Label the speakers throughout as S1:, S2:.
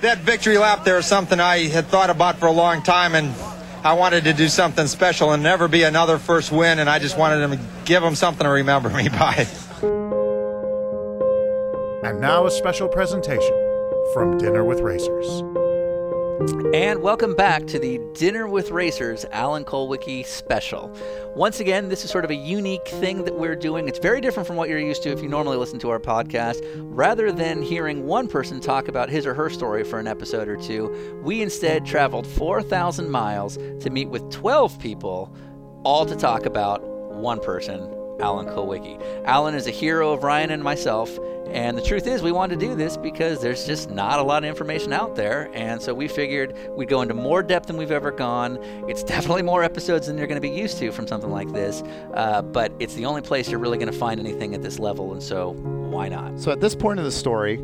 S1: that victory lap there is something I had thought about for a long time, and I wanted to do something special and never be another first win, and I just wanted to give them something to remember me by.
S2: And now a special presentation from Dinner with Racers.
S3: And welcome back to the Dinner with Racers Alan Colwicky special. Once again, this is sort of a unique thing that we're doing. It's very different from what you're used to if you normally listen to our podcast. Rather than hearing one person talk about his or her story for an episode or two, we instead traveled 4,000 miles to meet with 12 people, all to talk about one person Alan Kulwicki. Alan is a hero of Ryan and myself, and the truth is, we wanted to do this because there's just not a lot of information out there, and so we figured we'd go into more depth than we've ever gone. It's definitely more episodes than you're going to be used to from something like this, uh, but it's the only place you're really going to find anything at this level, and so why not?
S4: So at this point in the story,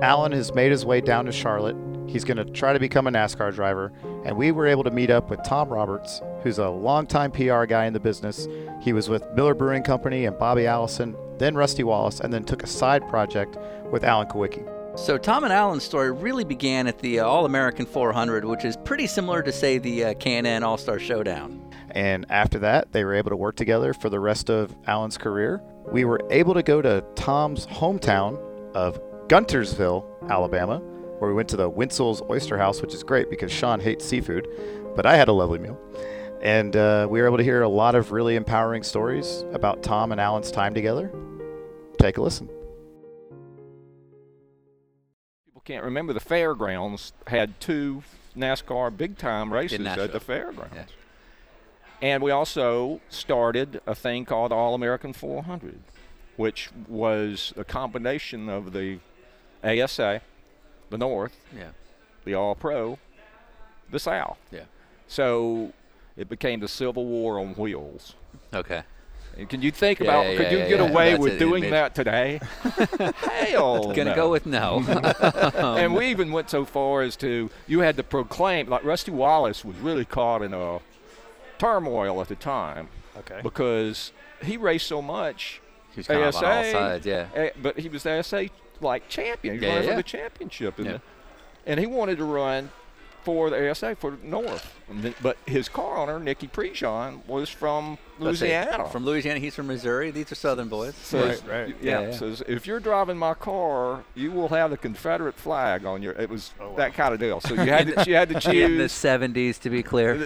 S4: Alan has made his way down to Charlotte. He's going to try to become a NASCAR driver. And we were able to meet up with Tom Roberts, who's a longtime PR guy in the business. He was with Miller Brewing Company and Bobby Allison, then Rusty Wallace, and then took a side project with Alan Kowicki.
S3: So, Tom and Alan's story really began at the uh, All American 400, which is pretty similar to, say, the uh, K&N All Star Showdown.
S4: And after that, they were able to work together for the rest of Alan's career. We were able to go to Tom's hometown of Guntersville, Alabama, where we went to the Winsel's Oyster House, which is great because Sean hates seafood, but I had a lovely meal. And uh, we were able to hear a lot of really empowering stories about Tom and Alan's time together. Take a listen.
S5: People can't remember the fairgrounds had two NASCAR big time races at
S3: Nashville.
S5: the fairgrounds. And we also started a thing called All American 400, which was a combination of the ASA, the North,
S3: Yeah,
S5: the All Pro, the South.
S3: yeah.
S5: So it became the Civil War on wheels.
S3: Okay.
S5: And Can you think
S3: Yeah,
S5: about?
S3: yeah,
S5: could
S3: yeah,
S5: you
S3: yeah,
S5: get
S3: yeah.
S5: away
S3: That's
S5: with
S3: it,
S5: doing
S3: it-
S5: that today? Hell,
S3: Gonna
S5: no.
S3: go with no. Um,
S5: and we even went so far as to you had to proclaim like Rusty Wallace was really caught in a turmoil at the time
S4: Okay.
S5: because he raced so much.
S3: He was kind of on all sides, yeah.
S5: eh, but he was the ASA like champion. He was
S3: Yeah,
S5: running
S3: yeah.
S5: for the championship, and,
S3: Yeah.
S5: the- and he wanted to run for the ASA for North. And then- But his car owner Nicky Prejean was from
S3: Let's see,
S5: Louisiana.
S3: From Louisiana, he's from Missouri. These are Southern boys.
S5: So
S4: Right,
S5: it's-
S4: right.
S3: Yeah,
S5: Yeah,
S3: yeah.
S5: says if you're driving my car, you will have the Confederate flag on your. It was
S4: Oh,
S5: that kind of deal. So you had to, you had to
S3: in the
S5: choose.
S3: 70s, to be clear. in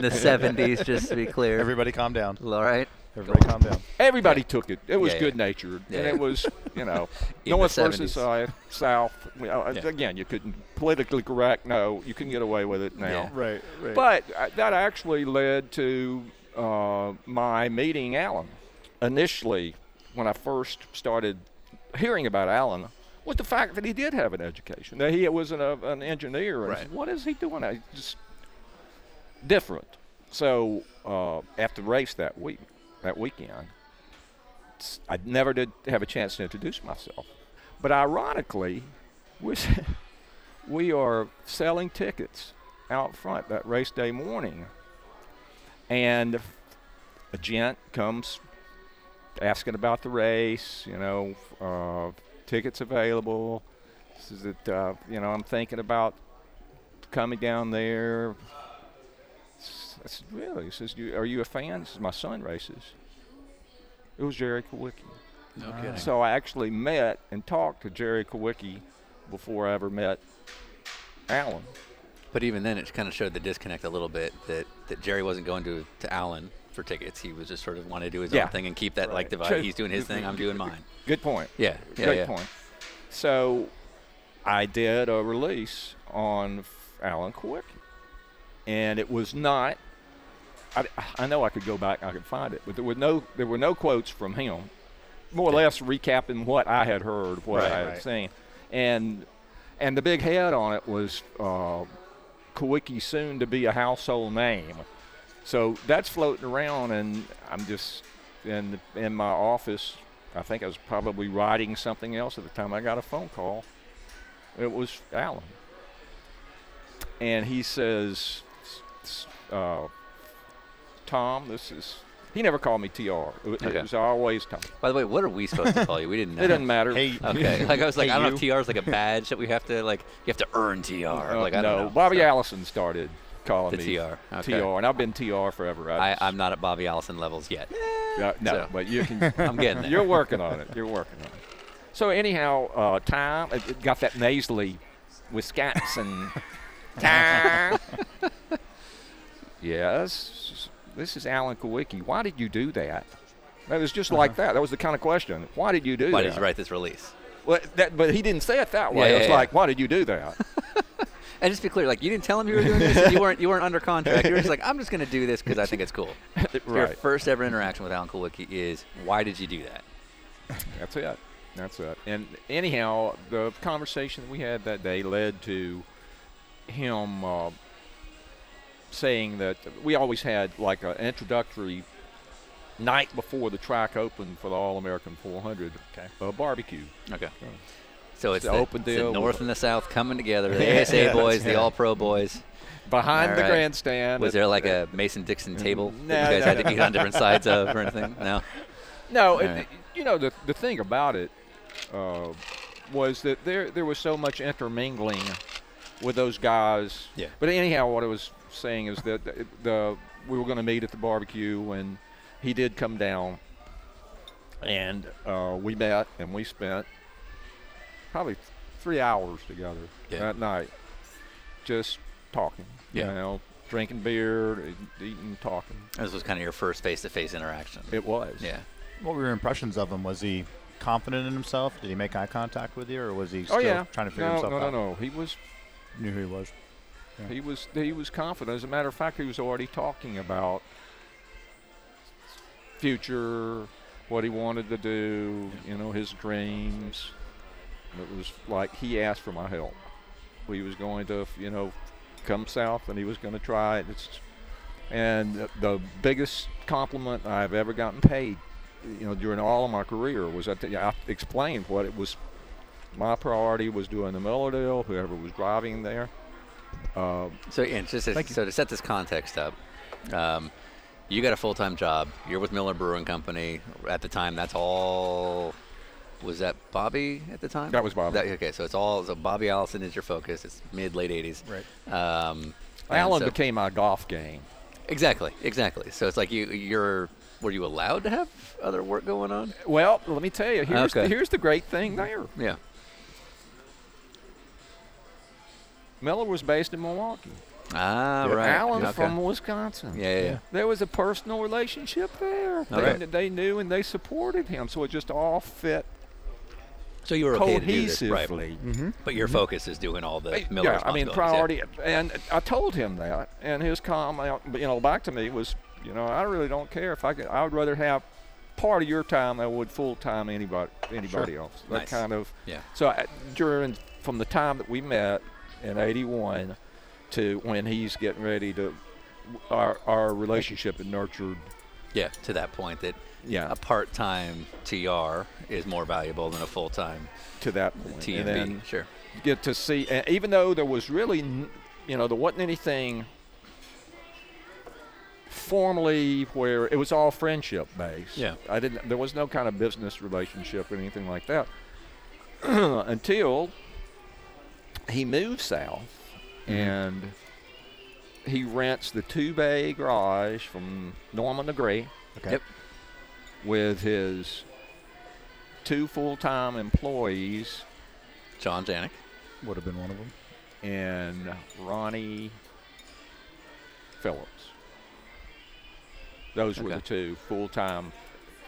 S3: the 70s, just to be clear.
S4: Everybody calm down.
S3: All right.
S4: Everybody calm down.
S5: Everybody took it. It was
S3: Yeah, yeah.
S5: good natured, and
S3: Yeah.
S5: it was you know
S3: In the
S5: North versus
S3: 70s.
S5: uh, South. You know,
S3: Yeah.
S5: Again, you couldn't politically correct. No, you couldn't get away with it now.
S3: Yeah.
S4: Right, right.
S5: But uh, that actually led to uh, my meeting Alan. Initially, when I first started hearing about Alan, was the fact that he did have an education, that he was an, uh, an engineer. And I said,
S3: Right.
S5: What is he doing? I just different. So uh, after the race that week, that weekend, s- I never did have a chance to introduce myself. But ironically, we s- we are selling tickets out front that race day morning, and a gent comes asking about the race. You know, uh, tickets available. Says that uh, you know I'm thinking about coming down there. S- I said, really? He says, you, are you a fan? He says, my son races. It was Jerry Kowicki.
S3: No kidding.
S5: So I actually met and talked to Jerry Kowicki before I ever met Alan.
S3: But even then, it kind of showed the disconnect a little bit that, that Jerry wasn't going to, to Allen for tickets. He was just sort of wanted to do his
S5: Yeah.
S3: own thing and keep that like divide.
S5: True.
S3: He's doing his thing. I'm doing mine.
S5: Good point.
S3: Yeah. Yeah.
S5: Great
S3: yeah.
S5: point. So I did a release on F- Alan Quick, and it was not. I, I know I could go back. I could find it, but there were no there were no quotes from him. More or less recapping what I had heard, what I had seen, and and the big head on it was uh, Kawicki soon to be a household name. So that's floating around, and I'm just in in my office. I think I was probably writing something else at the time. I got a phone call. It was Alan, and he says, s- s- uh, "Tom, this is He never called me TR. It
S3: Okay.
S5: was always Tom.
S3: By the way, what are we supposed to call you? We didn't know.
S5: It doesn't matter.
S4: Hey,
S3: Okay. Like I was like,
S4: Hey,
S3: I don't
S4: you.
S3: know if TR is like a badge that we have to like you have to earn TR.
S5: Uh,
S3: like I don't
S5: no,
S3: know.
S5: Bobby
S3: So,
S5: Allison started calling
S3: The
S5: me
S3: TR, okay.
S5: TR, and I've been TR forever.
S3: I,
S5: just-
S3: I'm not at Bobby Allison levels yet.
S5: Yeah, no,
S3: so.
S5: but you can.
S3: I'm getting there.
S5: You're working on it. You're working on it. So anyhow, uh, time it, it got that nasally Wisconsin time. yes, this is Alan Kowicki. Why did you do that? That was just like that. That was the kind of question. Why did you do
S3: Uh-huh. Why
S5: that?
S3: did you write this release?
S5: Well, that, but he didn't say it that way.
S3: Yeah,
S5: it was
S3: yeah, yeah.
S5: like, why did you do that?
S3: And just to be clear, like you didn't tell him you were doing this. and you weren't you weren't under contract. You were just like, I'm just going to do this because I think it's cool. Your
S5: Right.
S3: first ever interaction with Alan Kulwicki is why did you do that?
S5: That's it. That's it. And anyhow, the conversation that we had that day led to him uh, saying that we always had like a- an introductory night before the track opened for the All American 400
S4: Okay.
S5: uh, barbecue. Uh,
S3: Okay. So it's
S5: the
S3: the,
S5: open
S3: it's the
S5: deal.
S3: North and the South coming together. The ASA boys, the All Pro boys.
S5: Behind
S3: All
S5: the
S3: right.
S5: grandstand.
S3: Was
S5: at-
S3: there like a Mason Dixon table
S5: Mm-hmm. No,
S3: that you guys
S5: no,
S3: had to
S5: no.
S3: eat on different sides of or anything? No.
S5: No, it,
S3: right.
S5: you know the the thing about it uh, was that there there was so much intermingling with those guys.
S4: Yeah.
S5: But anyhow, what I was saying is that the, the we were going to meet at the barbecue, and he did come down, and uh, we met, and we spent probably th- three hours together
S3: Yeah.
S5: that night, just talking.
S3: Yeah.
S5: You know, drinking beer, e- eating, talking.
S3: This was kind of your first face-to-face interaction.
S5: It was.
S3: Yeah.
S4: What were your impressions of him? Was he confident in himself? Did he make eye contact with you, or was he still
S5: Oh yeah.
S4: trying to figure
S5: no,
S4: himself
S5: no,
S4: out?
S5: No, no, He was
S4: Knew who he was.
S5: He was he was confident. As a matter of fact, he was already talking about future, what he wanted to do, you know, his dreams. It was like he asked for my help. He was going to, you know, come south, and he was going to try it. It's, and the- the biggest compliment I've ever gotten paid, you know, during all of my career was that I explained what it was. My priority was doing the Millerdale. Whoever was driving there, uh,
S3: So, yeah, just as, so to set this context up, um, you got a full-time job. You're with Miller Brewing Company at the time. That's all. Was that Bobby at the time?
S5: That was Bobby.
S3: That- okay, so it's all. So Bobby Allison is your focus. It's mid late '80s. Right. Um, and
S5: Alan
S3: so-
S5: became my golf game.
S3: exactly, exactly. So it's like you, you're. Were you allowed to have other work going on?
S5: Well, let me tell you, here's,
S3: Okay.
S5: the, here's the great thing there.
S3: Yeah.
S5: Miller was based in Milwaukee.
S3: Ah, right.
S5: Alan
S3: okay.
S5: from Wisconsin.
S3: Yeah, yeah, yeah.
S5: There was a personal relationship there. They,
S3: right.
S5: they knew and they supported him, so it just all fit
S3: So you were okay to do this, right? Mm-hmm.
S5: cohesively.
S3: But your focus is doing all the
S5: Uh,
S3: Miller
S5: yeah, I mean
S3: responsibilities,
S5: priority, and I told him that, and his comment, you know, back to me was, you know, I really don't care if I could. I would rather have part of your time than I would full time anybody anybody else. That
S3: Nice.
S5: kind of
S3: Yeah.
S5: So I, during from the time that we met in '81 to when he's getting ready to, our our relationship had nurtured.
S3: Yeah, to that point that
S5: Yeah.
S3: a part-time TR is more valuable than a full-time
S5: To that point,
S3: TMB.
S5: and then
S3: sure.
S5: get to see, and even though there was really, n- you know, there wasn't anything formally where it was all friendship based.
S3: Yeah.
S5: I didn't. There was no kind of business relationship or anything like that until he moved south and he rents the two bay garage from Norman the Great
S4: Okay.
S3: Yep.
S5: with his two full time employees
S3: John Janik.
S4: Would have been one of them.
S5: and Ronnie Phillips. Those were
S3: Okay.
S5: the two full-time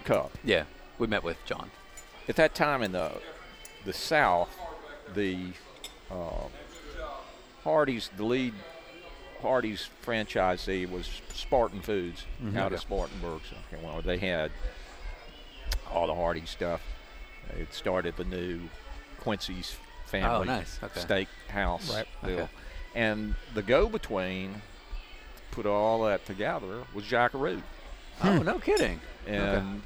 S5: cup.
S3: Yeah, we met with John.
S5: At that time in the the South, the uh, Hardee's, the lead Hardee's franchisee was Spartan Foods out of
S3: Okay.
S5: Spartanburg, South Carolina. They had all the Hardy stuff. It started the new Quincy's family
S3: Oh, nice. Okay.
S5: steak house
S3: Right.
S5: deal.
S3: Okay.
S5: And the go-between put all that together was Jack Root.
S3: Oh, no kidding.
S5: And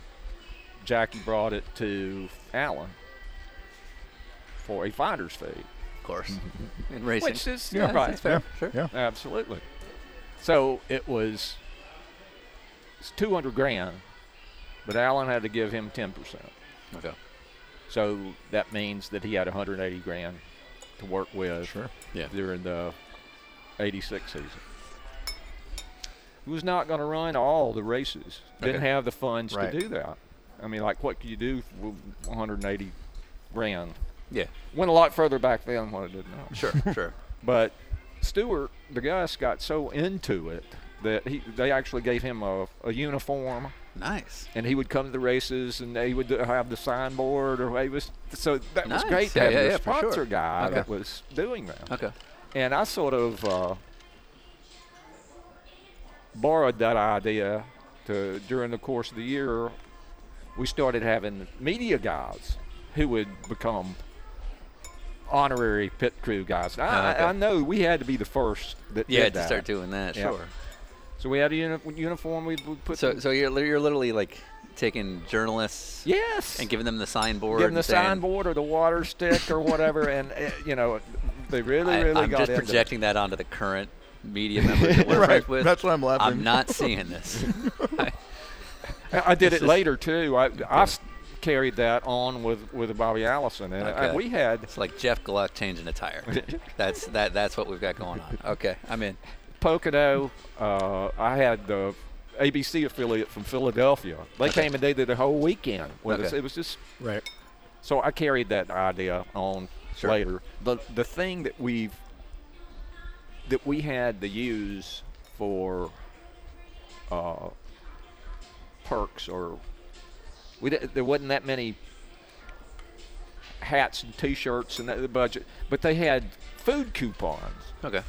S5: Jackie brought it to Allen for a finder's fee.
S3: Of course. In racing.
S5: Which is
S3: yeah,
S5: right.
S3: that's fair. Sure.
S4: Yeah.
S5: Absolutely. So it was It's 200 grand, but Allen had to give him 10%.
S6: Okay.
S5: So that means that he had 180 grand to work with
S6: Sure. Yeah.
S5: during the 86 season. He was not going to run all the races. Didn't
S6: Okay.
S5: have the funds
S4: Right.
S5: to do that. I mean, like, what can you do with 180 grand?
S6: Yeah.
S5: Went a lot further back then than what it did now.
S6: Sure. sure.
S5: But Stewart, the Gus, got so into it that he they actually gave him a, a uniform,
S6: Nice.
S5: and he would come to the races, and they would have the signboard, or he was so that was
S6: Nice.
S5: great to
S6: Yeah,
S5: have
S6: yeah,
S5: a
S6: yeah, for sure.
S5: sponsor guy
S6: Okay.
S5: that was doing that.
S6: Okay.
S5: And I sort of uh, borrowed that idea to during the course of the year. We started having media guys who would become honorary pit crew guys. And I,
S6: Ah, okay.
S5: I know we had to be the first that
S6: Yeah,
S5: did
S6: to
S5: that.
S6: start doing that.
S5: Yeah.
S6: Sure.
S5: So we had a uni- uniform. We would put
S3: So,
S5: the-
S3: so you're, li- you're literally like taking journalists
S5: yes,
S3: and giving them the signboard.
S5: Give them the
S3: and saying,
S5: signboard or the water stick or whatever, and uh, you know they really,
S3: I,
S5: really
S3: am
S5: got
S3: just
S5: into it.
S3: projecting that onto the current media members that we're
S4: Right,
S3: friends with.
S4: that's what I'm laughing.
S3: I'm not seeing this.
S5: I I did
S3: This
S5: it
S3: is-
S5: later too. I, I s- carried that on with, with Bobby Allison, and I-
S3: Okay.
S5: we had
S3: It's like Jeff Gluck changing a tire. That's that. That's what we've got going on. Okay, I'm in.
S5: Pocono. Uh, I had the ABC affiliate from Philadelphia. They came and they did the whole weekend with us.
S3: Okay.
S5: It was just
S4: Right.
S5: so I carried that idea on
S3: Sure.
S5: later. The the thing that we've that we had to use for uh, perks or we did, there wasn't that many hats and T-shirts and that, the budget, but they had food coupons
S3: Okay.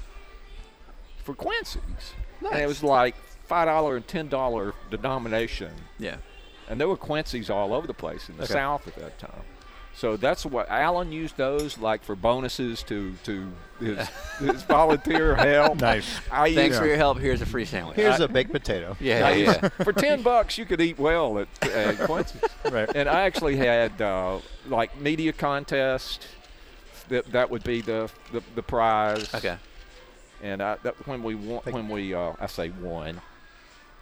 S5: for Quincy's, and it was like five dollar and ten dollar denomination
S3: Yeah.
S5: and there were Quincy's all over the place in the
S3: Okay.
S5: South at that time. So that's what Alan used those like for bonuses to to his, his volunteer help.
S2: Nice.
S5: I
S3: Thanks
S5: used,
S3: for your help. Here's a free sandwich.
S4: Here's a baked potato.
S3: yeah,
S5: I
S3: yeah, yeah.
S5: used- for ten bucks you could eat well at, at Quincy's.
S4: Right.
S5: And I actually had uh, like media contest. That, that would be the, the, the prize.
S3: Okay.
S5: And I, that, when we won, when we uh, I say won,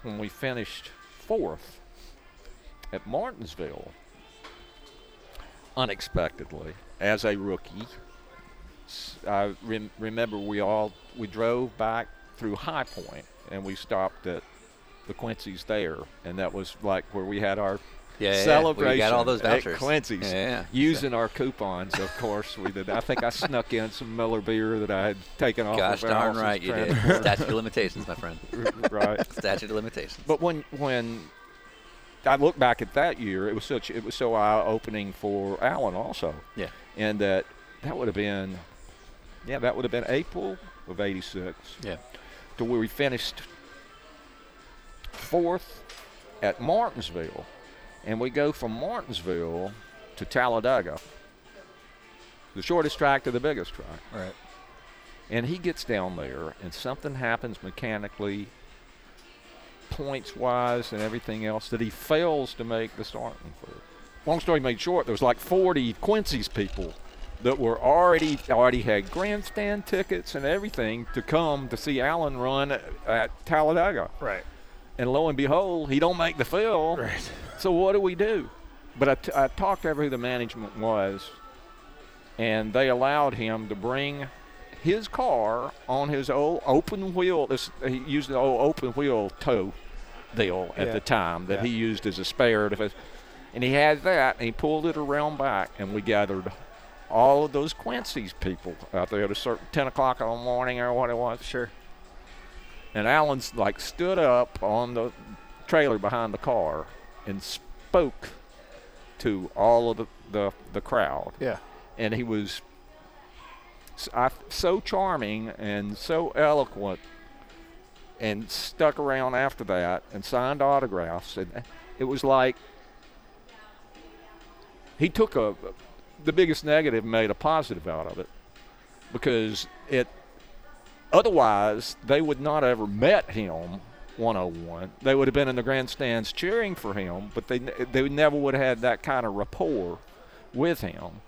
S5: when we finished fourth at Martinsville, unexpectedly as a rookie, s- I rem- remember we all we drove back through High Point and we stopped at the Quincy's there, and that was like where we had our
S3: Yeah, yeah, yeah. Well,
S5: celebration.
S3: you got all those
S5: at
S3: vouchers. Yeah,
S5: Quincy's
S3: yeah, yeah.
S5: using our coupons, of course, we did. I think I snuck in some Miller beer that I had taken off.
S3: Gosh
S5: of
S3: darn
S5: Alice's
S3: right you did.
S5: transport.
S3: Statute of limitations, my friend.
S5: right.
S3: Statute of limitations.
S5: But when when I look back at that year, it was such it was so eye opening for Allen also,
S3: yeah.
S5: and that that would have been, yeah, that would have been April of '86
S3: Yeah.
S5: to where we finished fourth at Martinsville, and we go from Martinsville to Talladega, the shortest track to the biggest track.
S4: Right.
S5: And he gets down there, and something happens mechanically, points wise, and everything else that he fails to make the starting for. Long story made short, there was like 40 Quincy's people that were already already had grandstand tickets and everything to come to see Allen run at, at Talladega.
S2: Right.
S5: And lo and behold, he don't make the fill. Right. So what do we do? But I, t- I talked to who the management was, and they allowed him to bring his car on his old open wheel. This, he used the old open wheel tow deal at
S4: Yeah.
S5: the time that
S4: Yeah.
S5: he used as a spare. To, and he had that, and he pulled it around back, and we gathered all of those Quincy's people out there at a certain 10 o'clock in the morning or what it was.
S4: Sure.
S5: And Allen's like stood up on the trailer behind the car and spoke to all of the, the, the crowd.
S4: Yeah.
S5: And he was s- I- so charming and so eloquent and stuck around after that and signed autographs. And eh, it was like he took a, the biggest negative and made a positive out of it because it Otherwise, they would not have ever met him 101. They would have been in the grandstands cheering for him, but they they never would have had that kind of rapport with him.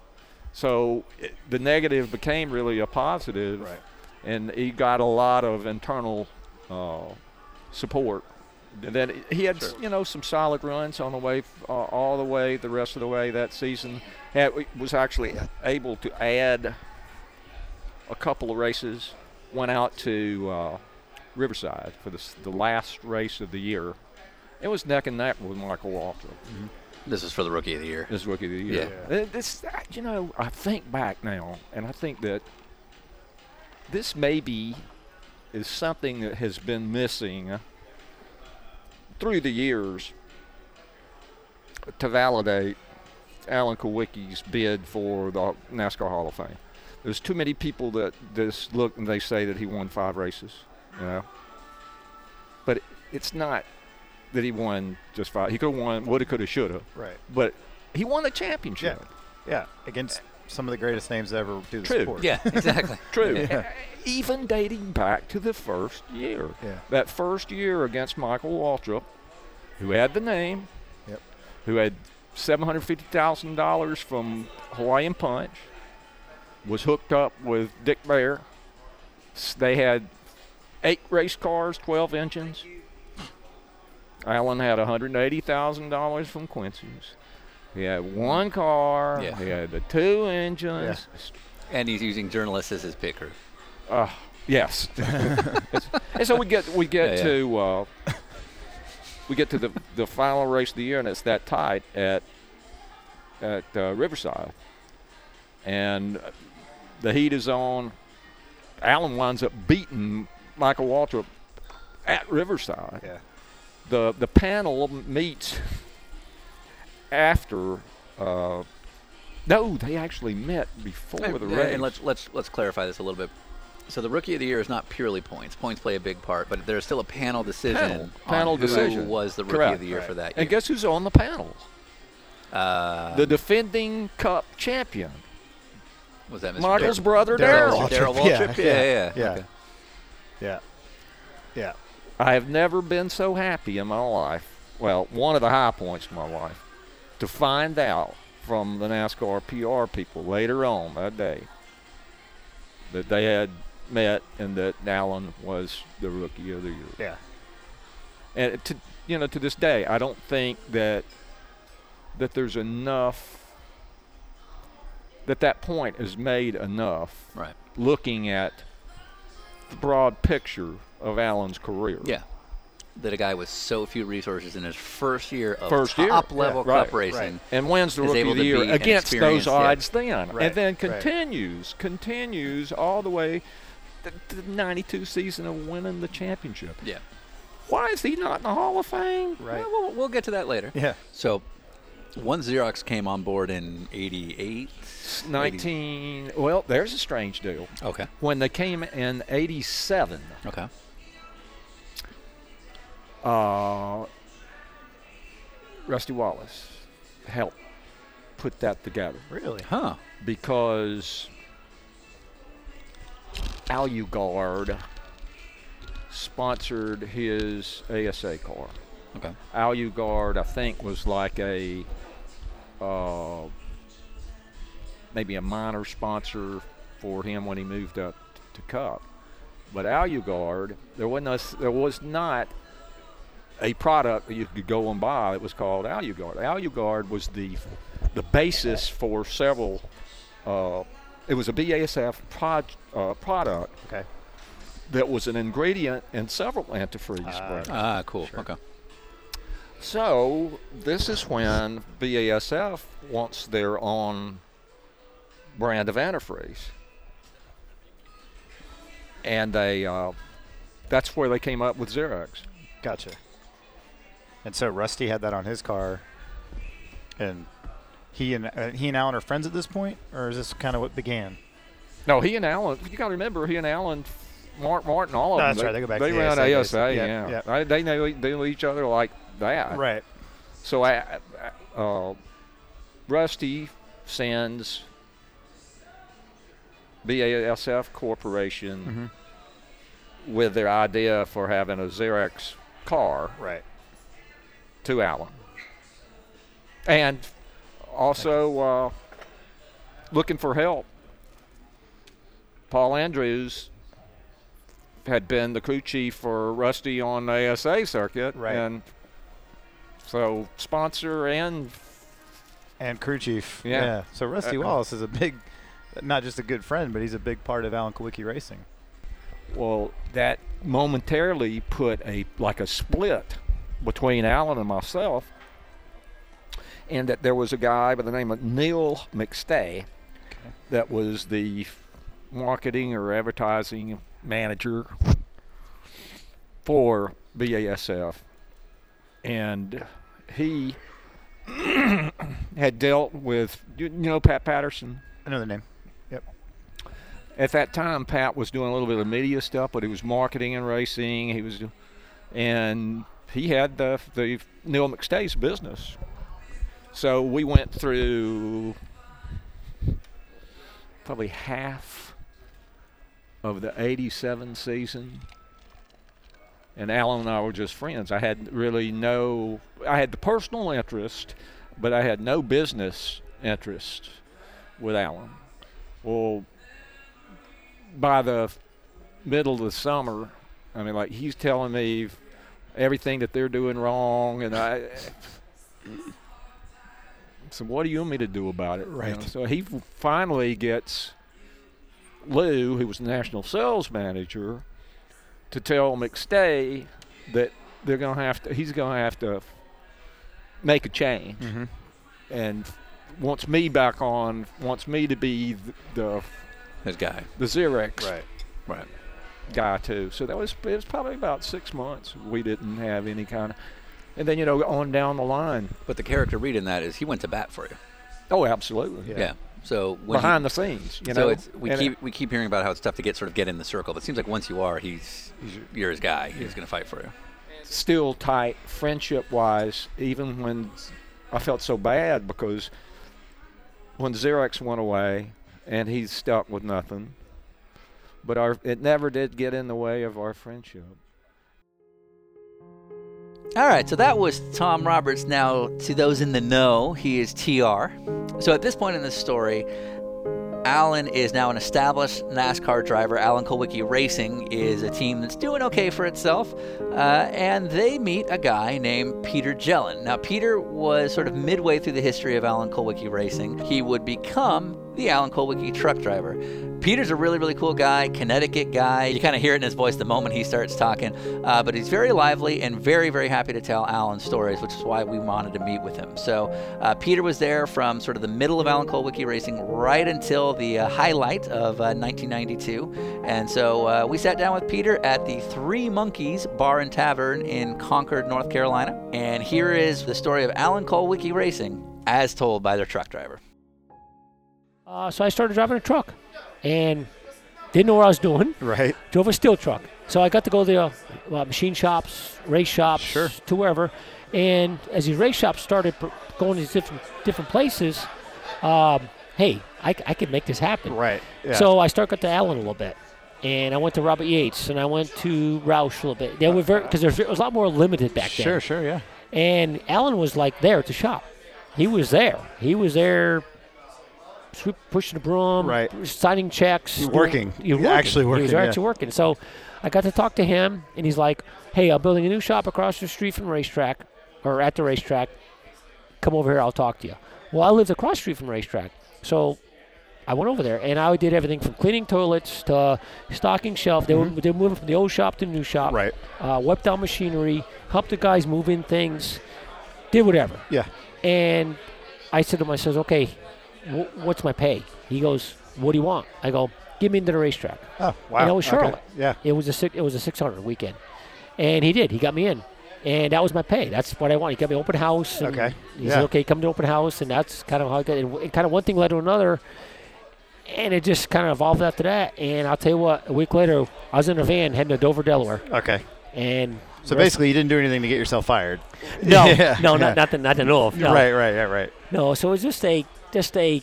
S5: So it, the negative became really a positive,
S4: Right.
S5: and he got a lot of internal uh, support And then he had
S3: Sure.
S5: you know some solid runs on the way uh, all the way the rest of the way that season. Had, was actually able to add a couple of races. Went out to uh, Riverside for the s- the last race of the year. It was neck and neck with Michael Walter
S3: This is for the rookie of the year.
S5: as rookie of the year. Uh, This, I- you know, I think back now, and I think that this maybe is something that has been missing through the years to validate Alan Kowicki's bid for the NASCAR Hall of Fame. There's too many people that just look and they say that he won five races, you know. But it- it's not that he won just five. He could have won, woulda, coulda, shoulda
S4: Right.
S5: but he won a championship.
S4: Yeah. Against some of the greatest names to ever do the
S5: True.
S4: sport.
S3: Yeah, exactly.
S5: True. Even dating back to the first year.
S4: Yeah.
S5: That first year against Michael Waltrip, who had the name,
S4: Yep.
S5: who had $750,000 from Hawaiian Punch, was hooked up with Dick Bear. S- They had eight race cars, 12 engines. Allen had $180,000 from Quincy's. He had one car.
S3: Yeah.
S5: He had the two engines.
S3: And he's using journalists as his picker.
S5: Uh, yes. and so we get we get
S3: Yeah, yeah.
S5: to uh, we get to the the final race of the year, and it's that tight at at uh, Riverside, and the heat is on. Allen winds up beating Michael Waltrip at Riverside.
S4: Yeah.
S5: The the panel meets after. Uh, no, they actually met before the
S3: Uh,
S5: race.
S3: And let's let's let's clarify this a little bit. So the rookie of the year is not purely points. Points play a big part, but there's still a panel decision.
S5: Panel.
S3: on
S5: Panel
S3: who
S5: decision.
S3: was the rookie of
S5: Correct.
S3: the year for that year.
S5: And guess who's on the panel?
S3: uh,
S5: the defending cup champion,
S3: was that Mr.
S5: Michael's
S3: Dar-
S5: brother
S4: Darryl. Waltrip.
S5: Daryl.
S3: Daryl
S4: Yeah,
S3: Waltrip. Yeah, yeah, yeah.
S4: yeah.
S3: Okay.
S4: Yeah. Yeah.
S5: I have never been so happy in my life. Well, one of the high points of my life to find out from the NASCAR PR people later on that day that they had met and that Allen was the rookie of the year.
S4: Yeah.
S5: and to you know to this day i don't think that that there's enough that that point is made enough
S3: Right.
S5: looking at the broad picture of allen's career
S3: Yeah. That a guy with so few resources in his first year of
S5: First year.
S3: top level
S5: Yeah, right,
S3: cup racing.
S4: right.
S5: and wins the
S3: Is
S5: rookie
S3: able
S5: of the
S3: to
S5: year
S3: be an
S5: against
S3: experienced-
S5: those
S3: yeah.
S5: odds then
S4: Right,
S5: and then
S4: right.
S5: continues continues all the way to the 92 season of winning the championship
S3: Yeah.
S5: why is he not in the hall of fame
S4: Right.
S3: Well, we'll, we'll get to that later.
S4: Yeah.
S3: So, one Xerox came on board in '88.
S5: 19 well there's a strange deal
S3: Okay.
S5: when they came in 87
S3: Okay.
S5: uh, Rusty Wallace helped put that together
S4: Really?
S3: Huh.
S5: because Alugard sponsored his ASA car.
S3: Okay.
S5: Alugard, I think, was like a uh, maybe a minor sponsor for him when he moved up to Cup. But Alugard, there wasn't a s there was not a product that you could go and buy that was called Alugard. Alugard was the the basis for several. Uh, it was a BASF prod, uh, product
S4: Okay.
S5: that was an ingredient in several antifreeze brands.
S3: Ah, cool. Okay.
S5: So this is when BASF wants their own brand of antifreeze, and they uh, that's where they came up with Xerox.
S4: Gotcha. And so Rusty had that on his car, and he and uh, he and Alan are friends at this point, or is this kind of what began?
S5: No, he and Allen. You got to remember, he and Allen, Mark Martin, all of
S4: No,
S5: them.
S4: that's right, they go back to the
S5: ran
S4: ASA days.
S5: ASA.
S4: Yeah,
S5: yeah,
S4: yeah.
S5: They, they knew they knew each other like that.
S4: Right.
S5: So I, I- uh, Rusty sends BASF Corporation with their idea for having a Xerox car
S4: Right.
S5: to Allen, and also uh, looking for help. Paul Andrews had been the crew chief for Rusty on the ASA circuit.
S4: Right.
S5: And so sponsor and
S4: and crew chief.
S5: Yeah.
S4: So Rusty
S5: Uh,
S4: Wallace is a big, not just a good friend, but he's a big part of Alan Kowicki Racing.
S5: well, that momentarily put a like a split between Alan and myself. And that there was a guy by the name of Neil McStay that was the marketing or advertising manager for BASF. And he had dealt with, you you know, Pat Patterson.
S4: Another name. Yep.
S5: At that time, Pat was doing a little bit of media stuff, but he was marketing and racing. He was, do- and he had the the Neil McStay's business. So we went through probably half of the '87 season, and Alan and I were just friends. I had really no, I had the personal interest, but I had no business interest with Alan. Well, by the f- middle of the summer, I mean, like he's telling me f- everything that they're doing wrong, and I. So what do you want me to do about it? You know,
S7: Right.
S5: So he f- finally gets Lou, who was the national sales manager, to tell McStay that they're gonna have to. He's gonna have to make a change, and wants me back on. Wants me to be th- the
S6: This guy.
S5: the Xerox
S4: Right.
S6: Right.
S5: guy too. So that was it was probably about six months we didn't have any kind of, and then you know on down the line.
S6: But the character read in that is he went to bat for you.
S5: Oh, absolutely.
S6: Yeah. So when he-
S5: Behind the scenes, you
S6: so
S5: know.
S6: it's we
S5: And
S6: keep we keep hearing about how it's tough to get sort of get in the circle, but it seems like once you are, he's, you're his guy. He's going to fight for you.
S5: still tight friendship wise, even when I felt so bad because when Xerox went away and he's stuck with nothing. But our it never did get in the way of our friendship.
S6: All right, so that was Tom Roberts. Now, to those in the know, he is TR. So at this point in the story, Alan is now an established NASCAR driver. Alan Kulwicki Racing is a team that's doing okay for itself, uh, and they meet a guy named Peter Jellin. Now, Peter was sort of midway through the history of Alan Kulwicki Racing. He would become the Alan Kulwicki truck driver. Peter's a really, really cool guy, Connecticut guy. You kind of hear it in his voice the moment he starts talking, uh, but he's very lively and very, very happy to tell Alan stories, which is why we wanted to meet with him. So uh, Peter was there from sort of the middle of Alan Colwicky racing right until the uh, highlight of uh, 1992. And so uh, we sat down with Peter at the Three Monkeys Bar and Tavern in Concord, North Carolina. And here is the story of Alan Colwicky racing as told by their truck driver.
S8: Uh, so I started driving a truck and didn't know what I was doing.
S4: Right.
S8: Drove a steel truck. So I got to go to uh, uh, machine shops, race shops,
S4: Sure.
S8: to wherever. And as these race shops started pr- going to these different, different places, um, hey, I, c- I could make this happen.
S4: Right. Yeah.
S8: So I started to Allen a little bit. And I went to Robert Yates and I went to Roush a little bit. They were very, because there was a lot more limited back then.
S4: sure, sure, yeah.
S8: And Alan was like there at the shop. He was there. He was there sweep, pushing the broom,
S4: Right.
S8: signing checks.
S4: You're working.
S8: You're
S4: You're actually
S8: He was
S4: working,
S8: actually
S4: yeah.
S8: working. So I got to talk to him, and he's like, hey, I'm building a new shop across the street from the racetrack, or at the racetrack. Come over here, I'll talk to you. Well, I lived across the street from the racetrack. So I went over there, and I did everything from cleaning toilets to stocking shelf. They, were, they were moving from the old shop to the new shop
S4: Mm-hmm. Right.
S8: uh, wiped down machinery, helped the guys move in things, did whatever.
S4: Yeah.
S8: And I said to him, I says, okay, wh- what's my pay? He goes, what do you want? I go, get me into the racetrack.
S4: Oh, wow.
S8: And that was
S4: Okay.
S8: Charlotte.
S4: Yeah.
S8: It was a six, it was a 600 weekend, and he did. He got me in, and that was my pay. That's what I want. He got me open house. And
S4: Okay.
S8: He
S4: Yeah.
S8: said, okay, come to open house, and that's kind of how I got. It, it kind of one thing led to another, and it just kind of evolved after that. And I'll tell you what, a week later, I was in a van heading to Dover, Delaware,
S4: Okay.
S8: and
S4: So
S8: the rest-
S4: basically, you didn't do anything to get yourself fired.
S8: No,
S4: Yeah.
S8: no,
S4: Yeah.
S8: not not to, not to know of. No.
S4: Right, right, yeah, right.
S8: No, so it's just a just a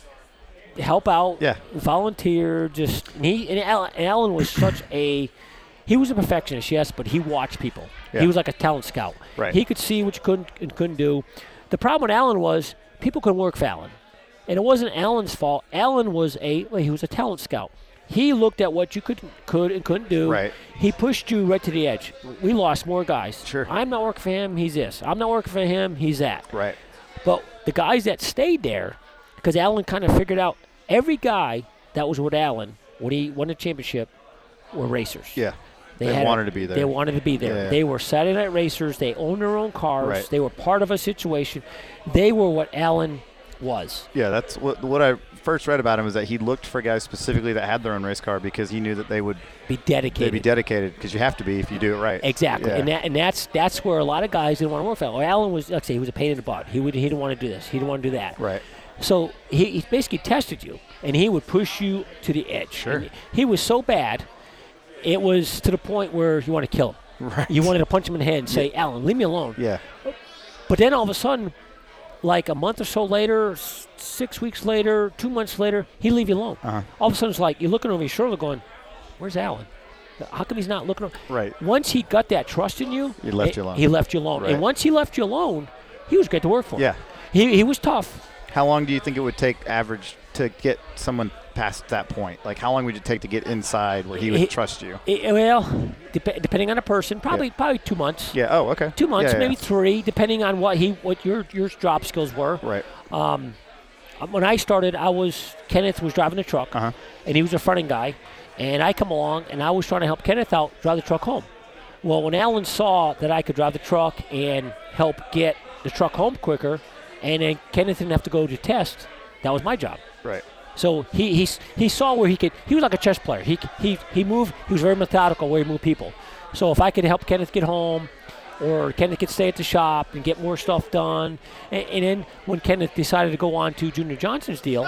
S8: help out,
S4: Yeah.
S8: volunteer. Just and he and Alan, and Alan was such a he was a perfectionist, yes, but he watched people.
S4: Yeah.
S8: He was like a talent scout.
S4: Right.
S8: He could see what you couldn't and couldn't do. The problem with Alan was people couldn't work for Alan, and it wasn't Alan's fault. Alan was a well, he was a talent scout. He looked at what you could could and couldn't do.
S4: Right.
S8: He pushed you right to the edge. We lost more guys.
S4: Sure.
S8: I'm not working for him. He's this. I'm not working for him. He's that.
S4: Right.
S8: But the guys that stayed there, because Allen kind of figured out every guy that was with Allen when he won the championship were racers.
S4: Yeah. They
S8: had
S4: wanted to be there.
S8: They wanted to be there.
S4: Yeah.
S8: They were Saturday night racers. They owned their own cars.
S4: Right.
S8: They were part of a situation. They were what Allen was.
S4: Yeah, that's what what I first read about him is that he looked for guys specifically that had their own race car because he knew that they would
S8: Be
S4: they'd
S8: dedicated.
S4: be dedicated because you have to be if you do it right.
S8: Exactly,
S4: Yeah.
S8: and that and that's that's where a lot of guys didn't want to work for. Allen. Or Allen was, like I say, he was a pain in the butt. He would he didn't want to do this. He didn't want to do that.
S4: right.
S8: So he, he basically tested you, and he would push you to the edge.
S4: Sure.
S8: And he was so bad, it was to the point where you want to kill him.
S4: Right.
S8: You wanted to punch him in the head and say, "Allen, leave me alone."
S4: Yeah.
S8: But then all of a sudden, like a month or so later, s- six weeks later, two months later, he leave you alone.
S4: Uh-huh.
S8: All of a sudden, it's like you're looking over your shoulder, going, "Where's Allen? How come he's not looking?" Over?
S4: Right.
S8: Once he got that trust in you,
S4: He left
S8: it-
S4: you alone.
S8: He left you alone,
S4: Right.
S8: and once he left you alone, he was great to work for.
S4: Yeah.
S8: He he was tough.
S4: How long do you think it would take average to get someone past that point? Like how long would it take to get inside where he would
S8: He-
S4: trust you?
S8: Eh, well, dep- depending on the person, probably probably two months.
S4: Yeah. Oh, okay.
S8: Two months,
S4: Yeah, yeah,
S8: maybe three, depending on what he what your your job skills were.
S4: yeah. Right.
S8: Um, When I started, I was Kenneth was driving the truck,
S4: Uh-huh.
S8: and he was a fronting guy, and I come along and I was trying to help Kenneth out drive the truck home. Well, when Alan saw that I could drive the truck and help get the truck home quicker, and then Kenneth didn't have to go to test, that was my job.
S4: Right.
S8: So he, he, he saw where he could. He was like a chess player. He, he, he moved. He was very methodical where he moved people. So if I could help Kenneth get home, or Kenneth could stay at the shop and get more stuff done, and, and then when Kenneth decided to go on to Junior Johnson's deal,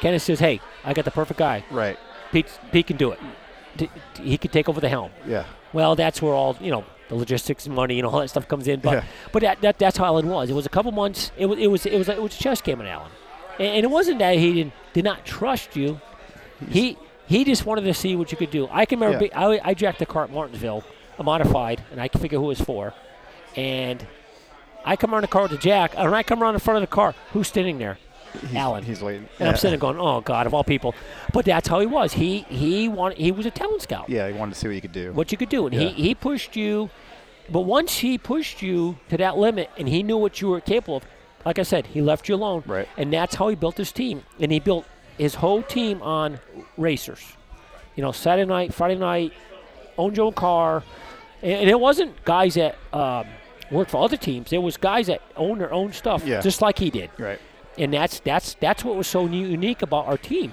S8: Kenneth says, "Hey, I got the perfect guy.
S4: Right.
S8: Pete, Pete can do it. T- t- He could take over the helm."
S4: Yeah.
S8: Well, that's where all you know the logistics and money and all that stuff comes in. But
S4: Yeah.
S8: but that, that that's how Allen was. It was a couple months. It was it was it was it was a chess game on Allen, and, and it wasn't that he didn't did not trust you. He he just wanted to see what you could do. I can remember
S4: Yeah.
S8: be- I I jacked the car at Martinsville, a modified, and I can figure who it was for, and. I come around the car with the jack, and I come around in front of the car. Who's standing there? Allen.
S4: He's waiting.
S8: and I'm
S4: Yeah.
S8: sitting there going, "Oh God, of all people!" But that's how he was. He he wanted. He was a talent scout
S4: Yeah, he wanted to see what you could do.
S8: what you could do. And
S4: Yeah.
S8: he, he pushed you, but once he pushed you to that limit and he knew what you were capable of, like I said, he left you alone.
S4: Right.
S8: And that's how he built his team. And he built his whole team on racers. You know, Saturday night, Friday night, owned your own car. And, and it wasn't guys that um, worked for other teams, it was guys that owned their own stuff,
S4: Yeah.
S8: just like he did.
S4: Right.
S8: And that's, that's, that's what was so new, unique about our team.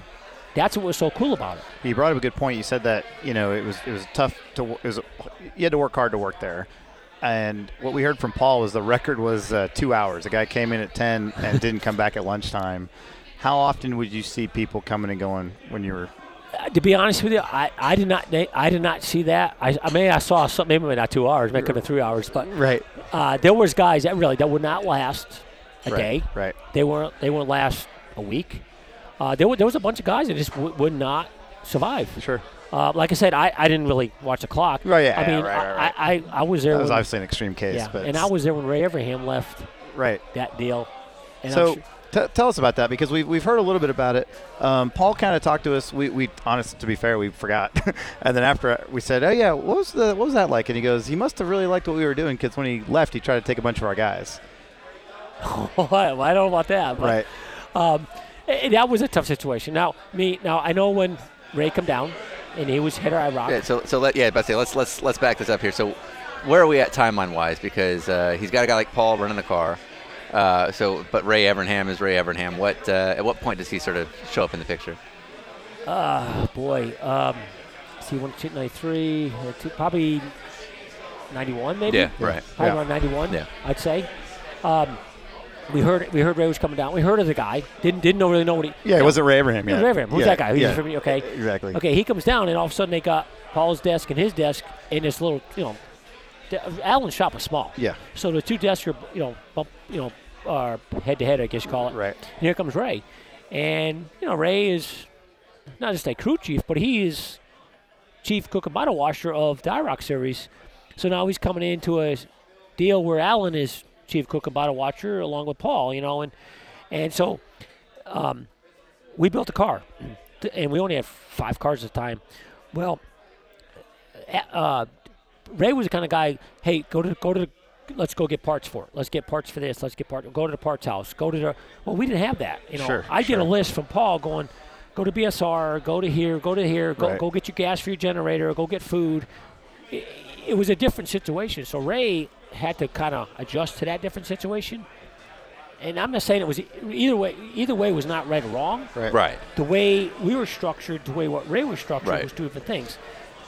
S8: That's what was so cool about it.
S4: You brought up a good point. You said that you know it was it was tough to wo- it was you had to work hard to work there, and what we heard from Paul was the record was uh, two hours. A guy came in at ten and didn't come back at lunchtime. How often would you see people coming and going when you were?
S8: Uh, to be honest with you, I, I did not they- I did not see that. I, I mean I saw some maybe not two hours, maybe could've been three hours, but
S4: Right.
S8: uh, there was guys that really that would not last a day.
S4: Right.
S8: They weren't they wouldn't last a week. Uh, there were, there was a bunch of guys that just w- would not survive.
S4: Sure.
S8: Uh, like I said, I, I didn't really watch the clock.
S4: Right, yeah,
S8: I mean
S4: yeah, right,
S8: I,
S4: right,
S8: I, I I was there.
S4: That was
S8: when,
S4: obviously an extreme case,
S8: yeah,
S4: but
S8: and I was there when Ray Abraham left
S4: right.
S8: that deal. And I'm
S4: so
S8: sure-
S4: t- tell us about that because we've, we've heard a little bit about it. Um, Paul kind of talked to us. We, we honest to be fair, we forgot. and then after we said, oh yeah, what was the what was that like? And he goes, he must have really liked what we were doing because when he left, he tried to take a bunch of our guys.
S8: well, I don't know about that. But,
S4: Right.
S8: um, eh, that was a tough situation. Now, me, now I know when Ray come down, and he was hit or I rocked.
S3: Yeah, so so let yeah, but say let's let's let's back this up here. So where are we at timeline wise? Because uh, he's got a guy like Paul running the car. Uh, so but Ray Evernham is Ray Evernham. What uh, at what point does he sort of show up in the picture?
S8: Oh boy, um, see, one two, ninety-three, uh, two, probably ninety-one, maybe.
S3: Yeah, right.
S8: Probably
S4: Yeah.
S8: around ninety-one.
S3: Yeah.
S8: I'd say. Um, we heard we heard Ray was coming down. We heard of the guy. Didn't didn't know really know what he.
S4: Yeah, it wasn't Ray Abraham.
S8: Who's
S4: Yeah.
S8: Ray Abraham? Who's
S4: yeah.
S8: that guy? Who's
S4: yeah.
S8: from? Okay.
S4: Exactly.
S8: Okay, he comes down, and all of a sudden they got Paul's desk and his desk in this little, you know, de- Allen's shop was small.
S4: Yeah.
S8: So the two desks are, you know, bump, you know, are head to head, I guess you call it.
S4: Right.
S8: And here comes Ray, and you know Ray is not just a crew chief, but he is chief cook and bottle washer of the IROC series. So now he's coming into a deal where Allen is chief cook and bottle watcher along with Paul, you know, and and so um, we built a car. th- and we only had five cars at the time. Well, a- uh, Ray was the kind of guy. Hey, go to go to. The, let's go get parts for it. Let's get parts for this. Let's get part. Go to the parts house. Go to the. Well, we didn't have that. You know,
S4: Sure,
S8: I did
S4: sure.
S8: a list from Paul going. Go to BSR. Go to here. Go to here. Go
S4: Right.
S8: go get your gas for your generator. Go get food. It, it was a different situation. So Ray had to kind of adjust to that different situation. And I'm not saying it was e- either way. Either way was not right or wrong
S4: Right.
S3: Right.
S8: the way we were structured, the way what Ray was structured
S3: Right.
S8: was two different things.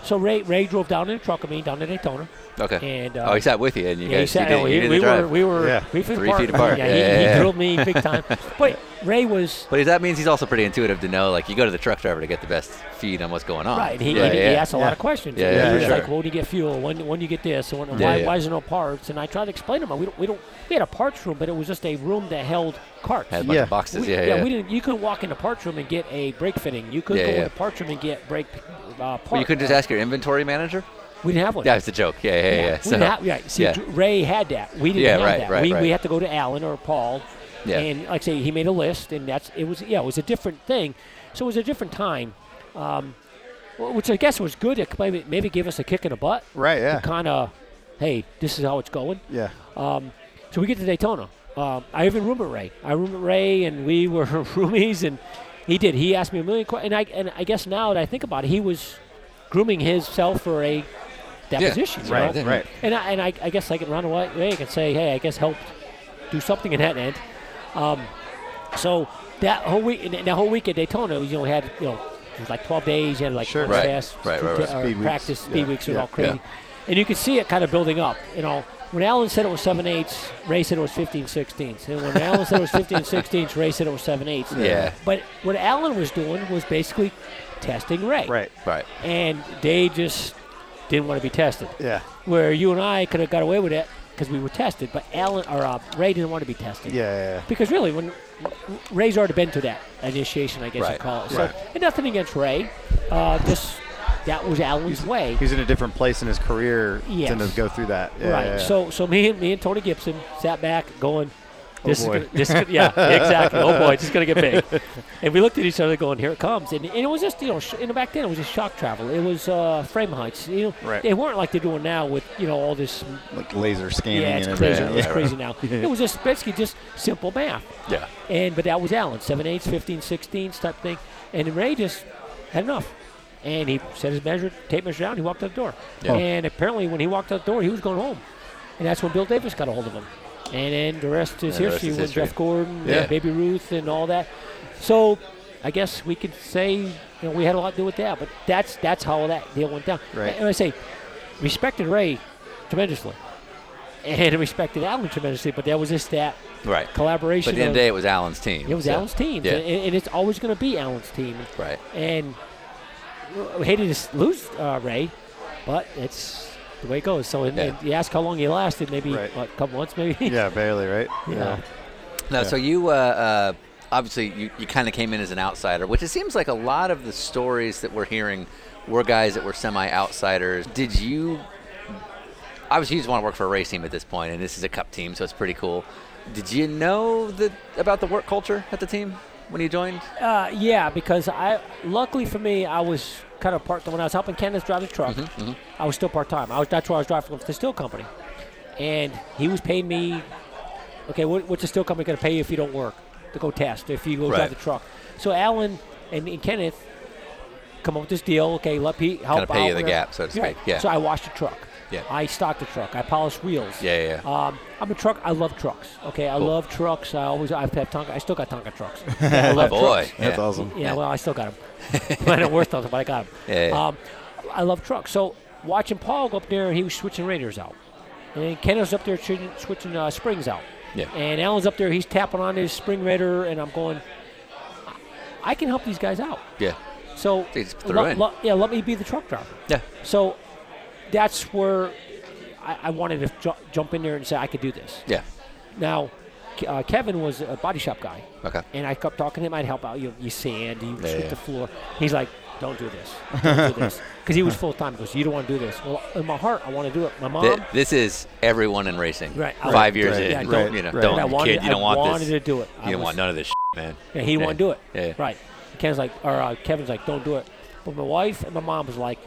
S8: So Ray, Ray drove down in a truck with me down to Daytona.
S3: Okay.
S8: And,
S3: oh,
S8: uh,
S3: he sat with you, and you
S8: yeah, he
S3: guys
S8: said,
S3: you
S8: oh,
S3: did,
S8: we,
S3: you did
S8: we
S3: the drive.
S8: were we were
S4: Yeah.
S8: three feet
S3: Three
S8: apart.
S3: feet apart.
S8: Yeah, he-
S3: Yeah,
S8: he,
S3: yeah, yeah.
S8: drilled me big time. But Ray was
S3: But that means he's also pretty intuitive to know, like, you go to the truck driver to get the best feed on what's going on.
S8: right. He,
S3: yeah,
S8: he,
S3: yeah.
S8: he asked a lot of questions.
S3: Yeah,
S8: he
S3: yeah,
S8: was
S3: sure.
S8: like, "Well, when do you get fuel? When when do you get this? And when,
S3: Yeah,
S8: why,
S3: yeah.
S8: why is there no parts?" And I tried to explain to him. We don't, we don't we had a parts room, but it was just a room that held carts.
S3: Had a bunch
S4: Yeah.
S3: of boxes.
S8: We-
S3: yeah, yeah.
S8: we didn't. You could walk in the parts room and get a brake fitting. You could
S3: Yeah,
S8: go
S3: yeah.
S8: in the parts room and get brake uh, parts.
S3: Well, you couldn't just ask your inventory manager?
S8: We didn't have one.
S3: Yeah, it's a joke. Yeah, yeah, yeah.
S8: Yeah,
S3: yeah.
S8: we
S3: So-
S8: didn't have- right. See,
S3: yeah.
S8: Dr- Ray had that. We didn't
S3: Yeah,
S8: have
S3: right,
S8: that.
S3: right,
S8: we,
S3: right.
S8: we had to go to Alan or Paul.
S3: Yeah.
S8: And like I say, he made a list, and that's it was yeah, it was a different thing. So it was a different time, um, wh- which I guess was good. It maybe maybe gave us a kick in the butt.
S4: Right, yeah.
S8: Kind of, hey, this is how it's going.
S4: Yeah.
S8: So we get to Daytona. Um, I even roomed with Ray. I roomed with Ray, and we were roomies, and he did. He asked me a million questions, and I and I guess now that I think about it, he was grooming himself for a deposition. you know?
S4: Right. Right.
S8: And I, and I, I guess I can run away. I can say, hey, I guess helped do something in that end. Um, so that whole week, and that whole week at Daytona, you know, we had you know, it was like 12 days. You had like
S4: Sure.
S8: one
S3: Right.
S8: fast,
S3: Right,
S8: two
S3: right,
S8: ta-
S3: right.
S8: or
S4: Speed weeks.
S8: practice speed
S4: Yeah.
S8: weeks was
S4: Yeah.
S8: all crazy, and you could see it kind of building up. You know, when Allen said it was seven eighths, Ray said it was 15 sixteenths, and when Allen said it was 15 sixteenths, Ray said it was seven eighths.
S3: Yeah.
S8: But what Allen was doing was basically testing Ray,
S4: Right.
S3: Right.
S8: and they just didn't want to be tested
S4: Yeah.
S8: where you and I could have got away with it because we were tested, but Alan or uh, Ray didn't want to be
S4: Yeah.
S8: tested.
S4: Yeah.
S8: Because really, when Ray's already been to that initiation, I guess
S3: Right,
S8: you call it. So,
S4: right.
S8: and nothing against Ray, uh, just that was Alan's way.
S4: yeah. He's in a different place in his career than to
S8: Yes.
S4: go through that. Yeah,
S8: right.
S4: yeah, yeah.
S8: So, so me and me and Tony Gibson sat back going. This
S4: Oh, boy.
S8: is gonna, this is gonna, yeah exactly oh boy it's just gonna get big and we looked at each other going here it comes and, and it was just you know sh- and back then it was just shock travel it was uh, frame heights you know
S4: Right.
S8: they weren't like they're doing now with you know all this
S4: like laser scanning
S8: Yeah, it's
S4: and
S8: crazy.
S4: everything.
S8: It's
S4: Yeah.
S8: crazy now. It was just basically just simple math.
S3: Yeah.
S8: And but that was Allen, seven eighths, 15 sixteenths type thing. And Ray just had enough. And he set his measure tape measure down, he walked out the door.
S3: Yeah.
S8: And apparently when he walked out the door he was going home. And that's when Bill Davis got a hold of him. And then the rest is
S3: And the rest
S8: history
S3: is
S8: with
S3: history.
S8: Jeff Gordon
S3: Yeah.
S8: and Baby Ruth and all that. So I guess we could say you know, we had a lot to do with that, but that's that's how that deal went down.
S4: Right.
S8: And I say respected Ray tremendously and respected Allen tremendously, but that was just that
S3: Right. But
S8: collaboration.
S3: at the end
S8: of-
S3: of the day, it was Alan's team.
S8: it was
S3: so-
S8: Allen's team,
S3: Yeah.
S8: and, and it's always going to be Allen's team.
S3: Right.
S8: And we hated to s- lose uh, Ray, but it's the way it goes. So and,
S3: Yeah.
S8: and you ask how long he lasted, maybe
S4: Right.
S8: what, a couple months, maybe.
S4: Yeah, barely, right?
S8: You know.
S3: No, so you uh, uh, obviously you, you kind of came in as an outsider, which it seems like a lot of the stories that we're hearing were guys that were semi-outsiders. Did you? Obviously, you just want to work for a race team at this point, and this is a cup team, so it's pretty cool. Did you know the, about the work culture at the team when you joined?
S8: Uh, yeah, because I luckily for me, I was kind of part when I was helping Kenneth drive his truck.
S3: Mm-hmm,
S8: I was still part time. I was that's where I was driving for the steel company, and he was paying me. Okay, what, what's the steel company going to pay you if you don't work to go test if you go
S3: Right.
S8: drive the truck? So Alan and, and Kenneth come up with this deal. Okay, let Pete help
S3: Kinda pay
S8: out
S3: you the
S8: where-
S3: gap, so to speak.
S8: Right.
S3: Yeah.
S8: So I washed the truck.
S3: Yeah.
S8: I stocked the truck. I polished wheels.
S3: Yeah, yeah, yeah.
S8: Um, I'm a truck. I love trucks. Okay, I
S3: Cool.
S8: love trucks. I always I've had Tonka. I still got Tonka trucks. I love
S3: Oh, Boy,
S8: trucks.
S4: That's
S3: yeah.
S4: awesome.
S8: Yeah, well, I still got them. They're not worth nothing, but I got them.
S3: Yeah, yeah.
S8: Um, I love trucks. So watching Paul go up there, he was switching radiators out, and Ken was up there switching, switching uh, springs out,
S3: Yeah.
S8: and Alan's up there, he's tapping on his spring radiator, and I'm going, I- I can help these guys out.
S3: yeah,
S8: So
S3: They just threw in.
S8: yeah, let me be the truck driver.
S3: yeah,
S8: So that's where I, I wanted to ju- jump in there and say I could do this.
S3: yeah.
S8: Now, Ke- uh, Kevin was a body shop guy.
S3: Okay.
S8: And I kept talking to him. I'd help out. You, you sand, you
S3: Yeah,
S8: sweep
S3: yeah.
S8: the floor. He's like, don't do this. Don't do this. Because he was full time. He goes, you don't want to do this. Well, in my heart, I want to do it. My mom.
S3: Th- this is everyone in racing.
S8: Right, I-
S3: Five years
S4: right,
S3: in,
S8: yeah,
S4: don't-
S3: you know,
S4: right.
S8: and I
S3: don't
S8: wanted,
S3: kid, you don't
S8: I
S3: want
S8: wanted
S3: this.
S8: to do it. I
S3: You don't
S8: was-
S3: want none of this, shit, man.
S8: Yeah, he didn't
S3: Yeah.
S8: want to do it.
S3: Yeah.
S8: Right. Ken's like, or uh, Kevin's like, don't do it. But my wife and my mom was like,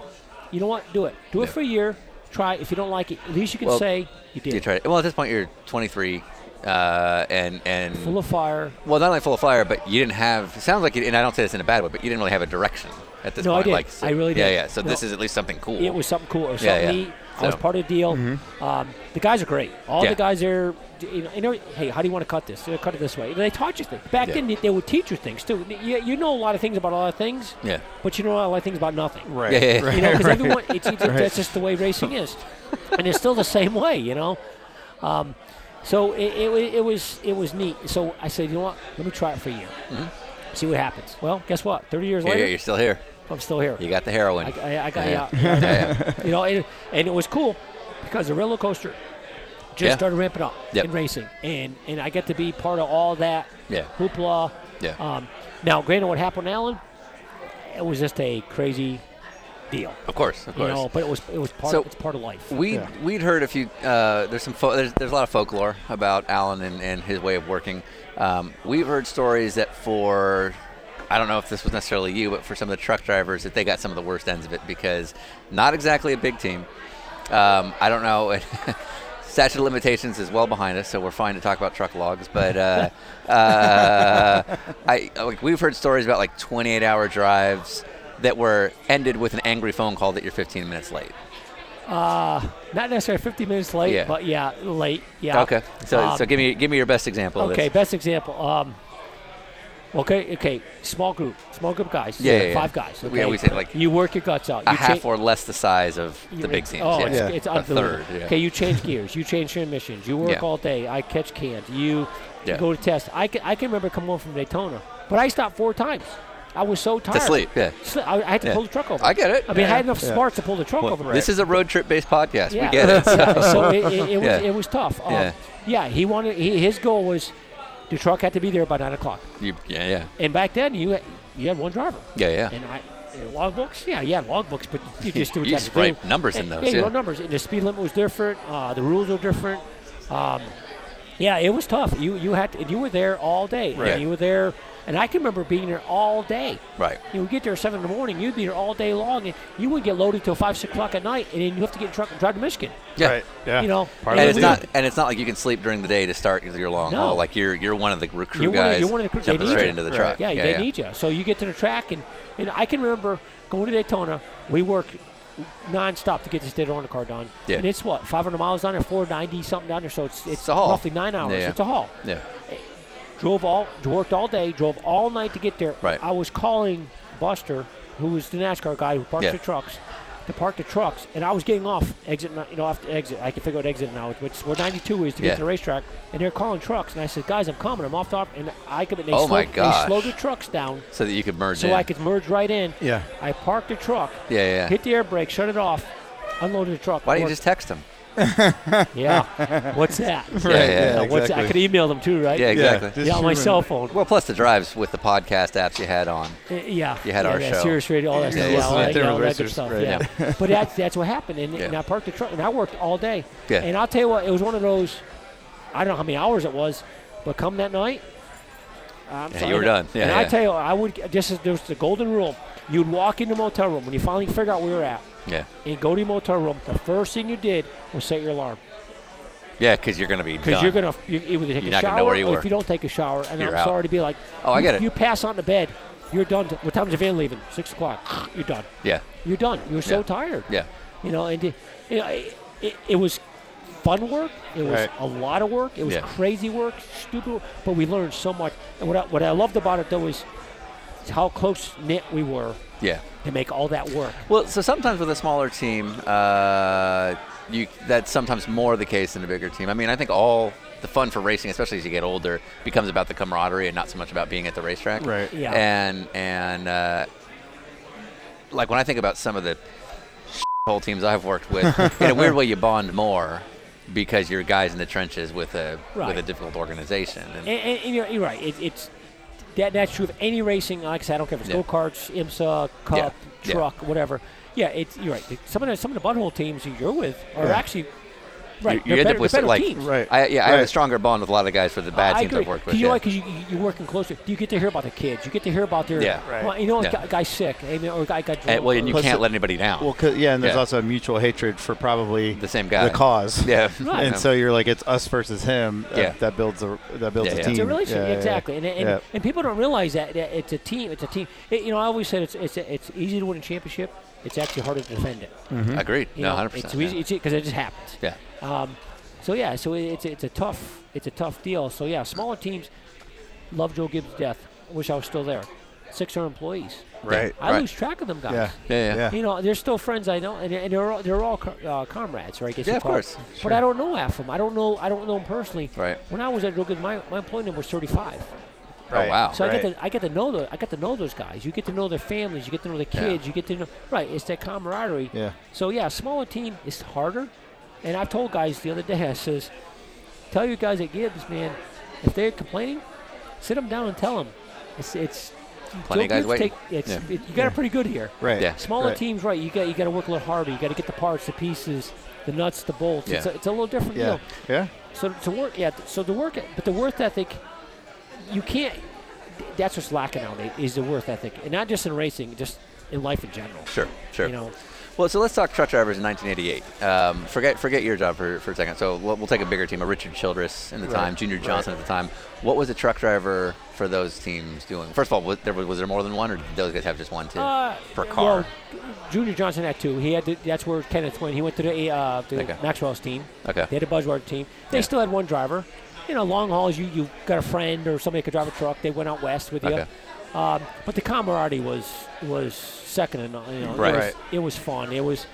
S8: you know what? Do it. Do it for a year. Try. it. If you don't like it, at least you can
S6: Well,
S8: say you did.
S6: You try it. Well, at this point, you're 23, uh, and and
S8: Full of fire.
S6: well, not only full of fire, but you didn't have. It sounds like, you, and I don't say this in a bad way, but you didn't really have a direction at this
S8: No, I
S6: point.
S8: did.
S6: Like, so-
S8: I really
S6: Yeah,
S8: did.
S6: yeah. So
S8: No.
S6: this is at least something cool.
S8: It was something cool. It was
S6: Yeah,
S8: something
S6: yeah.
S8: neat. I was
S6: So-
S8: part of the deal.
S4: Mm-hmm.
S8: Um, the guys are great. All
S6: Yeah.
S8: the guys there. d- You know, you know, hey, how do you want to cut this? Uh, Cut it this way. They taught you things. Back
S6: Yeah.
S8: then, they- they would teach you things too. You, you know a lot of things about a lot of things,
S6: yeah.
S8: but you know a lot of things about nothing.
S4: Right.
S6: Yeah, yeah, yeah.
S8: You know, because everyone, it's, it's, that's just the way racing is, and it's still the same way. You know, um, so it, it, wa- it was it was neat. So I said, you know what? Let me try it for a year,
S6: Mm-hmm.
S8: see what happens. Well, guess what? Thirty years
S6: Here,
S8: later,
S6: you're still here.
S8: I'm still here.
S6: You got the heroin.
S8: I, I, I got
S6: Yeah.
S8: yeah.
S6: Yeah,
S8: you know, and, and it was cool because the roller coaster just
S6: Yeah.
S8: started ramping up
S6: Yep.
S8: in racing, and and I get to be part of all that
S6: Yeah.
S8: hoopla.
S6: yeah.
S8: Um, now, granted, what happened, Alan, it was just a crazy deal,
S6: of course, of
S8: you
S6: course.
S8: know. But it was it was part
S6: So-
S8: of, it's part of life.
S6: We'd, we'd heard a few. Uh, there's some. Fo- there's, there's a lot of folklore about Alan and, and his way of working. Um, we've heard stories that for, I don't know if this was necessarily you, but for some of the truck drivers, that they got some of the worst ends of it because not exactly a big team. Um, I don't know. Statute of limitations is well behind us, so we're fine to talk about truck logs. But uh, uh, I, like, we've heard stories about like 28-hour drives that were ended with an angry phone call that you're 15 minutes late.
S8: Not necessarily 50 minutes late,
S6: Yeah.
S8: but yeah, late. Yeah.
S6: Okay. So,
S8: Um,
S6: so give me give me your best example. Of
S8: Okay,
S6: this.
S8: best example. Um, okay, okay, small group, small group guys.
S6: Yeah, yeah, yeah.
S8: five guys.
S6: We
S8: Okay?
S6: always say, like,
S8: you work your guts out.
S6: A
S8: You
S6: half
S8: cha-
S6: or less the size of
S8: you
S6: the
S8: make-
S6: big teams.
S8: Oh,
S6: yeah.
S8: it's, it's
S6: a
S8: unbelievable.
S6: third. Yeah.
S8: Okay, you change gears, you change transmissions, you work
S6: Yeah.
S8: all day. I catch cans. You
S6: Yeah.
S8: go to test. I can, I can remember coming home from Daytona, but I stopped four times. I was so tired.
S6: To sleep. Yeah.
S8: Sli- I, I had to
S6: Yeah.
S8: pull the truck over.
S6: I get it.
S8: I mean, I
S6: Yeah.
S8: had enough smarts to pull the truck
S6: Well,
S8: over.
S6: This is a road trip based podcast.
S8: Yeah.
S6: We get it. So,
S8: so it, it, it was
S6: Yeah.
S8: it was tough. Um,
S6: Yeah.
S8: yeah. he wanted he, his goal was the truck had to be there by nine o'clock.
S6: you, yeah, yeah,
S8: And back then you you had one driver.
S6: yeah, yeah.
S8: And I and logbooks, yeah, yeah, logbooks, but you just do what
S6: You
S8: you, have
S6: just
S8: to
S6: write
S8: do.
S6: numbers in
S8: And-
S6: those,
S8: Yeah, you
S6: yeah.
S8: wrote numbers, and the speed limit was different. Uh, the rules were different. Um, yeah, it was tough. You you had to, and you were there all day. and
S6: Right.
S8: you were there, and I can remember being there all day.
S6: Right.
S8: You would get there at seven in the morning. You'd be there all day long, and you would get loaded till five, six o'clock at night, and then you have to get in the truck and drive to Michigan.
S6: Yeah.
S4: Right. Yeah.
S8: You know,
S4: Part
S6: And
S4: of
S6: it's
S4: the
S6: not
S4: deal.
S6: and it's not like you can sleep during the day to start your long
S8: No.
S6: haul. Like you're you're one of the crew
S8: You're one of-
S6: guys
S8: you're one of the crew- they
S6: jumping
S8: need
S6: straight
S8: you.
S6: into the
S4: Right.
S6: truck.
S8: Yeah, they need you. So you get to the track, and, and I can remember going to Daytona. We work nonstop to get this Daytona car done.
S6: Yeah.
S8: And it's what 500 miles down there, 490 something down there. So it's it's,
S6: a haul.
S8: roughly nine hours.
S6: Yeah, yeah.
S8: It's a haul.
S6: Yeah.
S8: Drove all worked all day, drove all night to get there.
S6: Right.
S8: I was calling Buster, who was the NASCAR guy who parks
S6: Yeah.
S8: the trucks. To park the trucks, and I was getting off exit, ni- you know, after exit. I can figure out exit now, which where 92 is to
S6: Yeah.
S8: get to the racetrack. And they're calling trucks, and I said, "Guys, I'm coming. I'm off top." And I could, and they,
S6: Oh, my
S8: slowed,
S6: gosh.
S8: they slowed the trucks down,
S6: So that you could merge
S8: so
S6: in.
S8: I could merge right in.
S4: Yeah.
S8: I parked the truck,
S6: yeah, yeah, yeah.
S8: hit the air brake, shut it off, unloaded the truck.
S6: Why don't you
S8: worked.
S6: just text them?
S8: Yeah. What's that?
S4: Right.
S6: Yeah, yeah.
S8: Uh, What's that? I could email them too, right?
S6: Yeah,
S4: Yeah,
S6: exactly.
S4: just
S8: Yeah, on my
S4: human-
S8: cell phone.
S6: Well, plus the drives with the podcast apps you had on.
S8: Uh, yeah.
S6: You had
S8: yeah,
S6: our
S8: that
S6: show.
S8: Sirius Radio, all that
S6: Yeah,
S8: stuff.
S6: yeah.
S8: Yeah, all
S4: Yeah,
S8: that, yeah, all that good
S4: racers,
S8: stuff.
S4: right.
S8: Yeah. but that's that's what happened, and, and
S6: Yeah.
S8: I parked the truck, and I worked all day.
S6: Yeah.
S8: And I'll tell you what, it was one of those. I don't know how many hours it was, but come that night, I'm
S6: Yeah,
S8: sorry,
S6: you were
S8: I-
S6: done. Yeah,
S8: and I
S6: yeah.
S8: tell you, I would. This is there's the golden rule. You'd walk in the motel room when you finally figured out where you're at.
S6: Yeah.
S8: and go to your motel room, the first thing you did was set your alarm
S6: Yeah, because you're going to be
S8: because
S6: done.
S8: you're gonna you either
S6: You're
S8: take a
S6: not gonna
S8: shower
S6: know where you
S8: or
S6: were.
S8: if you don't take a shower. And
S6: You're
S8: I'm
S6: out.
S8: sorry to be like,
S6: Oh, I
S8: you-
S6: get it.
S8: You pass on the bed, you're done. what time's the van leaving? Six o'clock. You're done.
S6: yeah,
S8: You're done. You're so
S6: Yeah.
S8: tired.
S6: yeah.
S8: You know, and it, you know, it, it, it was fun work. It was
S4: Right.
S8: a lot of work. It was
S6: Yeah.
S8: crazy work, stupid, work, but we learned so much. And what I, what I loved about it though is how close knit we were
S6: Yeah.
S8: to make all that work.
S6: Well, so sometimes with a smaller team, uh, you that's sometimes more the case than a bigger team. I mean, I think all the fun for racing, especially as you get older, becomes about the camaraderie and not so much about being at the racetrack.
S4: Right.
S8: Yeah.
S6: And and uh, like when I think about some of the whole teams I've worked with, in a weird way, you bond more because you're guys in the trenches with a with
S8: Right.
S6: a difficult organization. And,
S8: And, and, and you're, you're right. It, it's that, that's true of any racing. Like I said, I don't care if it's
S6: Yeah.
S8: go karts,
S6: Yeah.
S8: IMSA, Cup,
S6: Yeah.
S8: truck, whatever. Yeah, it's you're right. Some of the some of the butthole teams that you're with are actually Right.
S6: You, you
S8: They're
S6: end
S8: better-
S6: up with
S8: they're better
S6: like
S8: teams.
S4: Right.
S6: I, yeah, I have a
S4: Right.
S6: stronger bond with a lot of guys for the bad
S8: I
S6: teams
S8: agree.
S6: I've worked
S8: 'Cause
S6: with.
S8: You know,
S6: yeah.
S8: because you, you- you're working closer. You get to hear about the kids. You get to hear about their.
S6: Yeah.
S4: Right.
S8: Well, you know, a
S6: Yeah.
S8: gu- guy's sick, eh, man, or a guy got drunk.
S6: And, well, and you
S8: or-
S4: Plus
S6: can't
S4: the-
S6: let anybody down.
S4: Well, 'cause- yeah, and there's
S6: Yeah.
S4: also a mutual hatred for probably
S6: the same guy.
S4: the cause.
S6: Yeah.
S8: Right.
S4: And so you're like, it's us versus him. Uh,
S6: Yeah.
S4: that builds a that builds
S6: Yeah,
S4: a
S6: yeah.
S4: team.
S8: It's a relationship,
S4: Yeah, yeah,
S8: exactly.
S4: yeah.
S8: And, and,
S4: Yeah.
S8: and people don't realize that, that it's a team. It's a team. It- you know, I always said it's it's it's easy to win a championship. It's actually harder to defend it.
S6: Agreed.
S8: Mm-hmm. You
S6: no,
S8: know,
S6: 100. percent
S8: It's easy because it just happens.
S6: Yeah.
S8: Um, so yeah, so it- it's it's a tough it's a tough deal. So yeah, smaller teams love Joe Gibbs' to death. Wish I was still there. Six hundred employees.
S4: Right.
S8: I
S6: Right.
S8: lose track of them guys.
S4: Yeah.
S6: Yeah, yeah.
S4: Yeah.
S8: You know, they're still friends I know, and, and they're all, they're all co- uh, comrades, right? I guess
S6: Yeah,
S8: you
S6: of
S8: call it.
S6: course.
S8: But I don't know half of them. I don't know I don't know them personally.
S6: Right.
S8: When I was at Joe Gibbs, my, my employee number was thirty five.
S6: Oh wow.
S8: So I
S4: Right.
S8: get to I get to know the I get to know those guys. You get to know their families. You get to know the kids. You get to know right. It's that camaraderie.
S4: Yeah.
S8: So yeah, smaller team is harder. And I've told guys the other day I says, tell your guys at Gibbs, man, if they're complaining, sit them down and tell them. It's it's.
S6: Plenty of
S8: Joe
S6: guys
S8: Gibbs
S6: waiting.
S8: take- it's,
S6: Yeah.
S8: it, you got it pretty good here.
S4: Right.
S6: Yeah.
S8: Smaller
S4: Right.
S8: teams, right? You got you got to work a little harder. You got to get the parts, the pieces, the nuts, the bolts. It's,
S6: Yeah.
S8: a, it's a little different
S4: Yeah.
S8: deal.
S4: Yeah.
S8: So to work, yeah. So the work, but the worth ethic, you can't. That's what's lacking out is the worth ethic, and not just in racing, just in life in general.
S6: Sure, sure.
S8: You know,
S6: Well, so let's talk truck drivers in 1988. Um, forget forget your job for, for a second. So we'll, we'll take a bigger team, a Richard Childress in the time, Junior Johnson at the time. What was a truck driver for those teams doing? First of all, was there, was there more than one, or did those guys have just one too
S8: uh,
S6: per car?
S8: Well, Junior Johnson had two. He had to, that's where Kenneth went. He went to the uh, the
S6: Okay.
S8: Maxwell's team.
S6: Okay.
S8: They had a Buzzword team. They
S6: Yeah.
S8: still had one driver. You know, long hauls, you you got a friend or somebody could drive a truck. They went out west with
S6: Okay.
S8: you. Um, but the camaraderie was was second to none. You know,
S6: Right.
S8: It was,
S6: Right.
S8: it was fun. It was.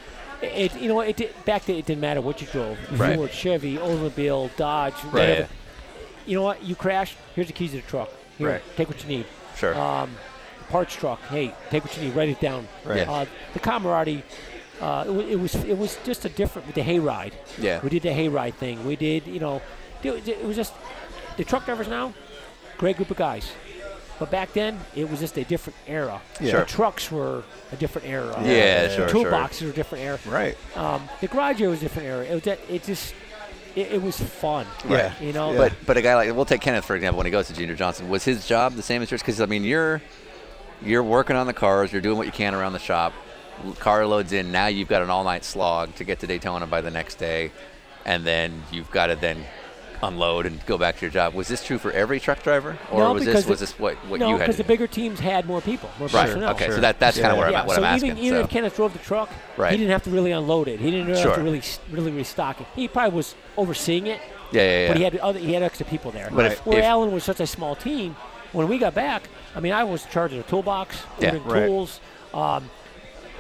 S8: It, you know what, it did, back then it didn't matter what you drove. If
S6: Right.
S8: You were Chevy, Oldsmobile, Dodge, whatever. You know what? You crashed. Here's the keys to the truck. Here,
S4: Right.
S8: Take what you need
S6: Sure.
S8: um, parts truck. Hey, take what you need. Write it down.
S4: Right.
S8: Uh, the camaraderie. Uh, it, wa- it was it was just a different with the hayride.
S6: Yeah.
S8: We did the hayride thing. We did you know, it, it was just the truck drivers now, great group of guys, but back then it was just a different era.
S4: Yeah. Sure.
S8: The trucks were a different era.
S6: yeah,
S8: The
S6: sure,
S8: toolboxes were a different era.
S4: Right.
S8: Um, the garage era was a different era. It was that, it just it, it was fun.
S4: Yeah.
S8: You know.
S4: Yeah.
S6: But but a guy like we'll take Kenneth for example when he goes to Junior Johnson was his job the same as yours because I mean you're you're working on the cars you're doing what you can around the shop l- car loads in now you've got an all night slog to get to Daytona by the next day and then you've got to then unload and go back to your job was this true for every truck driver or
S8: No,
S6: was
S8: because
S6: this was
S8: the-
S6: this what what
S8: no,
S6: you had
S8: because
S6: to
S8: the
S6: do?
S8: bigger teams had more people, more
S6: right
S8: personnel.
S6: okay
S4: Sure.
S6: so that that's kind of
S4: Yeah.
S6: where I'm
S8: yeah,
S6: at, what
S8: so
S6: I'm asking
S8: even, even
S6: so.
S8: if Kenneth drove the truck,
S6: Right.
S8: he didn't have to really unload it. He didn't have
S6: Sure.
S8: to really s- really restock it. He probably was overseeing it,
S6: yeah yeah yeah
S8: but he had other, he had extra people there.
S6: But if-
S8: Where
S6: if-
S8: Allen was such a small team, when we got back, I mean, I was in charge of the toolbox,
S6: Yeah.
S8: ordering
S4: Right.
S8: tools, um,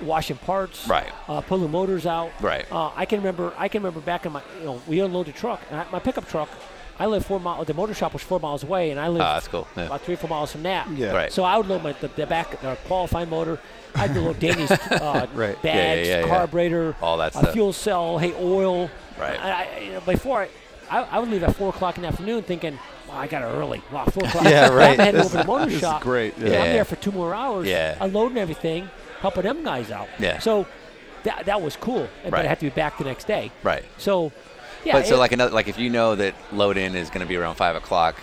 S8: washing parts,
S6: Right.
S8: uh, pulling motors out.
S6: Right.
S8: Uh, I can remember I can remember back in my you know we unloaded truck, and I, my pickup truck. I lived four miles. The motor shop was four miles away, and I lived
S6: Ah, that's cool, yeah.
S8: about three or four miles from that.
S4: Yeah.
S6: Right.
S8: So I would load my the, the back uh, qualifying motor. I'd load Danny's uh,
S4: Right.
S8: bags,
S6: Yeah, yeah, yeah, yeah.
S8: carburetor,
S6: All that
S8: a
S6: stuff.
S8: fuel cell, hey oil.
S6: Right.
S8: I, I, you know, before I, I, I would leave at four o'clock in the afternoon thinking, wow, I got it early. Wow, four o'clock.
S4: Yeah, right.
S8: I'm heading
S4: This
S8: over to the
S4: is-
S8: motor
S4: this is
S8: shop.
S4: great,
S8: and
S6: yeah.
S8: I'm
S6: Yeah.
S8: there for two more hours.
S6: Yeah.
S8: Unloading everything, helping them guys out.
S6: Yeah.
S8: So that that was cool. But
S6: Right.
S8: I had to be back the next day.
S6: right
S8: So. Yeah,
S6: But so
S8: it-
S6: like another like if you know that load in is going to be around five o'clock,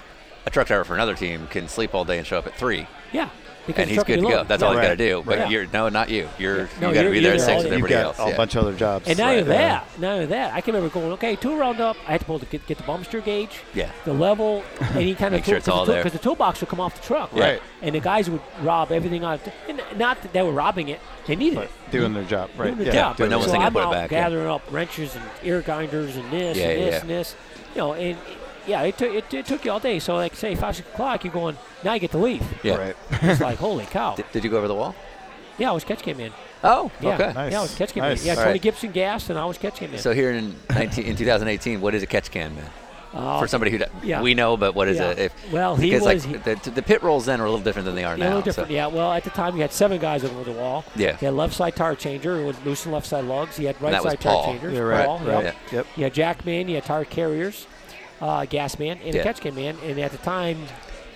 S6: a truck driver for another team can sleep all day and show up at three,
S8: yeah, because
S6: and he's
S8: the truck will
S6: good
S8: be
S6: to go.
S8: loaded.
S6: That's
S8: Yeah.
S6: all he's got to
S4: Right.
S6: do. But
S8: Right.
S6: you're no, not you. You're
S8: No,
S6: you got to
S8: you're-
S6: be there at
S8: you're
S6: six
S8: all
S6: with
S8: in.
S4: You've
S6: everybody
S4: got
S6: else.
S4: a
S6: yeah.
S4: bunch of other jobs.
S8: And now
S6: Right,
S8: you're
S6: right.
S8: that. Now you're that. I can remember going, okay, two round up. I had to pull the, get, get the bumster gauge,
S6: Yeah.
S8: the level, any kind
S6: Make
S8: of
S6: sure
S8: tool,
S6: it's all
S8: the, tool-
S6: there.
S8: the toolbox would come off the truck,
S6: Yeah.
S4: Right.
S8: And the guys would rob everything out. of- And not that they were robbing it; they needed
S4: But
S8: it.
S4: doing their job. Right.
S8: Doing the
S4: yeah.
S8: job.
S6: but
S4: doing
S6: no
S4: their
S6: one's
S8: so
S6: thinking
S4: job.
S6: about
S8: I'm
S6: it
S8: out
S6: back, yeah.
S8: gathering up wrenches and ear grinders and this
S6: Yeah,
S8: and this
S6: yeah.
S8: and this. You know, and yeah, it took it, it took you all day. So like say five six o'clock, you're going now. You get to leave.
S6: Yeah.
S4: Right.
S8: It's like holy cow.
S6: Did, did you go over the wall?
S8: Yeah, I was catch game man.
S6: Oh,
S8: Yeah,
S6: okay.
S4: Nice.
S8: yeah, I was catch game
S4: Nice.
S8: man. Yeah,
S6: All
S8: Tony
S6: right.
S8: Gibson gas, and I was catch game man.
S6: So here in 19, in 2018, what is a catch can man?
S8: Oh,
S6: For somebody who d-
S8: yeah.
S6: we know, but what is
S8: Yeah.
S6: it? If,
S8: Well, he
S6: because
S8: was- he-
S6: like the, the pit rolls then are a little different than they are
S8: Yeah, a
S6: now.
S8: little different.
S6: so-
S8: Yeah. Well, at the time you had seven guys over the wall.
S6: Yeah.
S8: He had left side tire changer. He would loosen left side lugs. He had right
S6: that was
S8: side tire
S6: Paul.
S8: changers.
S4: Yeah, right,
S8: Paul,
S4: right.
S8: Yep.
S4: Yep.
S8: You had jack man. You had tire carriers, uh, gas man, and
S6: Yeah.
S8: a catch can man. And at the time,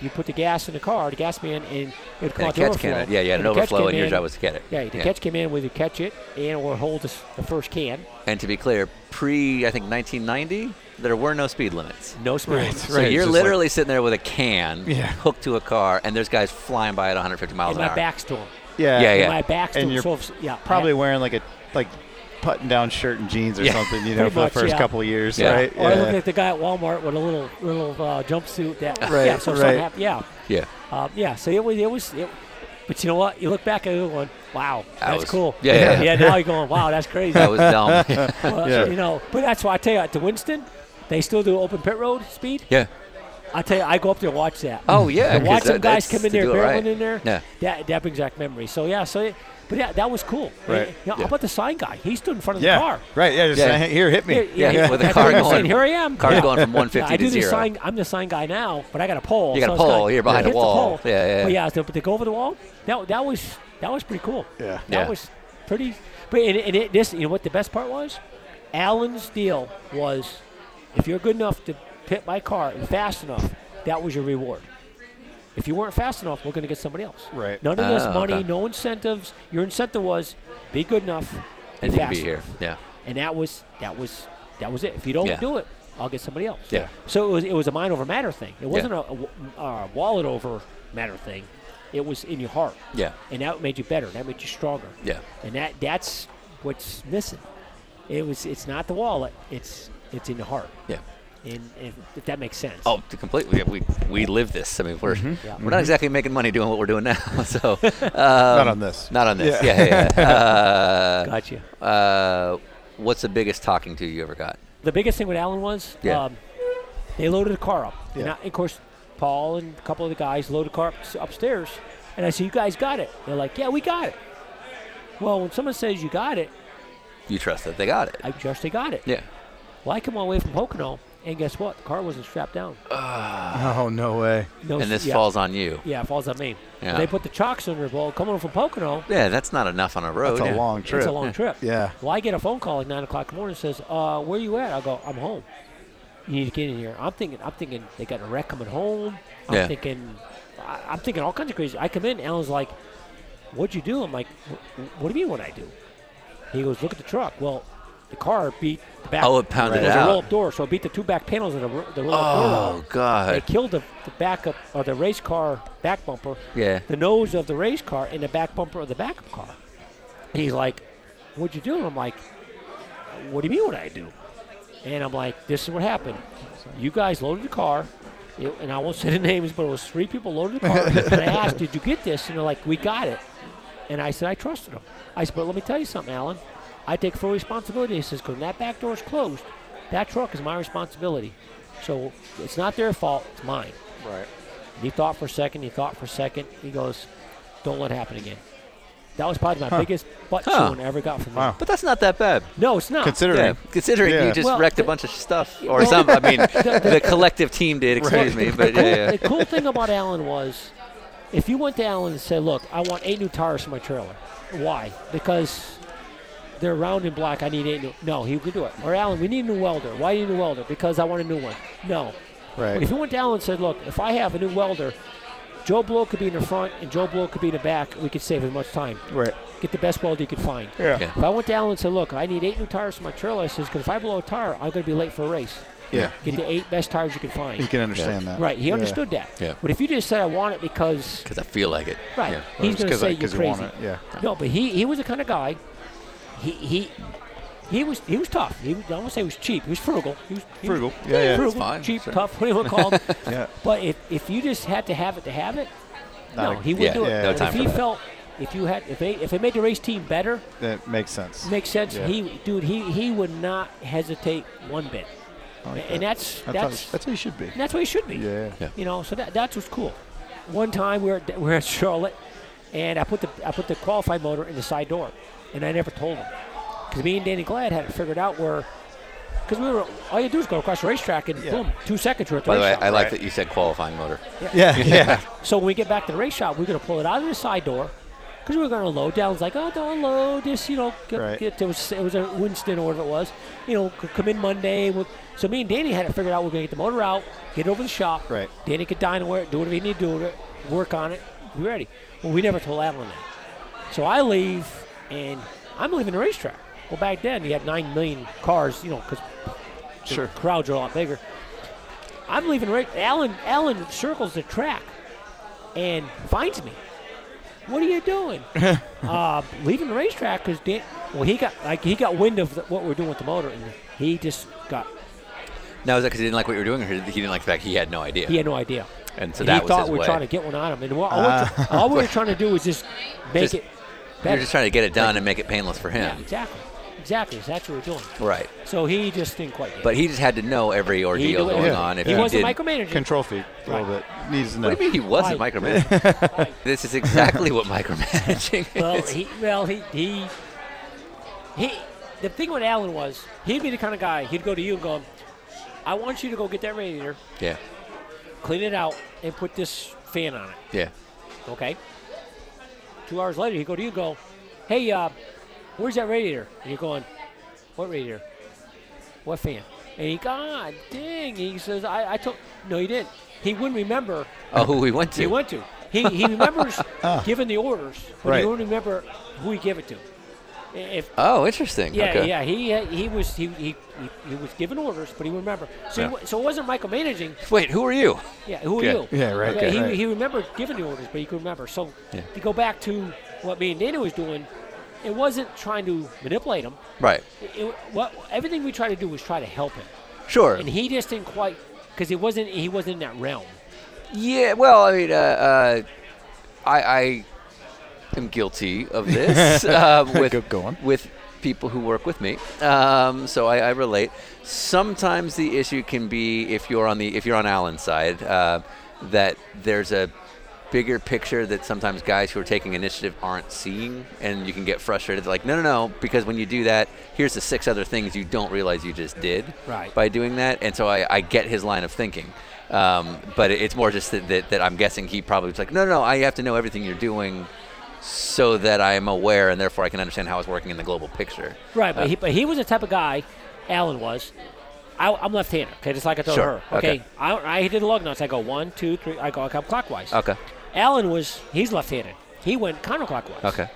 S8: you put the gas in the car, the gas man, and it would
S6: And
S8: come
S6: a
S8: out the
S6: catch
S8: overflow.
S6: can. Yeah, you had an
S8: And the catch
S6: overflow,
S8: came
S6: and your
S8: in-
S6: job was to get it.
S8: Yeah, the catch came in where you catch it and or hold the, s- the first can.
S6: And to be clear, pre I think 1990, there were no speed limits.
S8: No springs.
S6: So
S4: Right, it's
S6: you're
S4: just like-
S6: literally sitting there with a can
S4: Yeah.
S6: hooked to a car, and there's guys flying by at 150 miles
S8: And
S6: an
S8: my
S6: hour.
S8: back's to him.
S4: Yeah.
S6: Yeah, yeah.
S8: My back's to
S4: And
S8: him.
S4: you're
S8: So if, yeah,
S4: Probably wearing like a like button down shirt and jeans or
S6: Yeah.
S4: something, you know,
S8: Pretty
S4: for the
S8: much,
S4: first
S8: yeah.
S4: couple of years,
S6: Yeah.
S4: right?
S8: Or look at the guy at Walmart with a little little uh, jumpsuit. That,
S4: Right,
S8: Yeah. So if
S4: right.
S8: something happened. Yeah.
S6: Yeah,
S8: Um, yeah. So it was it was. It, but you know what? You look back at it and wow, that's
S6: was-
S8: cool.
S6: yeah, yeah, yeah.
S8: Now you're going, wow, that's crazy.
S6: that was dumb.
S8: Well,
S4: Yeah.
S8: You know, but that's why I tell you, to Winston, they still do open pit road speed.
S6: yeah.
S8: I tell you, I go up there and watch that.
S6: Oh yeah.
S8: To
S6: 'cause
S8: watch
S6: that-
S8: some guys
S6: that's
S8: come in
S6: to
S8: there,
S6: do it
S8: barreling
S6: right.
S8: in there.
S6: Yeah.
S8: That, that brings back memories. So yeah, so it, but yeah, that was cool.
S4: Right.
S8: You know,
S6: Yeah.
S8: How about the sign guy? He stood in front of
S4: yeah.
S8: the car.
S4: Right. Yeah. Just
S6: Yeah.
S4: saying, here, hit me.
S6: Yeah,
S8: he-
S6: with the
S8: that's
S6: car
S8: what I'm
S6: going-
S8: saying, Here I am.
S6: Car's
S8: Yeah.
S6: going from 150
S8: I do
S6: to
S8: the
S6: zero.
S8: sign. I'm the sign guy now, but I got a pole.
S6: You got
S8: so
S6: a
S8: it's
S6: pole
S8: kinda-
S6: here behind
S8: I
S6: the
S8: hit
S6: wall. Yeah,
S8: pole.
S6: yeah.
S8: But yeah, to, but to go over the wall, that that was that was pretty cool.
S4: Yeah.
S8: That
S6: Yeah.
S8: was pretty. But and, and it, this, you know what the best part was? Allen's deal was, if you're good enough to hit my car and fast enough, that was your reward. If you weren't fast enough, we're going to get somebody else.
S4: Right.
S8: None of this
S6: Ah,
S8: money,
S6: okay.
S8: no incentives. Your incentive was be good enough
S6: And
S8: be
S6: you can be
S8: fast
S6: here.
S8: enough
S6: Yeah.
S8: and that was that was that was it. If you don't
S6: Yeah.
S8: do it, I'll get somebody else.
S6: Yeah.
S8: So it was it was a mind over matter thing. It wasn't a- a, w- a wallet over matter thing. It was in your heart.
S6: Yeah.
S8: And that made you better. That made you stronger.
S6: Yeah.
S8: And that that's what's missing. It was it's not the wallet. It's it's in the heart.
S6: Yeah.
S8: And if, if that makes sense.
S6: Oh, to completely. yeah, We we live this. I mean, we're
S4: Mm-hmm.
S8: Yeah.
S6: we're not exactly making money doing what we're doing now. So Um,
S4: Not on this.
S6: not on this. Yeah. yeah, yeah.
S8: gotcha.
S6: Uh, uh, what's the biggest talking to you ever got?
S8: The biggest thing with Allen was
S6: Yeah.
S8: um, they loaded a car up. And,
S4: Yeah.
S8: I, of course, Paul and a couple of the guys loaded a car up s- upstairs. And I said, You guys got it. They're like, Yeah, we got it. Well, when someone says you got it,
S6: You trust that they got it.
S8: I trust they got it.
S6: Yeah.
S8: Well, I come all the way from Pocono, and guess what? The car wasn't strapped down.
S4: Oh no way.
S8: No,
S6: And
S8: s-
S6: this
S8: yeah,
S6: falls on you.
S8: Yeah, it falls on me.
S6: Yeah.
S8: They put the chocks under. Well, coming from Pocono,
S6: Yeah, that's not enough on a road.
S4: That's a
S6: yeah.
S4: long trip.
S8: it's a long trip.
S4: Yeah.
S8: Well, I get a phone call at nine o'clock in the morning. Says, uh, "Where you at?" I go, "I'm home." You need to get in here. I'm thinking. I'm thinking they got a wreck coming home. I'm
S6: Yeah.
S8: thinking. I, I'm thinking all kinds of crazy. I come in. Alan's like, "What'd you do?" I'm like, "Wh- "What do you mean? What I do?" He goes, "Look at the truck." Well, the car beat the back.
S6: Oh, it pounded
S8: It was a
S6: out.
S8: roll up door, so it beat the two back panels of the, ro- the roll up door.
S6: Oh
S8: out. They
S6: God.
S8: killed the, the backup or the race car back bumper
S6: Yeah.
S8: the nose of the race car and the back bumper of the backup car. And he's like, What'd you do? And I'm like, What do you mean what I do? And I'm like, This is what happened. You guys loaded the car, it- and I won't say the names, but it was three people loaded the car. and I asked, Did you get this? And they're like, We got it. And I said, I trusted him. I said, But let me tell you something, Alan. I take full responsibility. He says, Because that back door is closed, that truck is my responsibility. So it's not their fault, it's mine.
S4: Right.
S8: He thought for a second. He thought for a second. He goes, "Don't let it happen again." That was probably my biggest butt
S6: Huh.
S8: chewing I ever got from
S4: Wow.
S8: him.
S6: But that's not that bad.
S8: No, it's not.
S4: Considering.
S6: Yeah, considering
S4: Yeah.
S6: you just
S8: Well,
S6: wrecked a
S8: the-
S6: bunch of stuff, or
S8: well,
S6: some. I mean, the, collective team did. Excuse me, but yeah, yeah.
S8: the cool thing about Allen was, if you went to Allen and said, "Look, I want eight new tires for my trailer," why? Because they're round and black. I need eight new. No, he could do it. Or Allen, we need a new welder. Why do you need a new welder? Because I want a new one. No,
S4: Right.
S8: But if you went down and said, look, if I have a new welder, Joe Blow could be in the front and Joe Blow could be in the back, we could save as much time.
S4: Right.
S8: Get the best welder you could find.
S4: Yeah.
S6: Yeah.
S8: If I went down and said, look, I need eight new tires for my trailer, I says, because if I blow a tire, I'm going to be late for a race.
S4: Yeah.
S8: Get the eight best tires you can
S4: You
S8: find.
S4: can understand that.
S8: Right, he
S4: Yeah.
S8: understood that.
S6: Yeah.
S8: But if you just said, I want it because,
S6: Because I feel like it.
S8: right,
S6: Yeah.
S4: Or
S8: he's
S4: it's
S8: going to
S4: 'cause
S8: say
S4: I-
S8: you're
S4: 'cause you want
S8: crazy.
S4: it, Yeah.
S8: No, but he, he was the kind of guy. He he he was he was tough. He was, I won't say he was cheap. He was frugal. He was he was-
S4: Frugal. Yeah, yeah.
S8: frugal,
S6: It's fine.
S8: cheap,
S6: Sure.
S8: tough. What do you want to call him?
S4: Yeah.
S8: But if, if you just had to have it to have it,
S4: Not
S8: no,
S4: a-
S8: he wouldn't
S6: yeah,
S8: do it.
S4: yeah, no
S8: But
S6: time
S8: if
S6: for
S8: he
S6: that.
S8: felt if you had if they if it made the race team better,
S4: That makes sense.
S8: makes sense.
S4: Yeah.
S8: He dude, he he would not hesitate one bit,
S4: That's,
S8: and that's that's
S4: how-
S8: that's,
S4: that's how you should be.
S8: what he should be.
S4: Yeah.
S6: Yeah.
S8: You know, so that that's what's cool. One time we were at, we were at Charlotte, and I put the I put the qualified motor in the side door, and I never told him because me and Danny Glad had it figured out where. Because we were, all you do is go across the racetrack and
S4: Yeah.
S8: boom, two seconds you're at the
S6: By the way,
S8: racetrack.
S6: I like that you said qualifying motor.
S4: Yeah. Yeah.
S8: So when we get back to the race shop, we're going to pull it out of the side door, because we were going to load down. It's like, oh, don't load this, you know. Get,
S4: Right.
S8: get- it was it was a Winston or whatever it was. You know, c- come in Monday. We'll, so me and Danny had it figured out. We're going to get the motor out, get it over the shop.
S4: Right.
S8: Danny could dine wear it, do whatever he need to do with it, work on it, be ready. Well, we never told Alan that. So I leave, and I'm leaving the racetrack. Well, back then you had nine million cars, you know, because
S4: Sure.
S8: crowds are a lot bigger. I'm leaving right. Alan Alan circles the track and finds me. What are you doing? uh, leaving the racetrack because Dan. Well, he got like he got wind of the, what we're doing with the motor, and he just got
S6: Now, is that because he didn't like what you were doing, or he didn't like the fact he had no idea?
S8: he had no idea.
S6: And so
S8: And
S6: that
S8: he
S6: was
S8: thought
S6: his
S8: we were
S6: way. Uh,
S8: trying to get one on him, and what, all, we're tr- all we were trying to do was just make
S6: Just-
S8: it.
S6: You're
S8: better.
S6: just trying to get it done and make it painless for
S8: Yeah,
S6: him.
S8: exactly, exactly. That's what we're doing.
S6: Right.
S8: So he just didn't quite. Get it.
S6: But he just had to know every
S8: He
S6: ordeal
S8: knew
S6: going
S8: everything.
S6: on. If
S8: he
S6: you
S8: wasn't
S6: did,
S8: micromanaging.
S4: Control freak a little bit. Needs to know.
S6: What do you mean he wasn't
S8: Right.
S6: micromanaging? this is exactly what micromanaging
S8: Well,
S6: is.
S8: he, well, he, he, he, the thing with Allen was he'd be the kind of guy he'd go to you and go, I want you to go get that radiator,
S6: yeah,
S8: clean it out, and put this fan on it.
S6: yeah.
S8: Okay. Two hours later, he'd go to you and go, Hey, uh, where's that radiator? And you're going, What radiator? What fan? And he, God dang. He says, I, I told, no, he didn't. He wouldn't remember
S6: Oh, who we went to?
S8: he went to. He, he remembers giving the orders, but
S4: Ah. Right.
S8: he won't remember who he gave it to. I- If
S6: Oh, interesting.
S8: yeah,
S6: okay.
S8: yeah, he uh, he was he, he he- he was giving orders, but he remembered. So
S6: Yeah.
S8: he, wa- so it wasn't micromanaging.
S6: Wait, who are you?
S8: Yeah, who are
S6: Yeah.
S8: you?
S4: Yeah, right, okay,
S8: he,
S4: right.
S8: he remembered giving the orders, but he could remember. So
S6: Yeah.
S8: to go back to what me and Dana was doing, it wasn't trying to manipulate him.
S6: Right.
S8: It- it- what everything we tried to do was try to help him,
S6: Sure.
S8: and he just didn't quite because he wasn't he wasn't in that realm.
S6: Yeah, well, I mean, uh, uh, I, I am guilty of this um, with
S4: Go- go on.
S6: with people who work with me, um, so I, I relate. Sometimes the issue can be if you're on the if you're on Alan's side uh, that there's a bigger picture that sometimes guys who are taking initiative aren't seeing and you can get frustrated like no no no because when you do that here's the six other things you don't realize you just did
S8: Right.
S6: by doing that and so i, I get his line of thinking um, but it- it's more just that, that, that i'm guessing he probably was like no no no i have to know everything you're doing so that i'm aware and therefore i can understand how it's working in the global picture
S8: Right, but
S6: Uh,
S8: he but he was the type of guy, Alan was. I, I'm left-handed, okay, just like I told
S6: Sure,
S8: her. Okay,
S6: okay.
S8: I, I did lug nuts. I go one, two, three. I go I come clockwise.
S6: okay
S8: Alan was he's left-handed. He went counterclockwise.
S6: okay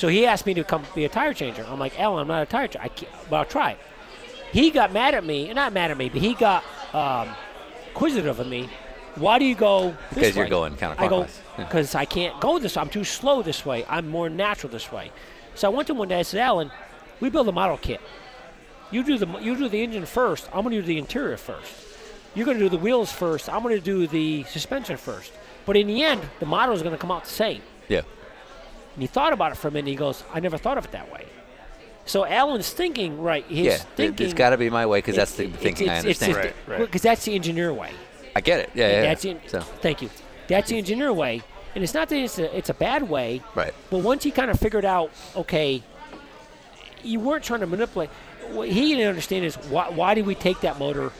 S8: So he asked me to come be a tire changer. I'm like, Alan, I'm not a tire changer. I can't, but I'll try. it." He got mad at me, not mad at me, but he got um, inquisitive of me. Why do you go this
S6: Because you're
S8: way?"
S6: going
S8: I go
S6: counterclockwise. Yeah.
S8: because I can't go this. I'm too slow this way. I'm more natural this way. So I went to him one day. I said, Alan, we build a model kit. You do the you do the engine first. I'm going to do the interior first. You're going to do the wheels first. I'm going to do the suspension first. But in the end, the model is going to come out the same.
S6: yeah
S8: And he thought about it for a minute. And he goes, I never thought of it that way. So Alan's thinking, right? He's
S6: yeah It-
S8: thinking.
S6: it's got to be my way because
S8: it-
S6: that's the
S8: it-
S6: thinking i
S8: it's- it's-
S6: understand
S8: it's- well, 'cause that's the engineer way.
S6: i get it yeah yeah, yeah.
S8: That's the,
S6: so
S8: Thank you. That's the engineer way. And it's not that it's a, it's a bad way,
S6: right
S8: but once he kind of figured out, okay, you weren't trying to manipulate. What he didn't understand is why, why did we take that motor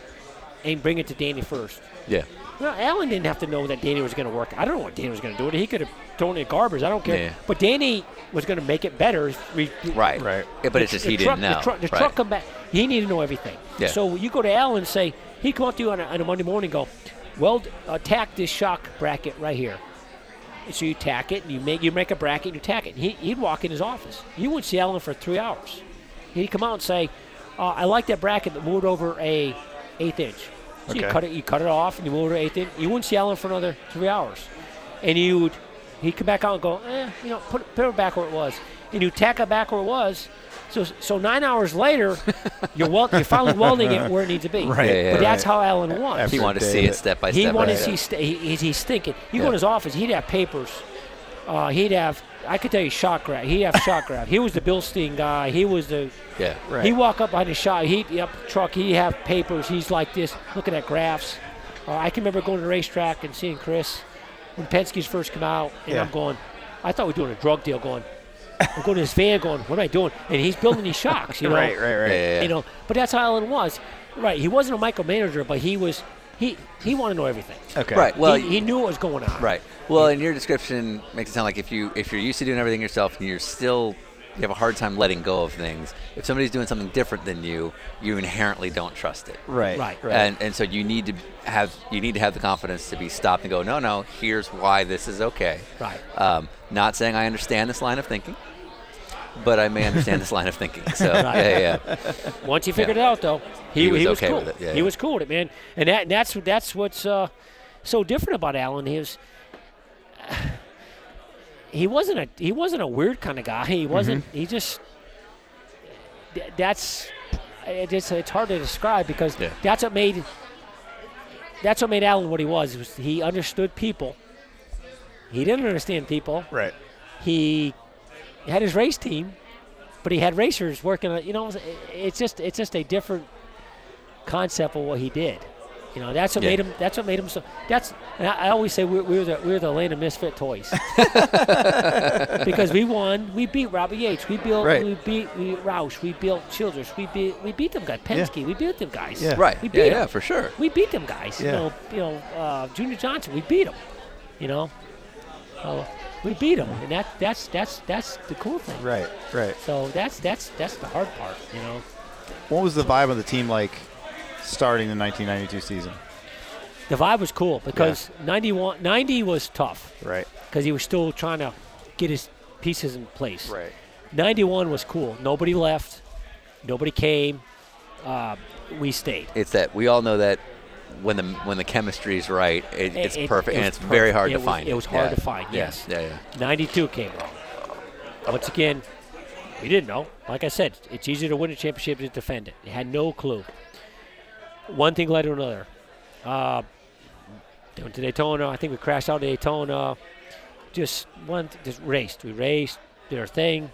S8: and bring it to Danny first?
S6: yeah
S8: Well, Alan didn't have to know that Danny was going to work. I don't know what Danny was going to do. He could have thrown it in garbage. I don't care.
S6: Yeah.
S8: But Danny was going to make it better. if we-
S6: right
S4: Right.
S6: yeah, but it's just
S8: the
S6: he
S8: truck,
S6: didn't know
S8: The, truck, the
S6: right.
S8: truck come back. He needed to know everything.
S6: Yeah.
S8: So you go to Alan and say, he come up to you on a, on a Monday morning and go, well, attack this shock bracket right here. And so you tack it, and you make you make a bracket, and you tack it. And he, he'd walk in his office. You wouldn't see Alan for three hours. He'd come out and say, uh, "I like that bracket that moved over a eighth inch." So you
S4: Okay.
S8: cut it, you cut it off, and you move it over eighth inch. You wouldn't see Alan for another three hours, and you would he'd come back out and go, "Eh, you know, put, it- put it back where it was," and you tack it back where it was. So so nine hours later, you're wel- you're finally welding it where it needs to be.
S4: Right,
S6: Yeah, yeah,
S8: but that's
S4: right.
S8: how Alan wants.
S6: he wanted to
S4: Day
S6: see
S4: that-
S6: it step by
S8: He
S6: step by
S8: wanted
S6: step.
S8: to see. St- he, he's- he's thinking. You go
S6: Yeah.
S8: in his office. He'd have papers. Uh, he'd have. I could tell you shot grab. He'd have shot grab. He was the Bilstein guy. He was the.
S6: yeah
S4: Right.
S8: He walk up behind the shot. He'd be up the truck. He'd have papers. He's like this, looking at graphs. Uh, I can remember going to the racetrack and seeing Chris when Penske's first come out, and
S4: Yeah.
S8: I'm going. I thought we were doing a drug deal. Going. I'm going to his van. Going. What am I doing? And he's building these shocks. You know
S4: Right, right, right.
S6: Yeah, yeah, yeah.
S8: you know. But that's how Allen was, right? He wasn't a micromanager, but he was. He he wanted to know everything.
S4: Okay.
S6: Right. Uh, Well,
S8: he, he knew what was going on.
S6: Right. Well, and your description makes it sound like if you if you're used to doing everything yourself and you're still you have a hard time letting go of things. If somebody's doing something different than you, you inherently don't trust it.
S4: Right.
S8: Right.
S6: And and so you need to have you need to have the confidence to be stopped and go, no, no, here's why this is okay.
S8: Right.
S6: Um, not saying I understand this line of thinking, but I may understand this line of thinking. So yeah, yeah.
S8: Once he figured it out, though, he,
S6: He was
S8: he
S6: okay
S8: cool.
S6: with it, yeah,
S8: he
S6: yeah.
S8: was cool with it, man. And that and that's that's what's uh, so different about Allen is he wasn't a he wasn't a weird kind of guy. He wasn't.
S6: Mm-hmm.
S8: He just th- that's it is, it's hard to describe because
S6: Yeah.
S8: that's what made that's what made Allen what he was. was he understood people. He didn't understand people
S4: Right.
S8: he had his race team, but he had racers working on. You know, it- it's just it's just a different concept of what he did. You know, that's what
S6: Yeah.
S8: made him. That's what made him so. That's and I, I always say we're, we're the we're the land of misfit toys because we won. We beat Robbie Yates. We built.
S4: Right.
S8: We beat we, Roush. We built Childress. We beat we beat them guys. Penske. We beat them guys.
S4: Yeah.
S6: Right.
S8: We beat
S6: Yeah,
S8: 'em.
S6: yeah, for sure.
S8: We beat them guys.
S4: Yeah.
S8: You know, you know, uh, Junior Johnson. We beat him. You know, uh, we beat him, and that that's that's that's the cool thing.
S4: Right. Right.
S8: So that's that's that's the hard part. You know,
S4: What was the vibe of the team like starting the 1992 season?
S8: the vibe was cool because 91, 90 was tough
S4: Right.
S8: because he was still trying to get his pieces in place.
S4: Right.
S8: 91 was cool. Nobody left. Nobody came. Uh, we stayed.
S6: it's that we all know that when the when the chemistry is right, it, it's
S8: It- it-
S6: perfect,
S8: it
S6: and
S8: was
S6: it's very
S8: perfect.
S6: hard
S8: It
S6: to
S8: was-
S6: find.
S8: it was hard
S6: Yeah.
S8: to find,
S6: Yeah.
S8: yes.
S6: Yeah. yeah.
S8: 92 came along. Once again, we didn't know. Like I said, it's easier to win a championship than to defend it. They had no clue. One thing led to another. Uh, they went to Daytona. I think we crashed out of Daytona. Just one, th- just raced. We raced, did our thing.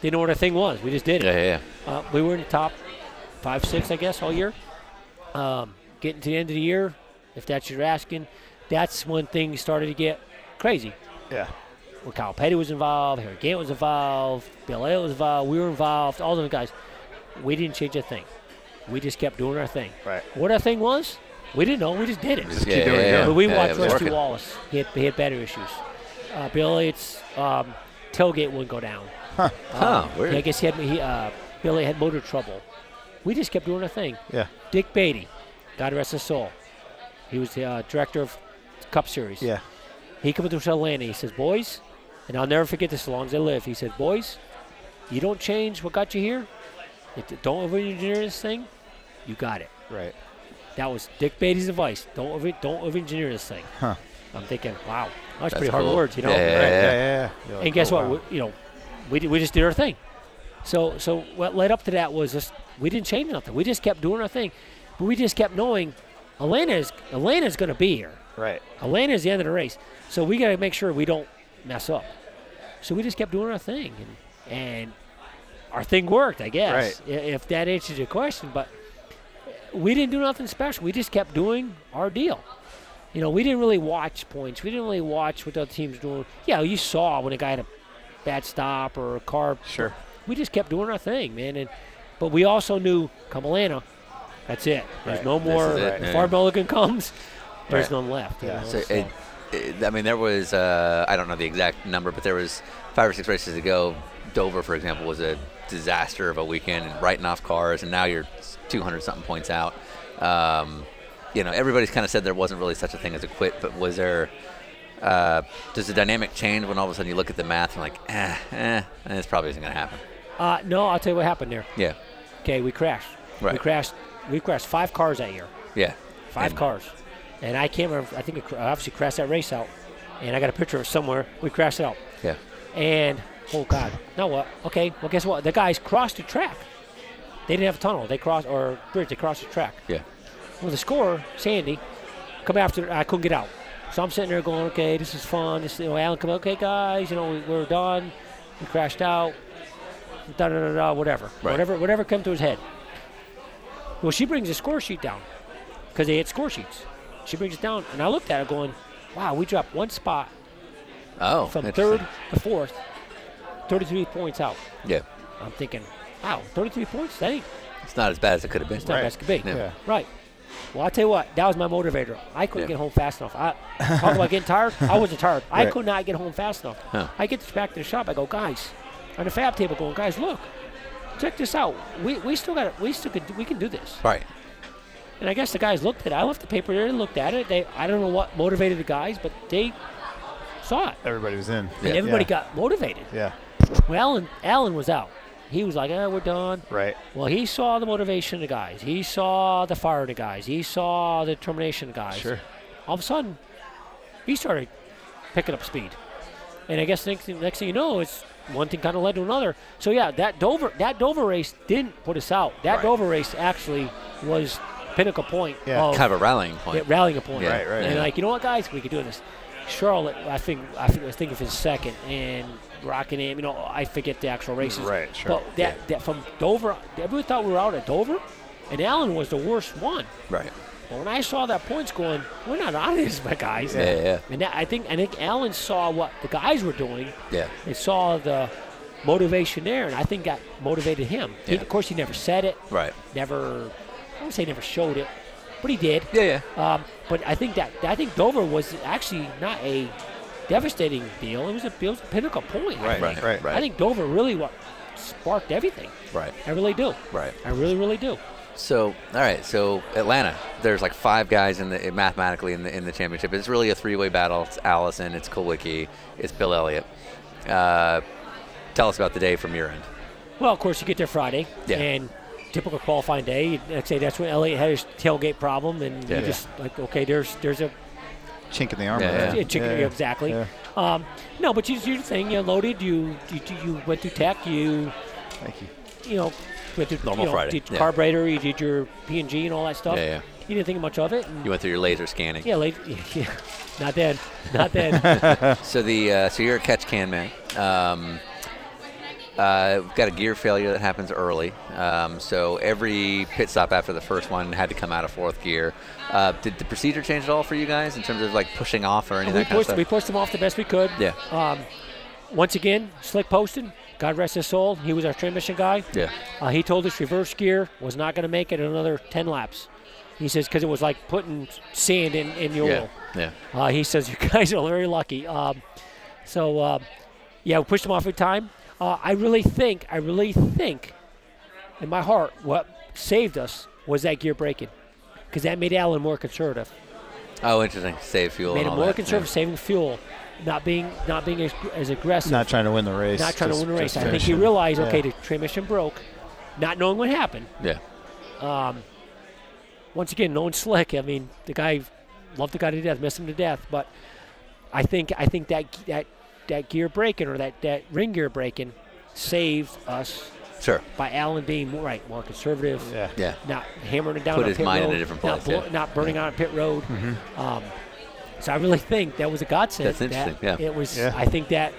S8: Didn't know what our thing was. We just did it.
S6: Yeah. Yeah. yeah.
S8: Uh, we were in the top five, six, I guess, all year. Um, getting to the end of the year, if that's what you're asking, that's when things started to get crazy
S4: Yeah.
S8: where Kyle Petty was involved, Harry Gant was involved, Bill Elliott was involved, we were involved, all those guys. We didn't change a thing. We just kept doing our thing.
S4: Right.
S8: What our thing was, we didn't know. We just did it.
S4: keep doing it, yeah.
S8: But we
S6: Yeah, it
S8: watched
S6: was
S8: Rusty
S6: working.
S8: Wallace. He had, he had battery issues. Uh, Bill Elliott's um, tailgate wouldn't go down.
S6: Huh, weird.
S8: I guess he had he, uh, Bill Elliott had motor trouble. We just kept doing our thing.
S4: Yeah.
S8: Dick Beatty, God rest his soul. He was the uh, director of Cup Series.
S4: Yeah.
S8: He comes to Atlanta. He says, "Boys," and I'll never forget this as long as I live. He said, "Boys, you don't change what got you here. You d- Don't over-engineer this thing. You got it."
S4: Right.
S8: That was Dick Beatty's advice. Don't over, don't over-engineer this thing.
S4: Huh.
S8: I'm thinking, wow, that's,
S6: That's
S8: pretty hard
S6: cool.
S8: words, you know.
S6: Yeah, yeah,
S4: Right.
S6: yeah.
S4: Yeah. Yeah. yeah. You're like,
S8: And guess
S4: oh,
S8: what?
S4: wow.
S8: We, you know, we, did, we just did our thing. So so what led up to that was just we didn't change nothing. We just kept doing our thing, but we just kept knowing Atlanta is Atlanta is going to be here.
S4: Right.
S8: Atlanta is the end of the race, so we got to make sure we don't mess up. So we just kept doing our thing, and, and our thing worked, I guess, i- if that answers your question. But we didn't do nothing special. We just kept doing our deal. You know, we didn't really watch points. We didn't really watch what the other teams doing. Yeah, you saw when a guy had a bad stop or a car.
S4: Sure.
S8: We just kept doing our thing, man. And but we also knew, come Atlanta, that's it. There's
S4: Right.
S8: no more.
S6: is it,
S8: If
S6: man.
S8: Far Mulligan comes, there's
S4: Right.
S8: none left. you
S4: Yeah.
S8: know,
S6: So
S8: so.
S6: It, it, I mean, there was uh, I don't know the exact number, but there was five or six races ago. Dover, for example, was a disaster of a weekend and writing off cars, and now you're 200 something points out. Um, you know, everybody's kind of said there wasn't really such a thing as a quit, but was there? Uh, does the dynamic change when all of a sudden you look at the math and like, eh, eh, this probably isn't going to happen?
S8: Uh, no, I'll tell you what happened there.
S6: Yeah,
S8: Okay, we crashed. We
S6: Right.
S8: crashed. We crashed five cars that year.
S6: yeah,
S8: Five
S6: And-
S8: cars. And I can't remember. I think we cr- obviously crashed that race out. And I got a picture of it somewhere. We crashed it out.
S6: yeah.
S8: And oh god, now what? Okay, well guess what? The guys crossed the track. They didn't have a tunnel. They crossed or bridge. They crossed the track.
S6: Yeah.
S8: Well, the scorer, Sandy, come after. I couldn't get out, so I'm sitting there going, okay, this is fun. This, you know, Alan, come, okay, guys, you know, we, we're done. We crashed out. Da da da da. Whatever.
S6: Right.
S8: Whatever. Whatever came to his head. Well, she brings the score sheet down because they had score sheets. She brings it down, and I looked at it going, wow, we dropped one spot
S6: Oh,
S8: from
S6: interesting.
S8: third to fourth, 33 points out.
S6: Yeah,
S8: I'm thinking, wow, 33 points? That ain't
S6: it's not as bad as it could have been.
S8: it's not
S4: Right.
S8: as could be.
S6: Yeah.
S4: Yeah.
S8: Right. Well, I'll tell you what, that was my motivator. I couldn't
S6: Yeah.
S8: get home fast enough. I talk about getting tired. I wasn't tired. I
S5: Right.
S8: could not get home fast enough.
S6: Huh.
S8: I get back to the shop. I go, guys, on the fab table, going, guys, look, check this out. We, we still got we still could we can do this.
S6: Right.
S8: And I guess the guys looked at it. I left the paper there and looked at it. They I don't know what motivated the guys, but they saw it.
S4: Everybody was in.
S8: And
S6: Yeah.
S8: everybody
S4: Yeah.
S8: got motivated.
S4: Yeah.
S8: Well, Alan, Alan was out. He was like, eh, we're done.
S4: Right.
S8: Well, he saw the motivation of the guys. He saw the fire of the guys. He saw the determination of the guys.
S4: Sure.
S8: All of a sudden, he started picking up speed. And I guess next thing, next thing you know, it's one thing kind of led to another. So yeah, that Dover that Dover race didn't put us out. That
S6: Right.
S8: Dover race actually was pinnacle point
S4: Yeah.
S8: of
S6: Kind of a rallying point.
S8: yeah, rallying a point.
S6: Yeah.
S4: Right, right,
S8: And
S6: yeah.
S8: like, you know what, guys, we could do this. Charlotte, I think, I think, I think of his second, and Rockingham. You know, I forget the actual races.
S4: Right, sure.
S8: But that, that from Dover, everyone thought we were out at Dover, and Allen was the worst one.
S6: Right.
S8: But when I saw that points going, we're not out of this, my guys.
S6: Yeah. Yeah.
S8: And that, I think, I think Allen saw what the guys were doing,
S6: Yeah.
S8: and saw the motivation there, and I think that motivated him. He-
S6: Yeah.
S8: of course, he never said it,
S6: Right.
S8: never, I don't say never showed it, but he did.
S6: Yeah. Yeah.
S8: Um, but I think that I think Dover was actually not a devastating deal. It was a, it was a pinnacle point. I think.
S6: Right.
S4: right.
S6: Right.
S8: I think Dover really what sparked everything.
S6: Right.
S8: I really do.
S6: Right.
S8: I really, really do.
S6: So, all right. So Atlanta, there's like five guys in the eh, mathematically in the in the championship. It's really a three-way battle. It's Allison, it's Kulwicki, it's Bill Elliott. Uh, tell us about the day from your end.
S8: Well, of course, you get there Friday,
S6: Yeah.
S8: and typical qualifying day. I'd say that's when Elliot had his tailgate problem, and
S6: Yeah.
S8: you just like, okay, there's there's a
S4: Chink in the armor.
S6: Yeah,
S4: right?
S8: Yeah, chicken,
S4: Yeah.
S8: exactly.
S4: Yeah.
S8: Um, no, but you you did the thing. You loaded. You, you you went through tech. You
S4: Thank you.
S8: you know went through
S6: Normal
S8: you know,
S6: Friday,
S8: Did
S6: yeah.
S8: carburetor. You did your P and G and all that stuff.
S6: Yeah, yeah.
S8: You didn't think much of it. and-
S6: You went through your laser scanning.
S8: Yeah, late. Yeah, not then. Not then.
S6: So the uh, so you're a catch can man. Um, uh, we've got a gear failure that happens early. Um, so every pit stop after the first one had to come out of fourth gear. Uh, did the procedure change at all for you guys in terms of like pushing off or any of
S8: we
S6: that kind of
S8: pushed.
S6: stuff?
S8: We pushed him off the best we could.
S6: Yeah.
S8: Um, once again, slick posted. God rest his soul. He was our transmission guy.
S6: yeah.
S8: Uh, he told us reverse gear was not going to make it another 10 laps. He says because it was like putting sand in in the oil.
S6: Yeah. Yeah.
S8: Uh, he says you guys are very lucky. Um, so uh, yeah, we pushed him off in time. Uh, I really think, I really think, in my heart, what saved us was that gear braking, because that made Allen more conservative,
S6: Oh, interesting. Save fuel.
S8: made
S6: and
S8: him
S6: all
S8: more
S6: that.
S8: conservative, saving fuel, not being not being as, as aggressive,
S4: Not trying to win the race.
S8: not trying
S4: just-
S8: to win a race.
S4: just
S8: I think he
S4: finishing.
S8: realized,
S4: Yeah.
S8: okay, the transmission broke, not knowing what happened.
S6: Yeah.
S8: once again, known slick. I mean, the guy loved the guy to death, missed him to death. But I think I think that that that gear breaking or that that ring gear breaking saved us
S6: Yeah. Sure.
S8: by Allen being more, right more conservative.
S4: Yeah.
S6: Yeah.
S8: Not hammering it down.
S6: Put
S8: on
S6: his
S8: pit
S6: mind in
S8: road,
S6: a different
S8: not
S6: place,
S8: blo-
S6: yeah.
S8: Not burning on pit road.
S4: Mm-hmm.
S8: Um, so I really think that was a godsend.
S6: That's interesting,
S8: that
S6: yeah.
S8: It was.
S4: Yeah.
S8: I think that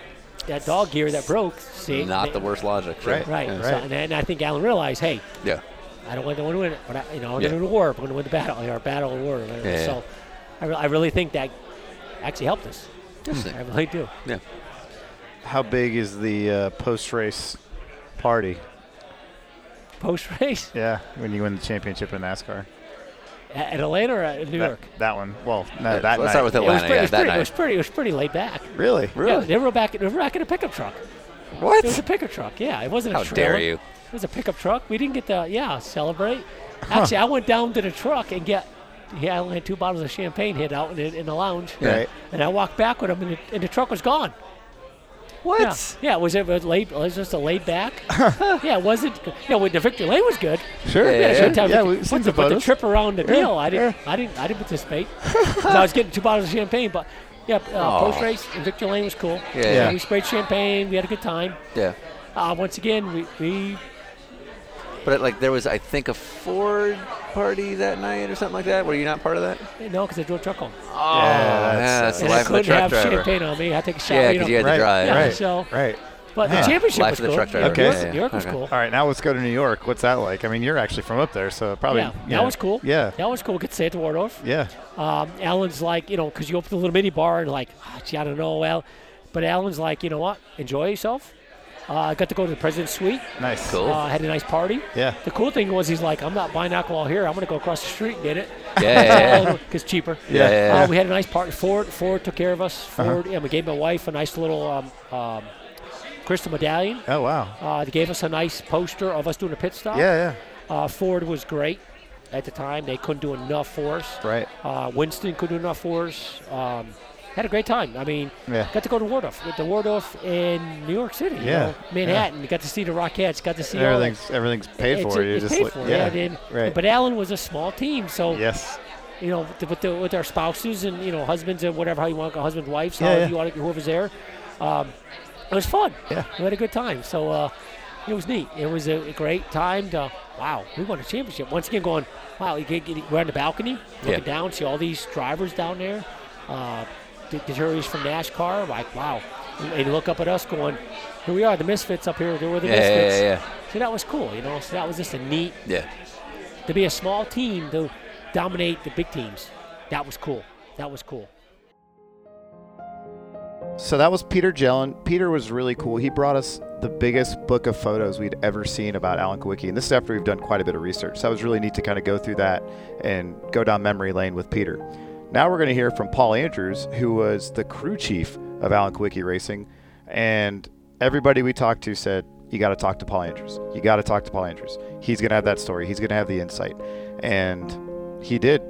S8: that dog gear that broke. See,
S6: Not
S8: ma-
S6: the worst logic. Sure.
S4: Right.
S8: Right.
S4: Yeah.
S8: So-
S4: Right.
S8: and, then I think Allen realized, hey,
S6: Yeah.
S8: I don't want to win it, but I, you know, I'm
S6: Yeah.
S8: going to win the war. I'm going to win the battle. Our battle war.
S6: Yeah.
S8: So, I, re- I really think that actually helped us. I
S6: Interesting.
S8: really do.
S6: Yeah.
S4: How big is the uh, post-race party?
S8: Post race
S4: Yeah, when you win the championship in NASCAR.
S8: at at Atlanta or at New
S4: That-
S8: York.
S4: That, one. Well, no,
S6: Let's
S4: that
S6: start
S4: night.
S6: with
S8: It
S6: Atlanta.
S8: was pretty.
S6: Yeah,
S8: it, was
S6: that
S8: pretty it was
S6: night.
S8: pretty. It was pretty laid back.
S4: Really?
S8: Yeah,
S6: Really?
S8: they were back. They were back in a pickup truck. It was a
S6: What?
S8: pickup truck. Yeah, it wasn't
S6: How
S8: a trailer.
S6: dare you?
S8: It was a pickup truck. We didn't get to yeah celebrate. Actually, I went down to the truck and get. Yeah, I only had two bottles of champagne hid out in, the- in the lounge.
S6: Yeah.
S4: Right.
S8: And I walked back with him, and the, and the truck was gone.
S6: What?
S8: Yeah, yeah it was it was laid? Was it just a laid back? yeah, it wasn't. Yeah, when the victory lane was good.
S4: Sure.
S6: Yeah, yeah,
S8: Sure, time
S4: Yeah,
S8: to-
S4: we've seen
S8: but the, but the
S4: photos.
S8: trip around the
S4: Yeah,
S8: deal, I didn't, I didn't, I didn't participate. 'Cause I was getting two bottles of champagne, but yeah, uh,
S6: Aw.
S8: post race, victory lane was cool.
S6: Yeah, yeah.
S8: we sprayed champagne. We had a good time.
S6: Yeah.
S8: Uh, once again, we, we
S6: But like there was, I think, a Ford party that night or something like that. Were you not part of that?
S8: no, because I drove a truck home.
S6: Oh,
S4: Yeah,
S6: yeah,
S4: that's-
S6: that's the
S8: uh, and I
S6: life of the
S8: couldn't
S6: truck
S8: have
S6: driver.
S8: champagne on me. I take a shot.
S6: Yeah,
S8: you know.
S6: because you had to
S4: Right,
S6: drive.
S8: yeah,
S4: right.
S8: so,
S4: Right.
S8: but the
S4: Yeah.
S8: championship
S6: Life
S8: was
S6: of the
S8: cool.
S6: truck driver,
S8: New York-
S4: yeah, yeah,
S8: New York was
S6: okay.
S8: cool.
S4: All right, now let's go to New York. What's that like? I mean, you're actually from up there, so probably.
S8: yeah,
S4: you
S8: that
S4: know,
S8: was cool.
S4: Yeah.
S8: that was cool. Good to say it to Wardorf.
S4: Yeah.
S8: um, Alan's like, you know, because you open the little mini bar and like, "Ah, gee, I don't know, Al. But Alan's like, you know what? Enjoy yourself. Uh, I got to go to the president's suite.
S4: Nice.
S6: Cool.
S8: Uh, had a nice party.
S4: Yeah.
S8: The cool thing was he's like, I'm not buying alcohol here. I'm going to go across the street and get it.
S6: Yeah, yeah, yeah.
S8: Because cheaper.
S6: Yeah, yeah, Uh-huh. yeah.
S8: Uh, we had a nice party. Ford Ford took care of us. Ford, and we gave my wife a nice little um, um, crystal medallion.
S6: Uh-huh.
S4: Oh wow.
S8: Uh, they gave us a nice poster of us doing a pit stop.
S4: Yeah,
S8: Uh, Ford was great at the time. They couldn't do enough for us.
S4: yeah. Right.
S8: Uh, Winston could do enough for us. Um, had a great time. I mean,
S4: Yeah.
S8: got to go to Wardorf. Went to Wardorf in New York City. you
S4: Yeah,
S8: know, Manhattan. Got to see the Rockettes. Got to see all that.
S4: Everything's everything's paid
S8: It's-
S4: for. you
S8: it's
S4: just
S8: paid
S4: like-
S8: for.
S4: yeah.
S8: I mean,
S4: right.
S8: But Allen was a small team, so
S4: yes.
S8: you know, th- with, the, with our spouses and you know, husbands and whatever, how you want, to go, husbands, wives,
S4: Yeah,
S8: however
S4: yeah.
S8: you want, it, whoever's there. Um, it was fun.
S4: Yeah.
S8: we had a good time. So uh, it was neat. It was a, a great time. To, wow, we won a championship once again. Going, wow, you get, get- we're on the balcony
S6: Yeah.
S8: looking down, see all these drivers down there. Uh, the, the juries from NASCAR, like wow, and they look up at us, going, here we are, the misfits up here. They were the
S6: Yeah, yeah,
S8: misfits.
S6: yeah, yeah.
S8: So that was cool, you know. So that was just a neat
S6: Yeah.
S8: to be a small team to dominate the big teams. That was cool. That was cool.
S4: So that was Peter Jellin. Peter was really cool. He brought us the biggest book of photos we'd ever seen about Alan Kowicki. And this is after we've done quite a bit of research. So that was really neat to kind of go through that and go down memory lane with Peter. Now we're going to hear from Paul Andrews, who was the crew chief of Alan Kowicki Racing. And everybody we talked to said, you got to talk to Paul Andrews. You got to talk to Paul Andrews. He's going to have that story. He's going to have the insight. And he did.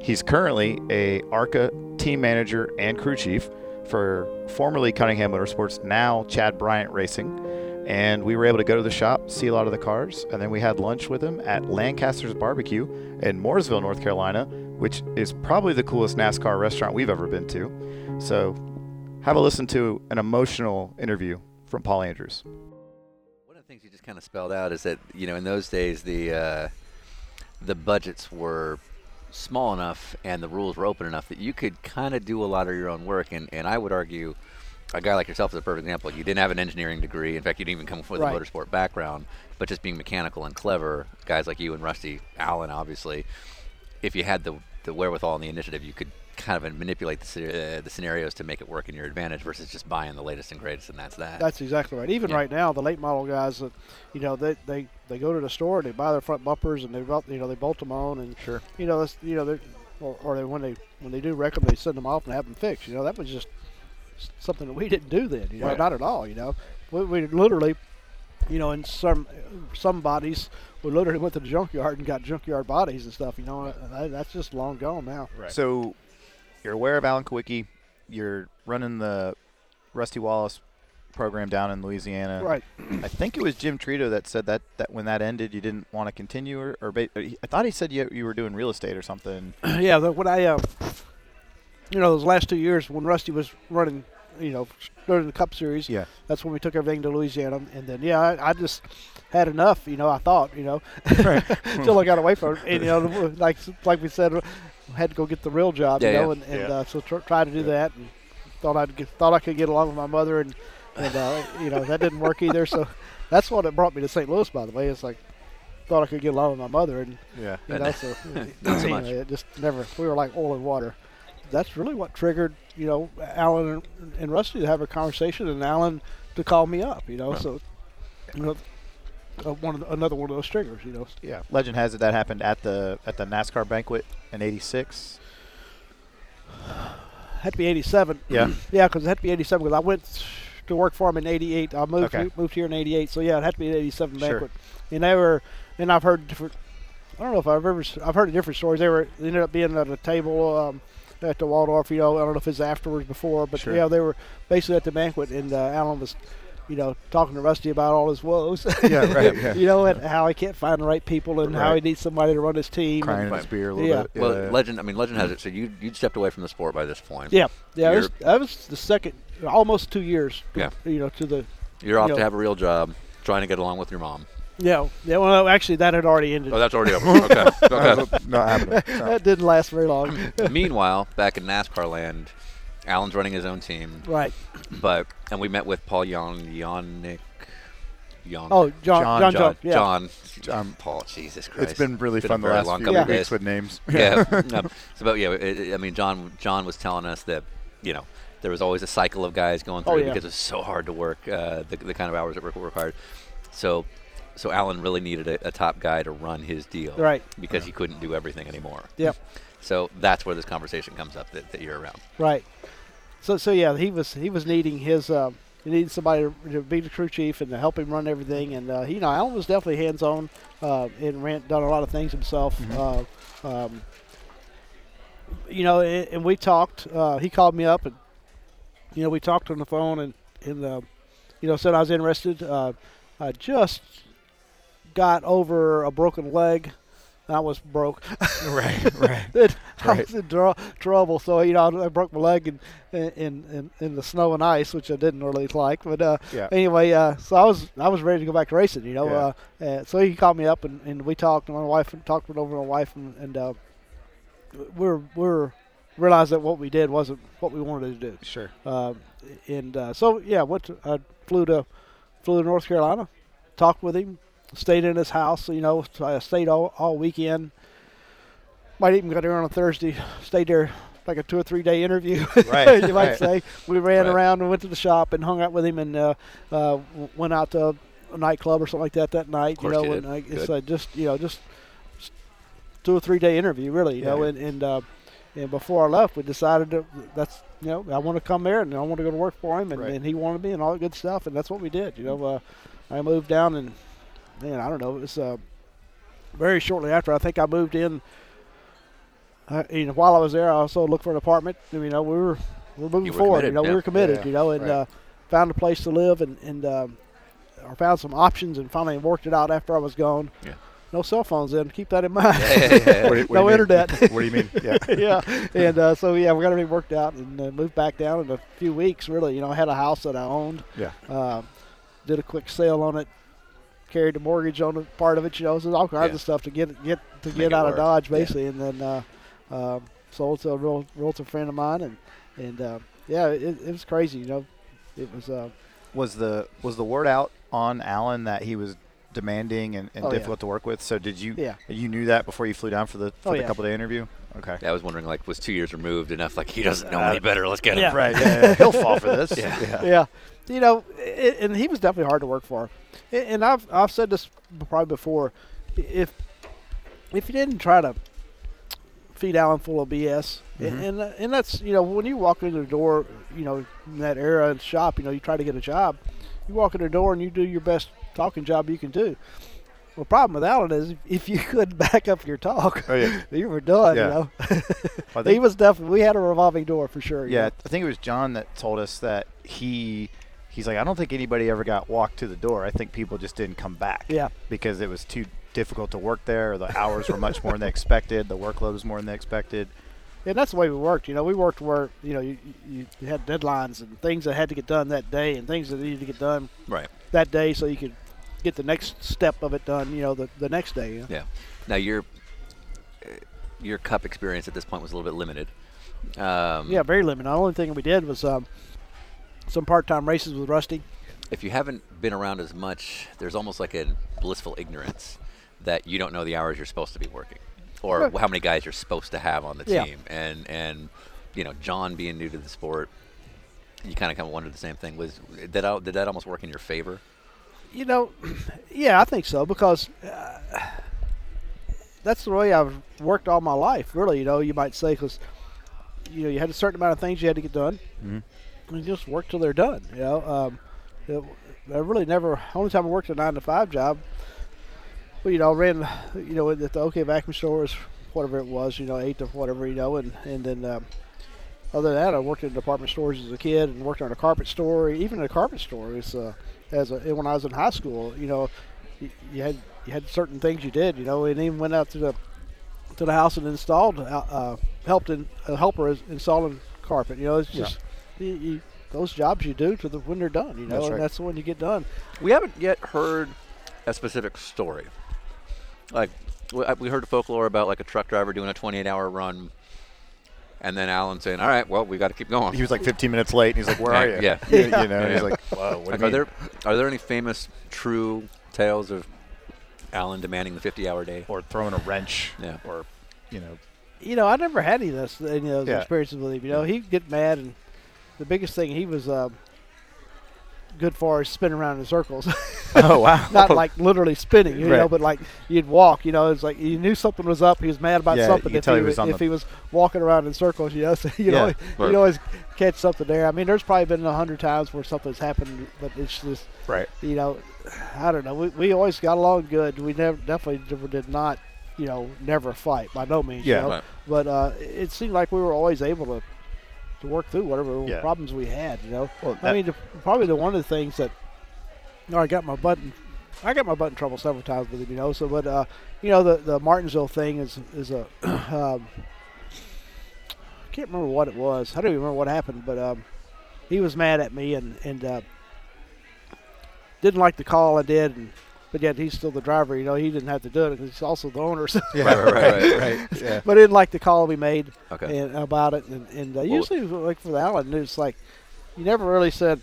S4: He's currently a ARCA team manager and crew chief for formerly Cunningham Motorsports, now Chad Bryant Racing. And we were able to go to the shop, see a lot of the cars, and then we had lunch with him at Lancaster's Barbecue in Mooresville, North Carolina, which is probably the coolest NASCAR restaurant we've ever been to. So have a listen to an emotional interview from Paul Andrews.
S6: One of the things you just kind of spelled out is that you know in those days the uh, the budgets were small enough and the rules were open enough that you could kind of do a lot of your own work. And and I would argue, a guy like yourself is a perfect example. You didn't have an engineering degree. In fact, you didn't even come from
S8: Right.
S6: a motorsport background. But just being mechanical and clever, guys like you and Rusty Allen, obviously, if you had the the wherewithal and the initiative, you could kind of manipulate the, sce- uh, the scenarios to make it work in your advantage versus just buying the latest and greatest and that's that.
S9: That's exactly right. Even
S6: Yeah.
S9: right now, the late model guys that, you know, they, they, they go to the store and they buy their front bumpers and they bolt, you know they bolt them on and
S4: Sure.
S9: you know that's you know they or, or they when they when they do wreck them they send them off and have them fixed. You know that was just s- something that we didn't do then. You know
S5: Right.
S9: not at all. You know we, we literally, you know, in some some bodies we literally went to the junkyard and got junkyard bodies and stuff. You know and that, that's just long gone now.
S5: Right.
S4: So you're aware of Alan Kowicki. You're running the Rusty Wallace program down in Louisiana.
S9: Right.
S4: I think it was Jim Trito that said that, that when that ended, you didn't want to continue, or, or ba- I thought he said you, you were doing real estate or something.
S9: yeah, the, when I, uh, you know, those last two years when Rusty was running, you know, during the Cup Series,
S4: Yeah.
S9: that's when we took everything to Louisiana. And then, yeah, I, I just had enough, you know, I thought, you know, until I got away from it. And, you know, like, like we said, had to go get the real job,
S6: Yeah,
S9: you know,
S6: yeah.
S9: and, and Uh, so tr- tried to do that and thought I'd get, thought I could get along with my mother and, and uh, you know, that didn't work either. So that's what it brought me to St. Louis, by the way. It's like, thought I could get along with my mother and
S4: Yeah.
S9: you
S6: But
S9: know, so
S6: not so
S9: anyway,
S6: much.
S9: it just never. We were like oil and water. That's really what triggered, you know, Alan and, and Rusty to have a conversation, and Alan to call me up. You know, so you know, uh, one of the- another one of those triggers. You know,
S4: Yeah. Legend has it that happened at the at the NASCAR banquet in '86.
S9: had to be '87.
S4: Yeah.
S9: yeah, because it had to be '87 because I went to work for him in '88. I moved
S4: Okay.
S9: moved here in '88, so yeah, it had to be an '87
S4: Sure.
S9: banquet. And they were, and I've heard different. I don't know if I've ever s- I've heard different stories. They were they ended up being at a table um, at the Waldorf. You know, I don't know if it's afterwards before, but
S4: Sure.
S9: yeah, they were basically at the banquet, and uh, Alan was. You know, talking to Rusty about all his woes.
S4: Yeah, right, yeah.
S9: you know, and how he can't find the right people, and how he
S4: Right.
S9: needs somebody to run his team. and-
S4: Crying in his beer a little
S9: Yeah.
S4: bit.
S6: Well, legend. I mean, legend has it. So you you stepped away from the sport by this point.
S9: Yeah, yeah. That was,
S6: You're-
S9: that was the second, almost two years.
S6: Yeah.
S9: You know, to the
S6: You're off
S9: Yeah.
S6: to have a real job, trying to get along with your mom.
S9: yeah, yeah. Well, actually, that had already ended.
S6: Oh, that's already over. okay. okay.
S4: not happening.
S9: that didn't last very long.
S6: Meanwhile, back in NASCAR land, Alan's running his own team,
S9: right.
S6: but and we met with Paul Yon Yonick. Yon.
S9: Oh,
S4: John-
S9: John. John.
S6: John.
S9: John. yeah.
S6: John.
S4: John.
S6: Paul. Jesus Christ.
S4: it's been really
S6: a
S4: fun the
S6: very
S4: last
S6: long
S4: few
S6: couple
S4: weeks
S6: of days.
S4: with names.
S6: yeah. no. So, but yeah, it, it- I mean, John John was telling us that you know There was always a cycle of guys going through
S9: Oh, yeah.
S6: because it was so hard to work uh, the, the kind of hours that were were required. So, so Allen really needed a, a top guy to run his deal,
S9: Right.
S6: Because he couldn't do everything anymore.
S9: Yep.
S6: So that's where this conversation comes up that, that you're around.
S9: Right. So so yeah, he was he was needing his um, he needed somebody to, to be the crew chief and to help him run everything. And uh, he, you know, Allen was definitely hands on uh, and ran done a lot of things himself.
S6: Mm-hmm.
S9: Uh, um, you know, and, and we talked. Uh, he called me up and you know we talked on the phone and and uh, you know said I was interested. Uh, I just got over a broken leg. I was broke.
S10: right, right.
S9: It- I
S10: Right.
S9: was in dr- trouble. So you know, I, I broke my leg in in, in in the snow and ice, which I didn't really like. But uh,
S4: Yeah.
S9: anyway, uh, so I was I was ready to go back to racing. You know,
S4: Yeah.
S9: uh, uh, so he called me up and, and we talked. And my wife talked with over my wife and, and uh, we're we're realized that what we did wasn't what we wanted to do.
S4: Sure.
S9: Um, and uh, so yeah, went to, I flew to flew to North Carolina, talked with him, stayed in his house. You know, so I stayed all, all weekend. Might even go there on a Thursday. Stayed there like a two or three day interview.
S4: Right,
S9: you
S4: right.
S9: might say. We ran
S6: Right.
S9: around and went to the shop and hung out with him and uh, uh, w- went out to a nightclub or something like that that night.
S6: course
S9: you know,
S6: you
S9: and
S6: did.
S9: I it's
S6: Good.
S9: uh, just you know just two or three day interview really. You know,
S4: Yeah.
S9: and and uh, and before I left, we decided that that's you know I want to come there and I want to go to work for him, and,
S4: Right.
S9: and he wanted me and all that good stuff, and that's what we did. You know, uh,
S6: Mm-hmm.
S9: I moved down and man, I don't know, it was uh, very shortly after. I think I moved in. Uh, you know, while I was there, I also looked for an apartment. You know, we were we were moving
S6: You were
S9: forward.
S6: committed,
S9: you know,
S6: yeah.
S9: we were committed.
S4: Yeah,
S9: you know, and
S4: right.
S9: uh, found a place to live and and um, or found some options and finally worked it out after I was gone.
S6: Yeah.
S9: No cell phones in. Keep that in mind.
S4: What do you- what do you
S9: no
S4: mean?
S9: internet.
S4: What do you mean? Yeah.
S9: yeah, and uh, so yeah, we got everything worked out and uh, moved back down in a few weeks. Really, you know, I had a house that I owned.
S4: Yeah.
S9: Uh, did a quick sale on it, carried the mortgage on it, part of it. You know, so all kinds
S6: Yeah.
S9: of stuff to get get to
S6: make
S9: get
S6: it
S9: out
S6: work.
S9: of Dodge basically, and then uh, um sold to a real realtor friend of mine, and and uh, yeah, it, it was crazy. You know, it was. Uh,
S4: Was the was the word out on Allen that he was demanding and, and
S9: Oh, yeah.
S4: difficult to work with? So did you
S9: Yeah.
S4: you knew that before you flew down for the for
S9: Oh,
S4: the
S9: yeah.
S4: couple day interview? Okay.
S6: Yeah, I was wondering like was two years removed enough? Like he doesn't
S9: Uh,
S6: know any better. Let's get him.
S4: Right. Yeah, yeah. He'll fall for this.
S6: Yeah.
S9: yeah, you know, a- and he was definitely hard to work for. A- And I've I've said this probably before, i- if if you didn't try to feed Allen full of BS, a-
S4: Mm-hmm.
S9: and uh, and that's you know when you walk in the door, you know in that era in shop, you know you try to get a job, you walk in the door and you do your best talking job you can do. Well, problem with Allen is if you couldn't back up your talk,
S4: Oh, yeah.
S9: you were done.
S4: Yeah.
S9: You know,
S4: I think-
S9: he was definitely we had a revolving door for sure. you
S4: Yeah,
S9: know.
S4: I think it was John that told us that he he's like, I don't think anybody ever got walked to the door. I think people just didn't come back.
S9: Yeah.
S4: Because it was too difficult to work there, or the hours were much more than they expected, the workload was more than they expected.
S9: and that's the way we worked. You know, we worked where you know you, you, you had deadlines and things that had to get done that day, and things that needed to get done
S6: Right.
S9: that day, so you could get the next step of it done. You know, the, the next day. You know?
S6: Yeah. Now your uh, your cup experience at this point was a little bit limited. Um,
S9: Yeah, very limited. The only thing we did was um, some part-time races with Rusty.
S6: If you haven't been around as much, there's almost like a blissful ignorance that you don't know the hours you're supposed to be working, or how many guys you're supposed to have on the
S9: Yeah.
S6: team, and and you know John being new to the sport. You kind of kind of wondered the same thing. Was did that, did that almost work in your favor?
S9: You know, yeah, I think so because uh, that's the way I've worked all my life. Really, you know, you might say because you know you had a certain amount of things you had to get done, and you just work till they're done. You know, um, it, I really never. Only time I worked a nine to five job, well, you know, ran, you know, at the OK vacuum store was whatever it was, you know, eight to whatever, you know, and and then. Um, other than that, I worked in department stores as a kid and worked on a carpet store. Even in a carpet store, it's uh, as a, when I was in high school, you know, you, you had you had certain things you did, you know, and even went out to the to the house and installed uh, uh, helped in a helper is installing carpet. You know, it's just you, you, those jobs you do to the when they're done, you know,
S4: That's
S9: and
S4: right.
S9: that's when you get done.
S6: We haven't yet heard a specific story. Like we I- we heard folklore about like a truck driver doing a 28-hour run, and then Alan saying, "All right, well, we got to keep going."
S4: He was like 15 minutes late, and he's like, "Where are you?"
S6: Yeah.
S4: you, you know, and
S6: Yeah.
S4: he's like, "Whoa, what
S6: Like,
S4: do you
S6: are there are there any famous true tales of Alan demanding the 50-hour day?
S4: Or throwing a wrench,
S6: Yeah.
S4: or you know,
S9: you know, I never had any of those any of those
S4: Yeah.
S9: experiences with him. You know, he'd get mad and the biggest thing he was uh, good for is spinning around in circles.
S4: Oh wow.
S9: Not like literally spinning, you know,
S4: Right.
S9: but like you'd walk. You know, it's like you knew something was up. He was mad about
S4: Yeah,
S9: something.
S4: you could
S9: if
S4: tell
S9: he,
S4: he was
S9: wa-
S4: on
S9: if
S4: the-
S9: he was walking around in circles, you know, so you
S4: Yeah,
S9: know,
S5: right.
S9: you'd always catch something there. I mean, there's probably been a hundred times where something's happened, but it's just
S4: Right.
S9: you know, I don't know. We, we always got along good. We never definitely never did not, you know, never fight by no means. you
S4: Yeah,
S9: know.
S5: right.
S9: But uh, it seemed like we were always able to to work through whatever
S4: Yeah.
S9: problems we had. You know,
S4: Well,
S9: I
S4: that-
S9: mean, the, probably the one of the things that you know, I got my button. I got my butt in trouble several times with him, you know. So, but uh, you know, the, the Martinsville thing is is a um, I can't remember what it was. I don't even remember what happened, but um, he was mad at me and and uh, didn't like the call I did, and, but yet he's still the driver. You know, he didn't have to do it 'cause he's also the owner. So,
S4: Yeah.
S6: Right, right, right, right.
S4: right. Yeah.
S9: but didn't like the call we made
S6: Okay.
S9: and about it, and, and uh, usually like for the Allen, it's like you never really said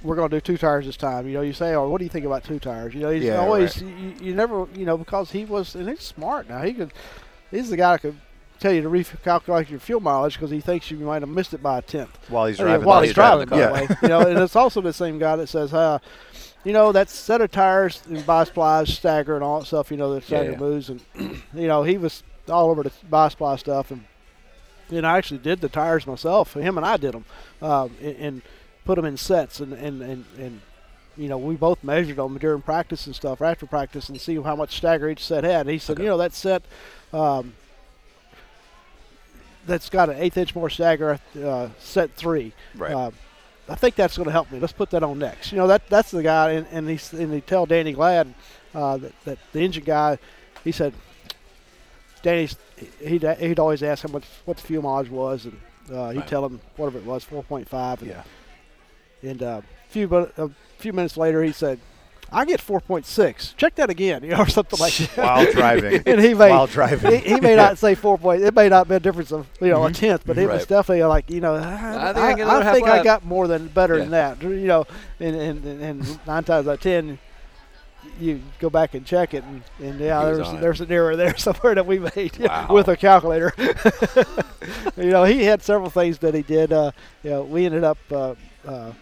S9: we're going to do two tires this time. You know, you say, "Oh, what do you think about two tires?" You know, he's
S4: Yeah,
S9: always you, you never you know because he was and he's smart now. He could he's the guy that could tell you to recalculate your fuel mileage because he thinks you might have missed it by a tenth.
S4: While he's
S9: I mean,
S4: driving.
S9: while
S6: the-
S9: he's driving,
S6: the
S9: by
S4: car.
S9: the way. you know, and it's also the same guy that says, uh, you know, that set of tires and bias plies, stagger, and all that stuff. You know, the stagger
S6: yeah.
S9: moves, and you know, he was all over the bias ply stuff, and and I actually did the tires myself. Him and I did them, um, and, and put them in sets, and and and. and you know, we both measured them during practice and stuff, or after practice, and see how much stagger each set had. And he said, you know, that set um, that's got an eighth inch more stagger, uh, set three.
S6: Right.
S9: Uh, I think that's going to help me. Let's put that on next. You know, that that's the guy, and and, he's, and they tell Danny Glad uh, that, that the engine guy, he said, Danny's he'd he'd always ask how much what the fuel mileage was, and uh, he'd tell him whatever it was, four point five.
S4: Yeah.
S9: And uh, a few bu- a few minutes later, he said, "I get four point six. Check that again, you know, or something like that."
S4: While driving.
S9: and he may
S4: While driving.
S9: he, he may not say four point. It may not be a difference of you know a tenth, but it was
S6: Mm-hmm. Right.
S9: definitely like you know I,
S6: I think I
S9: I,
S6: get another half
S9: think I
S6: lap.
S9: got more than better than
S6: Yeah.
S9: that. You know, and and, and, and nine times out of ten. You go back and check it, and, and yeah,
S6: He was
S9: there's
S6: on it.
S9: there's an error there somewhere that we made
S6: Wow.
S9: with a calculator. you know, he had several things that he did. Uh, you know, we ended up uh, uh,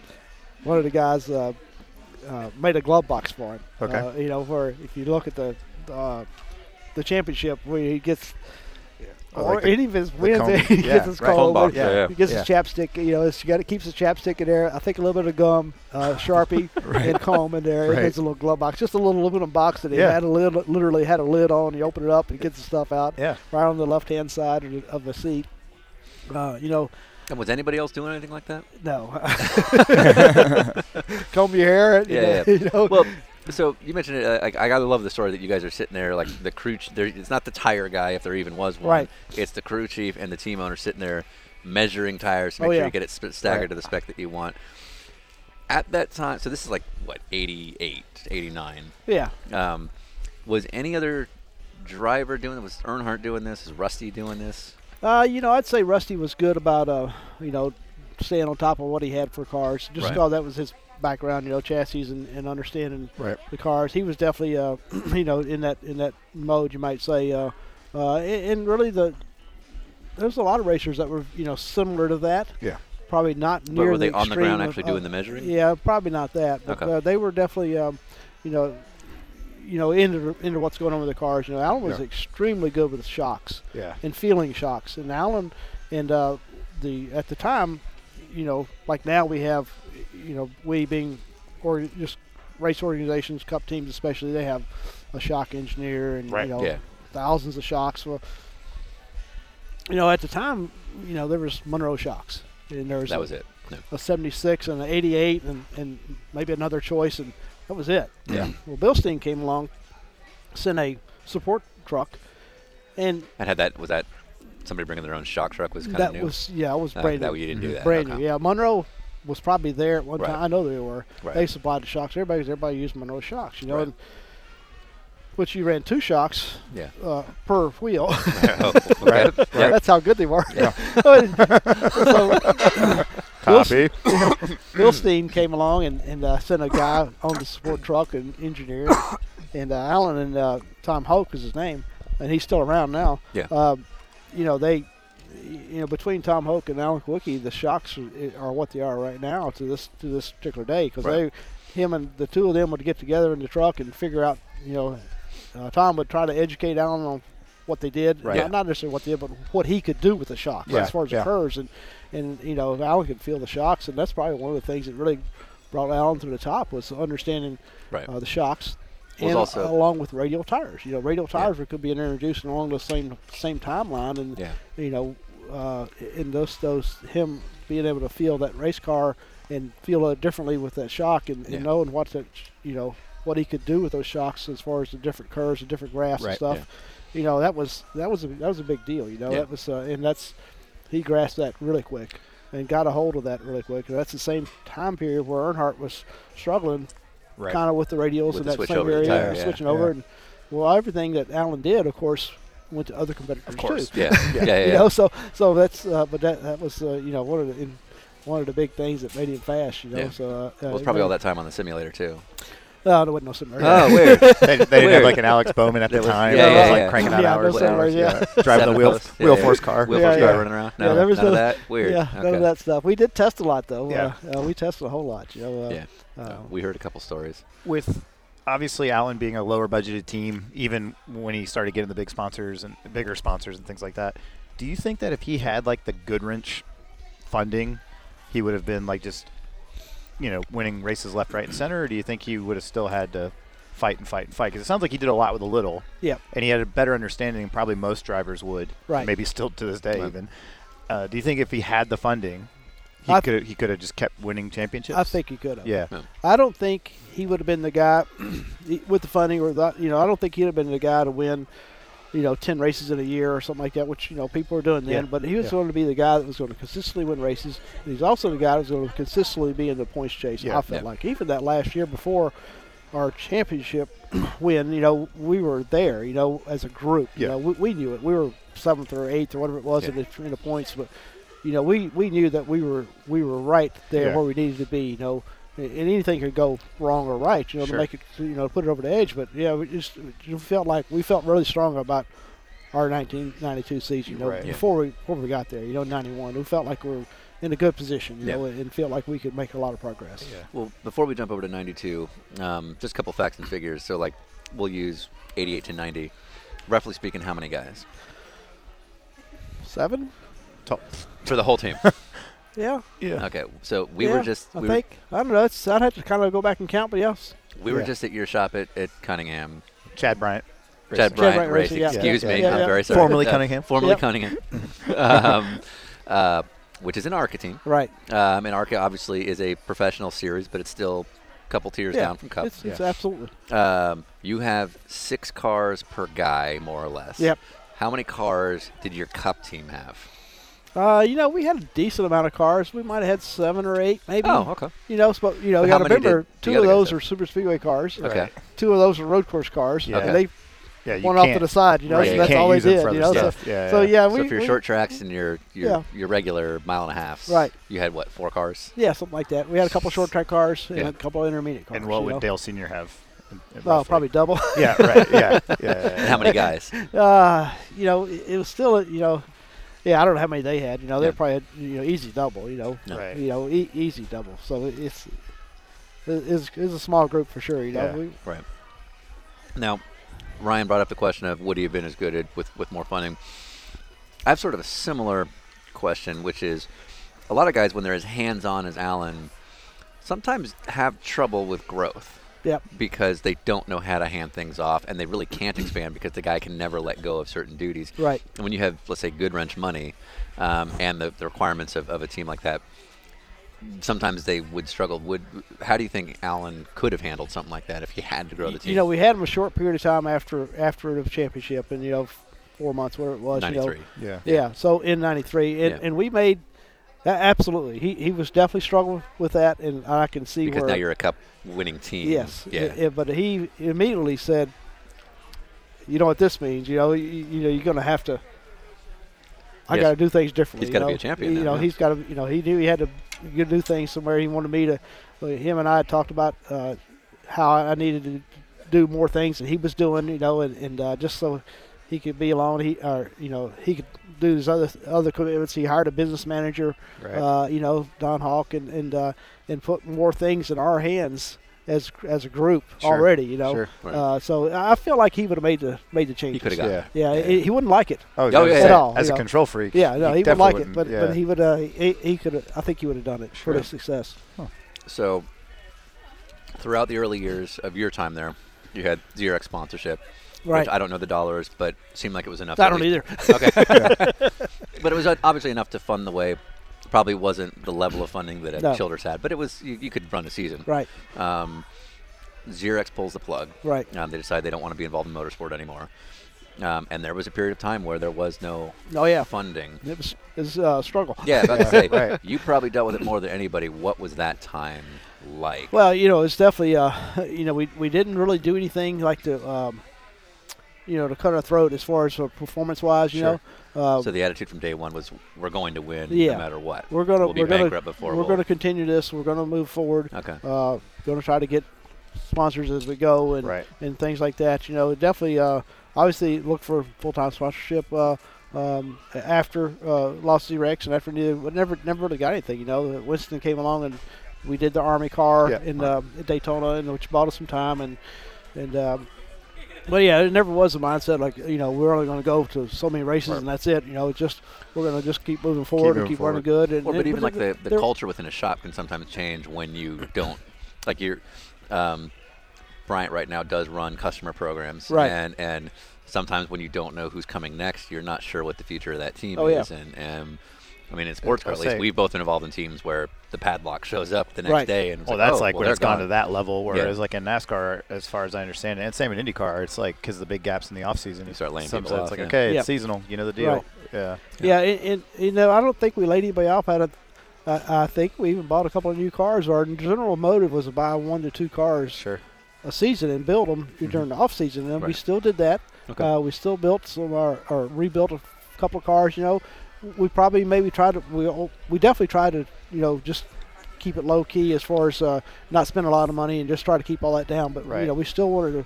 S9: one of the guys uh, uh, made a glove box for him.
S4: Okay.
S9: Uh, you know, where if you look at the uh, the championship, where he gets
S4: Oh,
S9: or
S4: like the-
S9: any of his wins,
S4: cone-
S9: he
S4: yeah,
S9: gets his
S4: right.
S9: cone,
S5: Phone box,
S9: but
S5: yeah, yeah.
S9: He gets his chapstick. You know, it's, you got it keeps his chapstick in there. I think a little bit of gum, uh, sharpie, and comb in there.
S4: Right.
S9: It makes a little glove box, just a little aluminum box that he
S4: Yeah.
S9: had a lid, literally had a lid on. You open it up and he gets the stuff out
S4: Yeah.
S9: right on the left hand side of the, of the seat. Uh, you know,
S6: And was anybody else doing anything like that?
S9: no. Comb your hair. you
S6: Yeah,
S9: know,
S6: yeah.
S9: You know,
S6: Well, so you mentioned it. uh, Like, I gotta love the story that you guys are sitting there, like the crew. Ch- there, it's not the tire guy, if there even was one.
S9: Right.
S6: It's the crew chief and the team owner sitting there measuring tires to
S9: Oh,
S6: make sure
S9: yeah.
S6: you get it sp- staggered to the spec that you want. At that time, so this is like what 88, 89.
S9: yeah.
S6: Um, was any other driver doing? Was Earnhardt doing this? Is Rusty doing this?
S9: Uh, you know, I'd say Rusty was good about uh, you know, staying on top of what he had for cars. Just
S6: Right.
S9: because that was his background, you know, chassis and, and understanding
S4: Right.
S9: the cars. He was definitely uh, you know, in that in that mode, you might say. Uh, uh, a- and really the there's a lot of racers that were you know similar to that.
S4: Yeah.
S9: Probably not
S6: But
S9: near
S6: were they
S9: the
S6: on the ground
S9: extreme of-
S6: actually
S9: of- uh,
S6: doing the measuring?
S9: Yeah, probably not that. But
S6: Okay.
S9: uh, they were definitely, um, you know, you know, into into what's going on with the cars. You know, Allen was
S4: Yeah.
S9: extremely good with shocks
S4: Yeah.
S9: and feeling shocks. And Allen, and uh, the at the time, you know, like now we have, you know, we being, or just race organizations, cup teams especially, they have a shock engineer and
S4: Right,
S9: you know
S6: yeah.
S9: thousands of shocks. Well, you know, at the time, you know, there was Monroe shocks, and there was
S6: That was it. No.
S9: a 76 and an 88 and, and maybe another choice, and that was it.
S6: Yeah.
S9: Well, Bilstein came along, sent a support truck, and
S6: And had that was that somebody bringing their own shock truck was kind of
S9: that
S6: new.
S9: was, yeah, it was
S6: Uh,
S9: brand
S6: that
S9: new. Mm-hmm.
S6: you didn't do that.
S9: Brand
S6: Okay.
S9: new, yeah. Monroe was probably there at one
S6: Right.
S9: time. I know they were.
S6: Right.
S9: They supplied the shocks. Everybody, everybody used Monroe shocks, you know.
S6: Right.
S9: And, which you ran two shocks
S6: Yeah.
S9: uh, per wheel.
S6: Oh, okay.
S9: That's how good they were. so
S4: Copy.
S9: Bilstein came along and, and uh, sent a guy on the support truck and engineer, and uh, Alan and uh, Tom Hoke is his name, and he's still around now.
S6: Yeah.
S9: Um, you know they you know, between Tom Hoke and Alan Kowicki, the shocks are- are what they are right now to this to this particular day because
S4: Right.
S9: they, him and the two of them would get together in the truck and figure out. You know, uh, Tom would try to educate Alan on what they did,
S4: Right.
S9: not, not necessarily what they did, but what he could do with the shocks
S4: Right.
S9: as far as
S4: Yeah.
S9: it occurs, and and you know, Alan could feel the shocks, and that's probably one of the things that really brought Alan to the top was understanding
S6: Right.
S9: uh, the shocks.
S6: Was
S9: and
S6: also-
S9: along with radial tires, you know, radial tires were could be introduced along the same same timeline, and
S6: Yeah.
S9: you know, uh, in those those him being able to feel that race car and feel it differently with that shock and, and
S6: Yeah.
S9: knowing what that sh- you know what he could do with those shocks as far as the different curves and different graphs
S4: Right,
S9: and stuff. You know, that was that was a, that was a big deal. You know,
S6: Yeah.
S9: that was uh, and that's he grasped that really quick and got a hold of that really quick. And that's the same time period where Earnhardt was struggling
S4: Right.
S9: kind of with the radials
S6: With
S9: in
S6: the
S9: that
S6: switch
S9: same
S6: over to
S9: area,
S6: tire,
S9: and
S6: yeah.
S9: switching over,
S4: Yeah.
S9: and well, everything that Allen did, of course, went to other competitors
S6: Of course.
S9: too.
S6: Yeah. yeah. Yeah.
S9: You
S6: yeah.
S9: know, so so that's uh, but that that was uh, you know one of the in, one of the big things that made him fast. You know,
S6: Yeah.
S9: so uh,
S6: Well, it's probably all that time on the simulator too.
S9: No, there wasn't no similar.
S6: Oh, weird.
S4: they, they didn't have
S6: Weird.
S4: like an Alex Bowman at the
S6: was-
S4: time.
S6: yeah,
S4: Yeah,
S6: yeah,
S4: like
S6: yeah.
S4: cranking out
S9: Yeah,
S4: hours,
S9: those
S4: and hours,
S9: hours, yeah.
S4: driving the
S6: Seven
S4: wheel
S6: posts. Yeah,
S4: wheel
S6: yeah.
S4: force car.
S6: Wheel
S9: Yeah,
S6: force car
S9: yeah.
S6: running around.
S9: Yeah,
S6: No,
S9: there was
S6: none of
S9: no-
S6: that. Weird.
S9: Yeah, none
S6: Okay.
S9: of that stuff. We did test a lot though.
S4: Yeah.
S9: Uh, uh, we tested a whole lot. You know, uh,
S6: Yeah.
S9: uh,
S6: We heard a couple stories.
S4: With obviously Allen being a lower budgeted team, even when he started getting the big sponsors and bigger sponsors and things like that, do you think that if he had like the Goodwrench funding, he would have been like just you know winning races left, right, and center? Or do you think he would have still had to fight and fight and fight? Because it sounds like he did a lot with a little.
S9: Yep.
S4: and he had a better understanding than probably most drivers would.
S9: Right.
S4: Maybe still to this day
S6: Right.
S4: even. Uh, do you think if he had the funding, he
S9: I-
S4: could he could have just kept winning championships?
S9: I think he could have.
S4: Yeah.
S9: I don't think he would have been the guy with the funding or that. You know, I don't think he'd have been the guy to win. You know, ten races in a year or something like that, which you know people are doing then.
S4: Yeah,
S9: But he was
S4: yeah.
S9: going to be the guy that was going to consistently win races. And he's also the guy that was going to consistently be in the points chase.
S4: Yeah,
S9: I felt
S6: yeah.
S9: like even that last year before our championship win, you know, we were there. You know, as a group, you
S4: Yeah.
S9: know, we, we knew it. We were seventh or eighth or whatever it was in, the, in the points, but you know, we, we knew that we were we were right there
S4: Yeah.
S9: where we needed to be. You know, and anything could go wrong or right. You know,
S4: Sure.
S9: to make it you know put it over the edge. But yeah, we just we felt like we felt really strong about our 1992 season. You know,
S4: Right. Yeah.
S9: before we before we got there, you know, 91, we felt like we were in a good position. You
S6: Yeah.
S9: know, and felt like we could make a lot of progress.
S6: Well, before we jump over to 92, um, just a couple facts and figures. So, like, we'll use 88 to 90. Roughly speaking, how many guys
S9: Seven.
S4: Top-
S6: for the whole team?
S9: Yeah.
S4: yeah.
S6: okay, so we
S9: yeah,
S6: were just
S9: I
S6: we,
S9: think I don't know. It's, I'd have to kind of go back and count, but yes.
S6: were, we were
S4: yeah.
S6: just at your shop at, at Cunningham.
S4: Chad Bryant.
S6: Chad
S9: Bryant
S6: Bryant Race,
S9: Racing, yeah.
S6: excuse
S4: Yeah,
S6: me,
S9: yeah,
S6: I'm
S9: yeah.
S6: very sorry.
S4: Formerly
S6: Uh,
S4: Cunningham.
S6: Formerly
S9: Yep.
S6: Cunningham, um, uh, which is an ARCA team.
S9: Right.
S6: Um, and ARCA obviously is a professional series, but it's still a couple tiers
S9: yeah.
S6: down from Cup.
S9: It's, it's
S4: Yeah.
S9: absolutely.
S6: Um, you have six cars per guy, more or less.
S9: Yep.
S6: How many cars did your Cup team have?
S9: Uh, you know, we had a decent amount of cars. We might have had seven or eight, maybe.
S6: Oh, okay.
S9: You know, so, you know,
S6: But
S9: you
S6: how
S9: got to
S6: many did
S9: remember,
S6: the
S9: two
S6: other
S9: of
S6: guys
S9: those
S6: have?
S9: are super speedway cars.
S6: Okay.
S9: Two of those are road course cars.
S4: Yeah.
S9: And they
S4: Yeah, you
S9: went off to
S4: can't-
S9: the side. You know,
S6: Right,
S9: so
S6: you
S9: that's
S4: can't
S9: all they
S4: use them for
S9: did. You know,
S4: other
S9: so,
S4: stuff. Yeah,
S9: so
S4: yeah.
S9: yeah,
S6: so
S9: we.
S6: for your
S9: we-
S6: short tracks and your your,
S9: Yeah.
S6: your regular mile and a half,
S9: Right.
S6: You had what four cars?
S9: Yeah, something like that. We had a couple short track cars and
S6: Yeah.
S9: a couple intermediate cars.
S4: And what
S9: you
S4: would
S9: know.
S4: Dale Senior have? in- in
S9: Well,
S4: roughly?
S9: probably double.
S4: Yeah, right. Yeah, yeah. yeah,
S6: And how many guys?
S9: uh, you know, it, it was still, a- you know, yeah, I don't know how many they had. You know, they
S6: Yeah.
S9: probably had, you know, easy double, you know.
S4: Right.
S9: You know, e- easy double. So it- it's, it's, it's a small group for sure, you know.
S4: Yeah.
S9: We,
S6: Right. Now, Ryan brought up the question of would he have been as good at, with with more funding? I have sort of a similar question, which is a lot of guys when they're as hands on as Allen, sometimes have trouble with growth
S9: yep.
S6: because they don't know how to hand things off and they really can't expand because the guy can never let go of certain duties.
S9: Right.
S6: And when you have, let's say, good wrench money um, and the, the requirements of, of a team like that, sometimes they would struggle. Would How do you think Allen could have handled something like that if he had to grow the team?
S9: You know, we had him a short period of time after after the championship, and you know, f- four months, whatever it was. You
S6: 93.
S9: know,
S4: yeah.
S9: yeah. So in '93, and,
S6: Yeah.
S9: and we made a- absolutely. He he was definitely struggling with that, and I can see
S6: Because
S9: where.
S6: now you're a cup winning team.
S9: yes.
S6: Yeah.
S9: i- i- but he immediately said, "You know what this means? You know, you, you know, you're going to have to. I
S6: Yes.
S9: got to do things differently.
S6: He's
S9: you
S6: gotta be
S9: know?
S6: a champion
S9: You
S6: now,
S9: know,
S6: yeah.
S9: he's got to. You know, he knew he had to g- do things somewhere. He wanted me to. well, Him and I had talked about uh, how I needed to do more things that he was doing. You know, and, and uh, just so He could be alone. He or you know he could do his other other commitments. He hired a business manager,
S4: Right.
S9: uh, you know Don Hawk, and and uh, and put more things in our hands as as a group
S4: Sure.
S9: already. You know,
S4: Sure.
S9: uh, so I feel like he would have made the made the
S6: He
S9: changes.
S6: could have got.
S4: Yeah.
S6: it.
S9: Yeah, He, he wouldn't like it.
S4: Oh,
S6: Oh,
S4: yeah.
S6: yeah,
S4: At
S6: yeah.
S4: all,
S9: As
S4: as
S9: a
S4: a control freak.
S9: Yeah, no, he, would like it, but but he would uh, he, he could I think he would have done it for the success.
S6: So, throughout the early years of your time there, you had ZRX sponsorship.
S9: Right.
S6: Which I don't know the dollars, but seemed like it was enough.
S9: I
S6: at
S9: don't
S6: least-
S9: either.
S6: Okay. but it was uh, obviously enough to fund the way. Probably wasn't the level of funding that
S9: No.
S6: Childers had, but it was you, you could run a season.
S9: Right,
S6: Um, Xerox pulls the plug.
S9: right.
S6: Um, they decide they don't want to be involved in motorsport anymore. Um, and there was a period of time where there was no
S9: Oh yeah,
S6: funding.
S9: it was it was uh, a struggle.
S6: Yeah, about to say,
S4: right.
S6: you probably dealt with it more than anybody. What was that time like?
S9: Well, you know, it's definitely uh, you know we, we didn't really do anything like to um, you know to cut our throat as far as uh, performance wise. You
S6: Sure.
S9: know, uh,
S6: so the attitude from day one was, we're going to win
S9: Yeah.
S6: no matter what.
S9: we're gonna
S6: we'll be
S9: are gonna
S6: bankrupt before
S9: we're
S6: we'll-
S9: gonna continue this. We're gonna move forward.
S6: Okay.
S9: Uh, gonna try to get sponsors as we go and
S4: Right.
S9: and things like that. You know, definitely uh, obviously look for full time sponsorship. Uh, um, after uh, lost Z Rex and after neither, but never never really got anything. You know, Winston came along and we did the Army car
S4: Yeah.
S9: in um, at Daytona, and which bought us some time and and. Um, but yeah, it never was a mindset like you know we're only going to go to so many races and that's it. You know, it's just we're going to just keep moving forward and
S4: moving
S9: keep running good. And
S6: Well,
S9: it-
S6: but even like the, the
S9: there-
S6: culture within a shop can sometimes change when you don't. Like you're, um, Bryant right now does run customer programs,
S9: Right.
S6: And and sometimes when you don't know who's coming next, you're not sure what the future of that team
S9: Oh, yeah.
S6: is. And and I mean, in sports car, at
S4: I'll
S6: least
S4: say-
S6: we've both been involved in teams where the padlock shows up the next
S9: Right.
S6: day, and it's
S4: Well, that's
S6: oh,
S4: like
S6: well,
S4: when
S6: they're
S4: it's gone
S6: gone
S4: to that level. Whereas,
S6: Yeah.
S4: like in NASCAR, as far as I understand it, and same in IndyCar, it's like because the big gaps in the off season,
S6: You start laying people
S4: Sometimes
S6: off,
S4: it's like
S6: yeah.
S4: okay,
S9: Yeah.
S4: it's seasonal. You know the deal.
S9: Right.
S4: Yeah.
S9: Yeah, and, and you know, I don't think we laid anybody off out of. I, I think we even bought a couple of new cars. Our general motive was to buy one to two cars
S4: Sure.
S9: a season and build them during the off season, and we
S6: Right.
S9: still did that.
S6: Okay.
S9: Uh, we still built some our, or rebuilt a couple of cars. You know, we probably maybe tried to we all- we definitely tried to you know just keep it low key as far as uh, not spend a lot of money and just try to keep all that down. But you
S4: Right.
S9: know, we still wanted to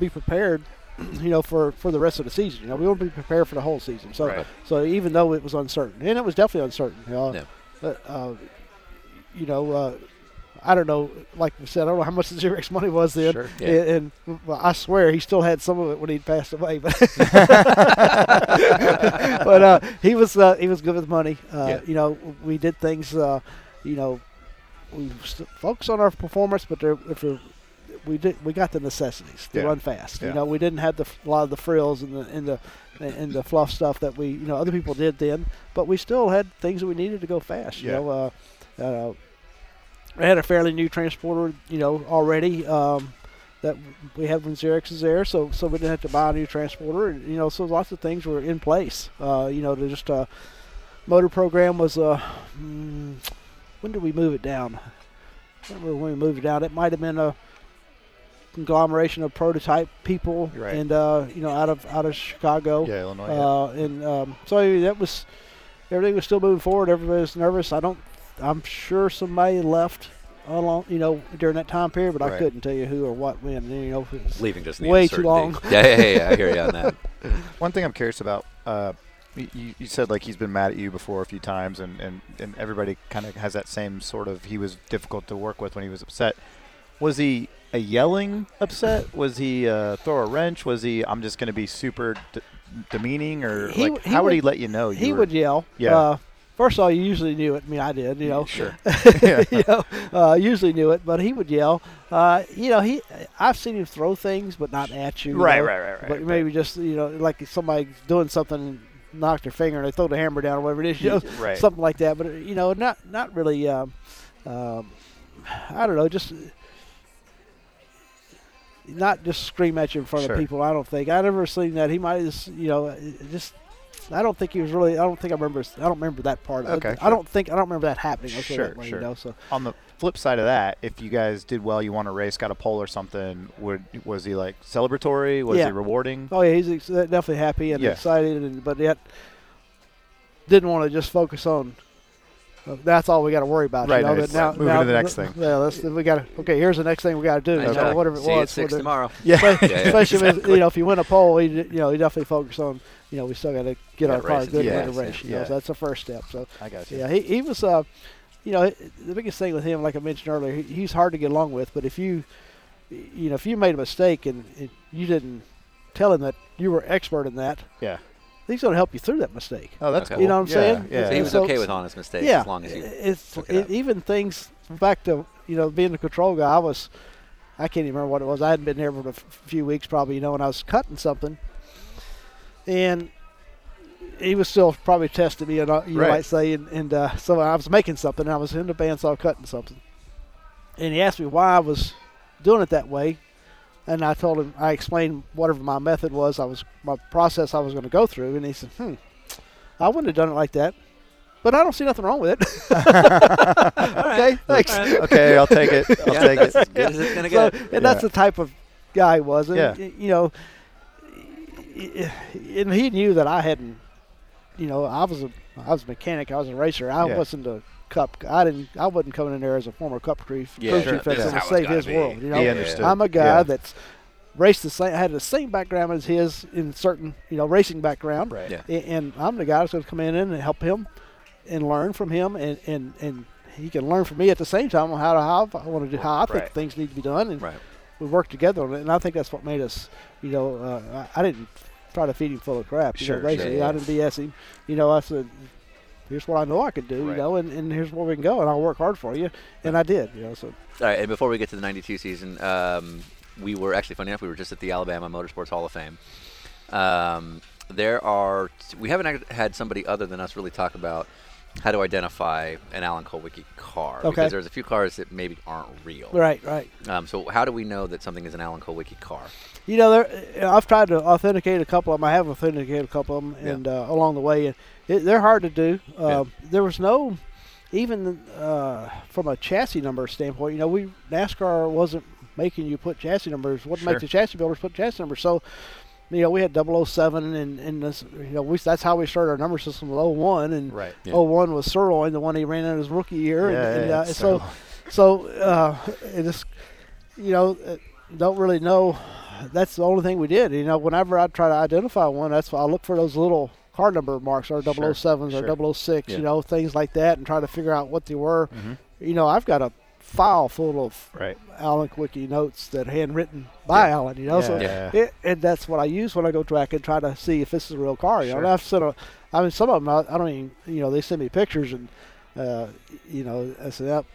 S9: be prepared. You know, for, for the rest of the season, you know, we want to be prepared for the whole season. So,
S4: Right.
S9: so even though it was uncertain, and it was definitely uncertain, you know,
S6: Yeah.
S9: but, uh, you know, uh, I don't know. Like I said, I don't know how much the Xerox money was then.
S4: Sure.
S6: Yeah.
S9: And, and well, I swear he still had some of it when he passed away. But but uh, he was uh, he was good with money. Uh,
S6: Yeah.
S9: You know, we did things. Uh, you know, we st- focused on our performance, but there, if there, we did we got the necessities to
S4: Yeah.
S9: run fast. You
S4: Yeah.
S9: know, we didn't have the f- a lot of the frills and the and the and the fluff stuff that we you know other people did then, but we still had things that we needed to go fast. You
S4: Yeah.
S9: know. Uh, uh, I had a fairly new transporter, you know, already um, that we had when Xerox was there, so so we didn't have to buy a new transporter, and you know, so lots of things were in place. Uh, you know, to just uh, motor program was uh, mm, when did we move it down? I don't remember when we moved it down. It might have been a conglomeration of prototype people,
S4: Right.
S9: and uh, you know, out of out of Chicago.
S4: Yeah, Illinois. yeah.
S9: Uh, and um, so anyway, that was everything was still moving forward. Everybody was nervous. I don't. I'm sure somebody left along, you know, during that time period, but I
S4: Right.
S9: couldn't tell you who or what when. You know, if it's-
S6: leaving just in the
S9: way too
S6: uncertainty.
S9: long.
S6: Yeah, yeah, yeah, I hear you on that.
S4: One thing I'm curious about, uh, y- you, you said like he's been mad at you before a few times, and, and, and everybody kind of has that same sort of he was difficult to work with when he was upset. Was he a yelling upset? Was he uh, throw a wrench? Was he I'm just going to be super d- demeaning, or
S9: He
S4: like
S9: w- he
S4: how would he
S9: would-
S4: let you know? You
S9: he
S4: were-
S9: would yell.
S4: Yeah.
S9: Uh, first of all, you usually knew it. I mean, I did. You know.
S4: sure.
S9: you know, uh, usually knew it, but he would yell. Uh, you know, he I've seen him throw things, but not at you. you
S4: Right,
S9: know,
S4: right, right, right,
S9: But
S4: but-
S9: maybe just you know, like somebody doing something and knocked their finger and they throw the hammer down or whatever it is, you know,
S4: Right.
S9: something like that. But you know, not not really. Um, um, I don't know, just. Not just scream at you in front
S4: Sure.
S9: of people. I don't think I've ever seen that. He might just, you know, uh, just. I don't think he was really. I don't think I remember. I don't remember that part. of it.
S4: Okay,
S9: I
S4: sure.
S9: don't think I don't remember that happening. I'll say
S4: Sure,
S9: that way,
S4: sure.
S9: You know, so
S4: On the flip side of that, if you guys did well, you won a race, got a pole or something, would was he like celebratory? Was
S9: Yeah.
S4: he rewarding?
S9: Oh yeah, he's ex- definitely happy and
S4: Yeah.
S9: excited, and, but yet didn't want to just focus on Uh, That's all we got to worry about.
S4: Right,
S9: You know,
S4: now
S9: but
S4: it's
S9: now,
S4: moving
S9: now-
S4: to the next thing.
S9: Yeah, that's, we got to. Okay, here's the next thing we got to do.
S6: Nice
S9: you know,
S6: job.
S9: whatever it
S6: See
S9: was.
S6: you at six
S9: whether-
S6: tomorrow.
S4: Yeah.
S6: Yeah, yeah,
S9: especially with you know if you win a poll, you, you know you definitely focus on you know we still got to get our
S6: Yeah,
S9: car
S6: races,
S9: good
S4: yeah,
S9: in the race.
S4: yeah,
S9: You know,
S4: yeah.
S9: so that's the first step. So
S4: I got you.
S9: yeah, he he was uh, you know the biggest thing with him, like I mentioned earlier, he, he's hard to get along with. But if you you know if you made a mistake and it, you didn't tell him that you were expert in that,
S4: Yeah.
S9: he's going to help you through that mistake.
S4: Oh, that's
S6: Okay.
S4: cool.
S9: You know what I'm
S4: Yeah,
S9: saying?
S4: Yeah.
S6: So he was
S9: So-
S6: okay with honest mistakes as long as you.
S9: it's
S6: took it
S9: it,
S6: up.
S9: even things back to you know being the control guy. I was, I can't even remember what it was. I hadn't been here for a f- few weeks probably, you know, and I was cutting something, and he was still probably testing me, and I- you
S4: Right.
S9: might say, and, and uh, so I was making something. And I was in the bandsaw cutting something, and he asked me why I was doing it that way. And I told him I explained whatever my method was, I was my process I was going to go through, and he said, "Hmm, I wouldn't have done it like that, but I don't see nothing wrong with it." okay, thanks.
S4: okay, I'll take it. I'll
S6: Yeah,
S4: take it.
S6: that's as good as it's gonna
S9: So,
S6: get.
S9: and that's the type of guy he was. And,
S4: Yeah.
S9: You know, and he knew that I hadn't. You know, I was a I was a mechanic. I was a racer. I
S4: Yeah.
S9: wasn't a cup. I didn't. I wasn't coming in there as a former cup crew crew
S6: Yeah,
S9: chief
S6: sure.
S9: that's
S6: This is
S9: going
S6: how
S9: to
S6: it's
S9: save
S6: gotta
S9: his
S6: be.
S9: world. You know,
S4: He understood.
S9: I'm a guy
S4: Yeah.
S9: that's raced the same. Had the same background as his in certain you know racing background.
S4: Right.
S6: Yeah.
S9: A- And, I'm the guy that's going to come in and help him and learn from him and and and he can learn from me at the same time on how to how I want to do how I think
S4: Right.
S9: things need to be done and
S6: Right.
S9: we worked together on it and I think that's what made us you know uh, I, I didn't try to feed him full of crap you
S4: Sure,
S9: know basically
S4: sure, yeah.
S9: I didn't BS him you know I said here's what I know I can do you
S4: Right.
S9: know and, and here's where we can go and I'll work hard for you and I did you know so
S6: All right, and before we get to the 92 season, um, we were actually, funny enough, we were just at the Alabama Motorsports Hall of Fame. Um, there are, we haven't act- had somebody other than us really talk about how to identify an Alan Colwicky car.
S9: Okay.
S6: Because there's a few cars that maybe aren't real.
S9: right right
S6: Um, so how do we know that something is an Alan Colwicky car?
S9: You know, there, I've tried to authenticate a couple of them. I have authenticated a couple of them,
S6: Yeah.
S9: and uh, along the way, and it, they're hard to do.
S6: Yeah.
S9: Uh, There was no, even uh, from a chassis number standpoint. You know, we NASCAR wasn't making you put chassis numbers. What
S4: Sure.
S9: make the chassis builders put chassis numbers? So, you know, we had 007, and and this, you know, we that's how we started our number system with 01, and
S4: Right.
S6: Yeah.
S9: 01 was Sirloin, the oh one he ran in his rookie year, and,
S4: Yeah,
S9: and,
S4: yeah,
S9: uh,
S4: it's
S9: so, so uh, it just you know, uh, don't really know. That's the only thing we did. You know, whenever I try to identify one, that's why I look for those little car number marks, or 007s or 006,
S4: Yeah. Mm-hmm.
S9: you know, things like that, and try to figure out what they were. You know, I've got a file full of
S4: Right.
S9: Alan Quickie notes that handwritten by
S4: Yeah.
S9: Alan, you know, so
S4: Yeah.
S9: it, and that's what I use when I go track and try to see if this is a real car. You know, and
S4: Sure.
S9: I've sent a, I mean, some of them I, I don't even, you know, they send me pictures and, uh, you know, I said, "Yep,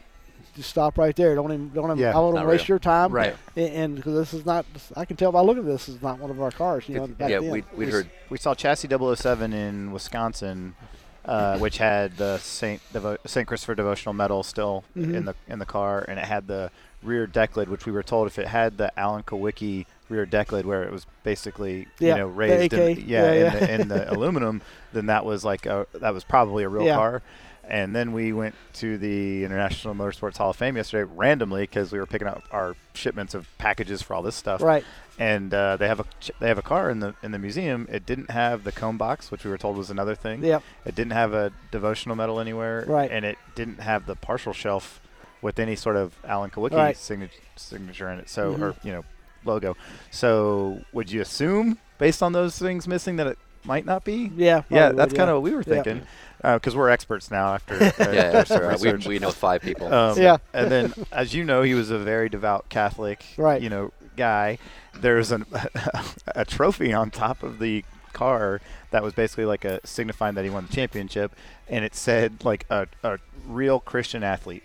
S9: just stop right there. Don't even, don't even,
S4: Yeah.
S9: I won't
S6: Not
S9: waste
S6: real.
S9: your time.
S6: Right.
S9: And- And because this is not, I can tell by looking at this, this is not one of our cars. You know,
S4: Did-
S9: back
S6: yeah,
S9: then.
S6: we'd, we'd
S4: We s-
S6: heard.
S4: We saw chassis 007 in Wisconsin, uh, which had the Saint Devo- Saint Christopher devotional medal still
S9: Mm-hmm.
S4: in the in the car, and it had the rear deck lid, which we were told if it had the Alan Kowicki rear deck lid, where it was basically
S9: Yeah,
S4: you know
S9: the
S4: raised
S9: AK.
S4: in, yeah,
S9: Yeah, yeah.
S4: In, the, in the aluminum, then that was like a, that was probably a real
S9: Yeah.
S4: car. And then we went to the International Motorsports Hall of Fame yesterday randomly because we were picking up our shipments of packages for all this stuff
S9: Right.
S4: and uh, they have a ch- they have a car in the in the museum. It didn't have the comb box, which we were told was another thing.
S9: Yep.
S4: It didn't have a devotional medal anywhere.
S9: Right.
S4: And it didn't have the partial shelf with any sort of Alan Kowicki
S9: Right. Mm-hmm.
S4: signature signature in it. So or you know logo. So would you assume based on those things missing that it might not be?
S9: Yeah.
S4: Yeah,
S9: probably
S4: that's
S9: would,
S4: kind of what we were
S9: Yeah.
S4: thinking, because we're experts now after, uh,
S6: Yeah,
S4: after some
S6: sure, we,
S4: research.
S6: we know five people.
S4: Um,
S9: Yeah.
S4: And then, as you know, he was a very devout Catholic,
S9: Right.
S4: you know, guy. There's an, a trophy on top of the car that was basically like a signifying that he won the championship, and it said like a, a real Christian athlete.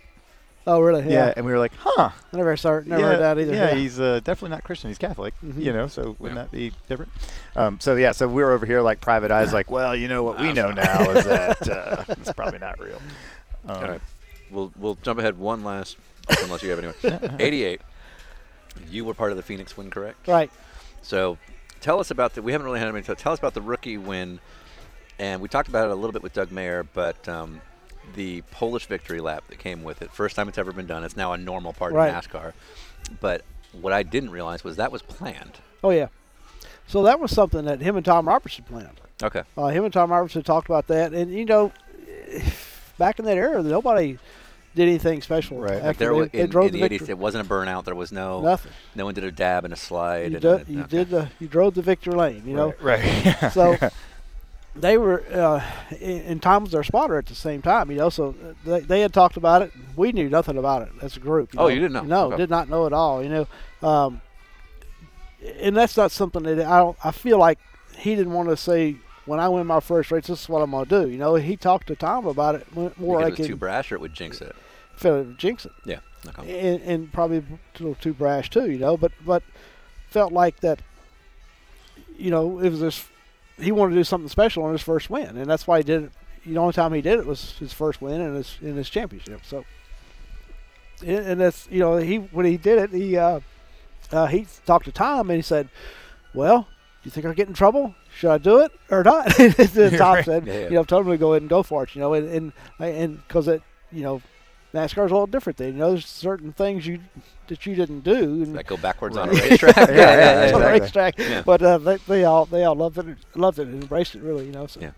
S9: Oh, really?
S4: Yeah.
S9: Yeah.
S4: And we were like, huh.
S9: I never saw, never
S4: yeah,
S9: heard that either.
S4: Yeah, he's uh, definitely not Christian. He's Catholic,
S9: Mhm.
S4: you know, so wouldn't
S6: Yeah.
S4: that be different? Um, so, yeah, so we were over here like private eyes, like, well, you know, what we know now is that uh, it's probably not real. Um,
S6: All right. We'll we'll jump ahead one last, unless you have anyone. 88. You were part of the Phoenix win, correct?
S9: Right.
S6: So, tell us about the. We haven't really had many. So tell us about the rookie win, and we talked about it a little bit with Doug Mayer, but um, the Polish victory lap that came with it. First time it's ever been done. It's now a normal part
S9: Right.
S6: of NASCAR. But what I didn't realize was that was planned.
S9: Oh, yeah. So that was something that him and Tom Robertson planned.
S6: Okay.
S9: Uh, him and Tom Robertson talked about that, and you know, back in that era, nobody did anything special.
S4: Right.
S9: After
S6: There
S9: they,
S6: wa-
S9: they
S6: in,
S9: drove
S6: in the,
S9: the
S6: 80s,
S9: victory.
S6: it wasn't a burnout. There was no
S9: Nothing.
S6: no one did a dab and a slide.
S9: You,
S6: and
S9: do-
S6: and-
S9: you
S6: okay.
S9: did the you drove the victory lane. You know.
S4: Right.
S9: So they were, uh, a- and Tom was their spotter at the same time, you know. So uh, they, they had talked about it. We knew nothing about it as a group.
S6: Oh, you didn't know?
S9: No,
S6: Okay.
S9: did not know at all. You know, um, and that's not something that I don't. I feel like he didn't want to say when I win my first race, this is what I'm going to do. You know, he talked to Tom about it mo- more
S6: Because
S9: like
S6: it was too
S9: in
S6: brash or it would jinx it.
S9: Philip Jinx it
S6: Yeah. Okay.
S9: and, and probably a little too brash too, you know. But but felt like that, you know, it was this. He wanted to do something special on his first win, and that's why he did it. The only time he did it was his first win in his in his championship. So, and, and that's you know he when he did it, he uh, uh, he talked to Tom and he said, "Well, do you think I'll get in trouble? Should I do it or not?" And Tom said,
S6: Yeah, yeah.
S9: "You know, told him to go ahead and go for it. You know, and and and because it, you know, NASCAR's a little different than you know. There's certain things you that you didn't do. and-
S6: That go backwards on a racetrack. yeah, yeah,
S9: on the
S4: exactly.
S9: racetrack.
S6: Yeah.
S9: But uh, they, they all they all loved it, loved it, and embraced it really. You know, so
S6: Yeah.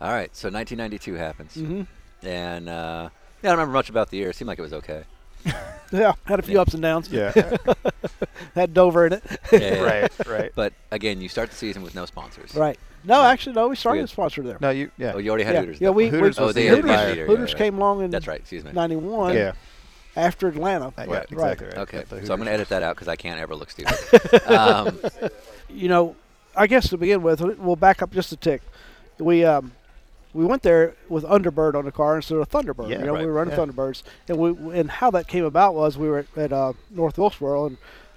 S6: All right. So 1992 happens,
S9: Mhm.
S6: and uh, yeah, I don't remember much about the year. It seemed like it was okay.
S9: yeah, had a few ups and downs.
S4: yeah.
S9: had Dover in it.
S6: Yeah, yeah, yeah.
S4: right. Right.
S6: But again, you start the season with no sponsors.
S9: right. No, actually, no. We started
S6: Good.
S9: a sponsor there.
S4: No, you. Yeah.
S6: Oh, you already had
S9: yeah,
S6: Hooters.
S9: yeah.
S6: then.
S9: We
S4: Hooters
S9: we,
S4: was the
S9: Hooters,
S4: empire.
S6: Yeah, yeah,
S9: Hooters
S6: yeah.
S9: came along in
S6: That's right. Excuse me.
S9: '91.
S4: yeah.
S9: After Atlanta.
S4: Yeah,
S6: Right.
S4: Exactly. Right.
S6: Okay.
S4: The
S6: So I'm
S4: Hooters.
S6: going to edit that out because I can't ever look stupid. um,
S9: you know, I guess to begin with, we'll back up just a tick. We um, we went there with Underbird on the car instead of Thunderbird.
S4: Yeah,
S9: you know,
S4: right,
S9: we were running
S4: yeah.
S9: Thunderbirds, and we and how that came about was we were at uh, North Wilkesboro and.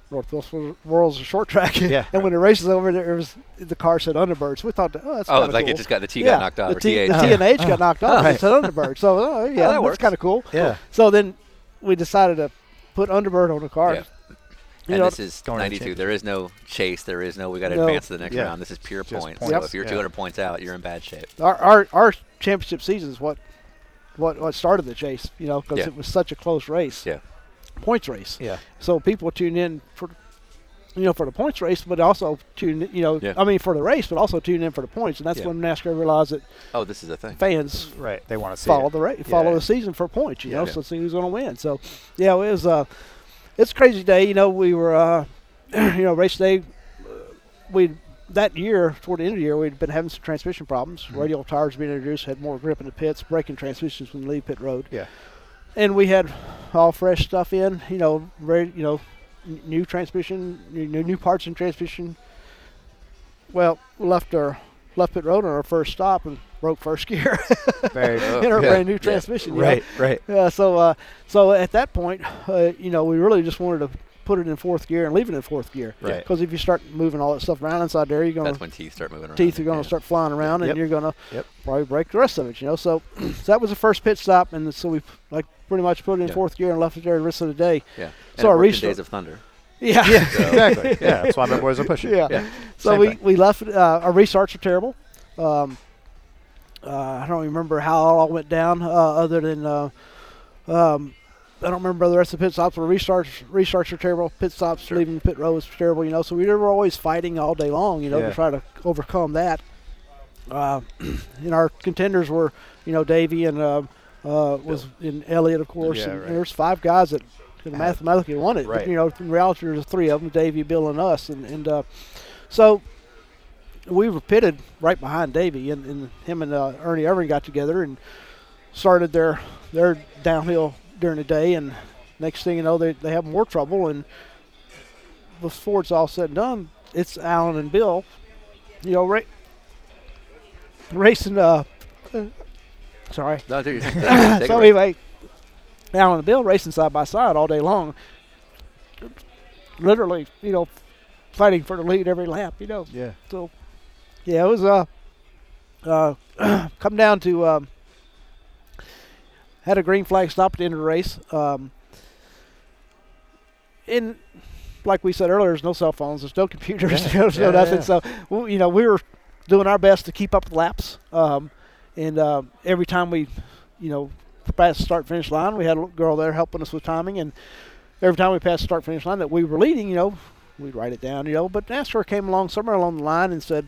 S9: North Wilkesboro's a short track,
S4: Yeah.
S9: and when the race was over, there was the car said Underbird. So we thought, oh, that's
S6: oh,
S9: kinda
S6: like
S9: cool.
S6: it just got the T
S9: yeah,
S6: got knocked off.
S9: The
S6: or
S9: T,
S6: TH.
S9: the T and H got knocked off. It said Underbird. So oh, yeah,
S6: that works.
S9: that's kind of cool.
S4: Yeah.
S9: So then we decided to put Underbird on the car.
S6: Yeah.
S9: You
S6: and
S9: know,
S6: this is
S4: Going to the
S6: 92. There is no chase. There is no, we got to
S9: No.
S6: advance to the next
S4: Yeah.
S6: round. This is pure
S4: Just
S6: points. So
S4: points,
S6: if you're
S4: yeah.
S6: 200 points out, you're in bad shape.
S9: our our, our championship season is what what what started the chase, you know, because
S6: Yeah.
S9: it was such a close race,
S6: Yeah.
S9: points race.
S4: Yeah.
S9: So people tune in for you know for the points race, but also tune you know
S6: Yeah.
S9: I mean for the race, but also tune in for the points, and that's
S6: Yeah.
S9: when NASCAR realized that
S6: Oh, this is a thing.
S9: fans
S4: Right. They want to see.
S9: follow
S4: it.
S9: the race, follow
S4: Yeah.
S9: the season for points, you know,
S6: Yeah.
S9: so see who's going to win. So yeah, it was uh, it's a crazy day, you know. We were uh, you know race day, uh, we that year toward the end of the year we'd been having some transmission problems. Radial tires being introduced had more grip in the pits, braking transmissions when you leave pit road
S4: Yeah.
S9: and we had all fresh stuff in, you know, ready, you know, n- new transmission, new, new- new parts in transmission. Well, we left our left pit road on our first stop and broke first gear
S4: Very.
S9: in our
S6: yeah,
S9: brand new
S6: yeah.
S9: transmission. you know.
S4: right. Right.
S9: Yeah. So, uh, so at that point, uh, you know, we really just wanted to put it in fourth gear and leave it in fourth gear.
S4: Right.
S9: Because if you start moving all that stuff around inside there, you're gonna
S6: That's when teeth start moving around.
S9: teeth are going
S6: Yeah.
S9: to start flying around, and
S4: Yep.
S9: you're going to
S4: Yep.
S9: probably break the rest of it. You know, so, so that was the first pit stop, and so we like pretty much put it in
S6: Yeah.
S9: fourth gear and left it there the rest of the day.
S6: Yeah. And it
S9: So our
S6: worked in
S9: restart-
S6: Days of Thunder.
S9: Yeah, yeah.
S4: exactly. Yeah. That's why my boys are pushing.
S9: So
S4: Same
S9: we
S4: thing.
S9: we left. it- Uh, our restarts are terrible. Um, uh, I don't remember how it all went down, uh, other than uh, um, I don't remember the rest of the pit stops. But restarts restarts are terrible. Pit stops
S6: Sure.
S9: leaving pit row is terrible. You know, so we were always fighting all day long. You know,
S4: Yeah.
S9: to try to overcome that. Uh, and our contenders were, you know, Davey and uh, uh, was in Elliott, of course.
S4: Yeah,
S9: and
S4: right.
S9: there's five guys that could have mathematically won it.
S4: Right.
S9: But, you know, in reality, there's three of them: Davey, Bill, and us. And, and uh, so we were pitted right behind Davey, and, and him and uh, Ernie Irving got together and started their their downhill during the day. And next thing you know, they they have more trouble. And before it's all said and done, it's Alan and Bill, you know, ra- racing. Uh, uh, sorry.
S6: No, take, your- take, your- take
S9: so
S6: it away.
S9: anyway, Alan and Bill racing side by side all day long. Literally, you know, fighting for the lead every lap. You know.
S4: Yeah.
S9: So, yeah, it was uh, uh, come down to um, had a green flag stop at the end of the race. Um, and like we said earlier, there's no cell phones, there's no computers, there's no
S4: Yeah,
S9: nothing.
S4: yeah.
S9: So, w- you know, we were doing our best to keep up with laps. Um, and uh, every time we, you know, passed start finish line, we had a little girl there helping us with timing. And every time we passed start finish line that we were leading, you know, we'd write it down, you know. But NASCAR came along somewhere along the line and said,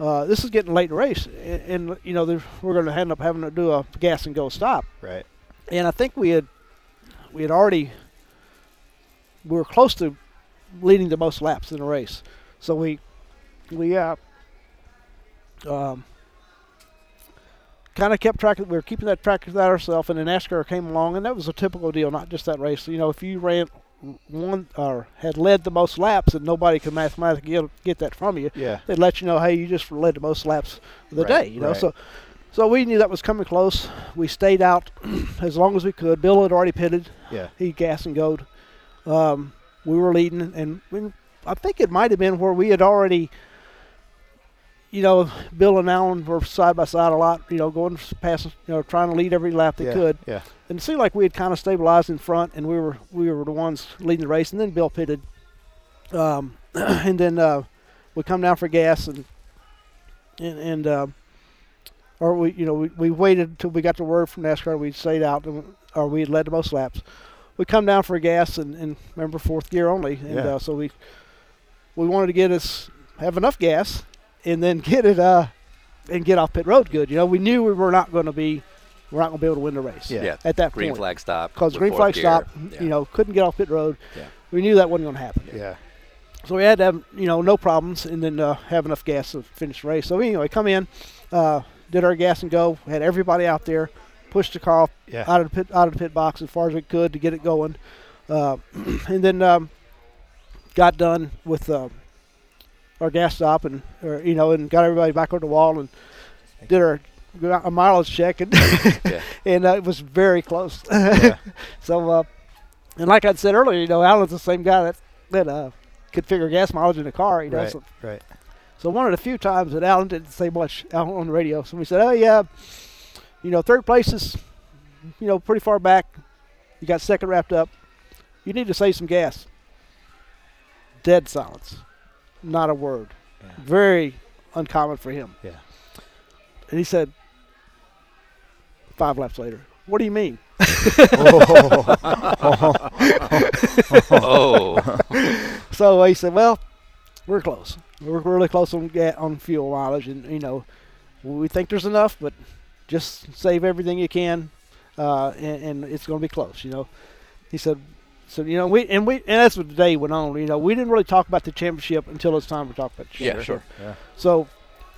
S9: uh, this is getting late in the race, and, and you know there's- we're going to end up having to do a gas and go stop.
S4: Right.
S9: And I think we had we had already we were close to leading the most laps in the race, so we we uh, um, kind of kept track. Of, we were keeping that track of that ourselves, and then NASCAR came along, and that was a typical deal, not just that race. You know, if you ran one or had led the most laps, and nobody could mathematically get, get that from you,
S4: Yeah.
S9: they let you know, hey, you just led the most laps of the
S4: Right,
S9: day. You know,
S4: right.
S9: so so we knew that was coming close. We stayed out as long as we could. Bill had already pitted.
S4: Yeah.
S9: He gas and goed. Um, we were leading, and we, I think it might have been where we had already, you know, Bill and Allen were side by side a lot. You know, going past, you know, trying to lead every lap they
S4: yeah.
S9: could.
S4: Yeah.
S9: And it seemed like we had kind of stabilized in front, and we were we were the ones leading the race. And then Bill pitted, um, and then uh, we come down for gas, and and, and uh, or we you know we, we waited until we got the word from NASCAR. We stayed out, and, or we had led the most laps. We come down for gas, and, and remember fourth gear only, and
S4: Yeah.
S9: uh, so we we wanted to get us have enough gas, and then get it uh and get off pit road good. You know, we knew we were not going to be we're not going to be able to win the race
S4: Yeah.
S6: Yeah.
S9: at that
S6: green
S9: point.
S6: flag stop.
S9: Because
S6: with
S9: green
S6: fourth
S9: flag
S6: gear.
S9: stop,
S6: Yeah.
S9: you know, couldn't get off pit road.
S4: Yeah.
S9: We knew that wasn't going to happen.
S4: Yeah.
S9: So we had to have, you know, no problems and then uh, have enough gas to finish the race. So anyway, come in, uh, did our gas and go, had everybody out there, pushed the car
S4: Yeah.
S9: out of the pit, out of the pit box as far as we could to get it going. Uh, and then um, got done with uh, our gas stop and, or, you know, and got everybody back on the wall and did our a mileage check and
S6: Yeah.
S9: and uh, it was very close. so, uh, and like I said earlier, you know, Alan's the same guy that that uh, could figure gas mileage in a car. You know,
S4: Right.
S9: so,
S4: Right.
S9: so one of the few times that Alan didn't say much out on the radio. Somebody said, "Oh yeah, you know, third place is, you know, pretty far back. You got second wrapped up. You need to save some gas." Dead silence, not a word.
S4: Yeah.
S9: Very uncommon for him.
S4: Yeah.
S9: And he said, five laps later, "What do you mean?"
S6: oh,
S9: So he said, "Well, we're close. We're really close on ga- on fuel mileage, and you know, we think there's enough, but just save everything you can, uh, and, and it's going to be close." You know, he said. So you know, we and we and that's what the day went on. You know, we didn't really talk about the championship until it's time to talk about the championship.
S6: yeah, sure.
S9: So,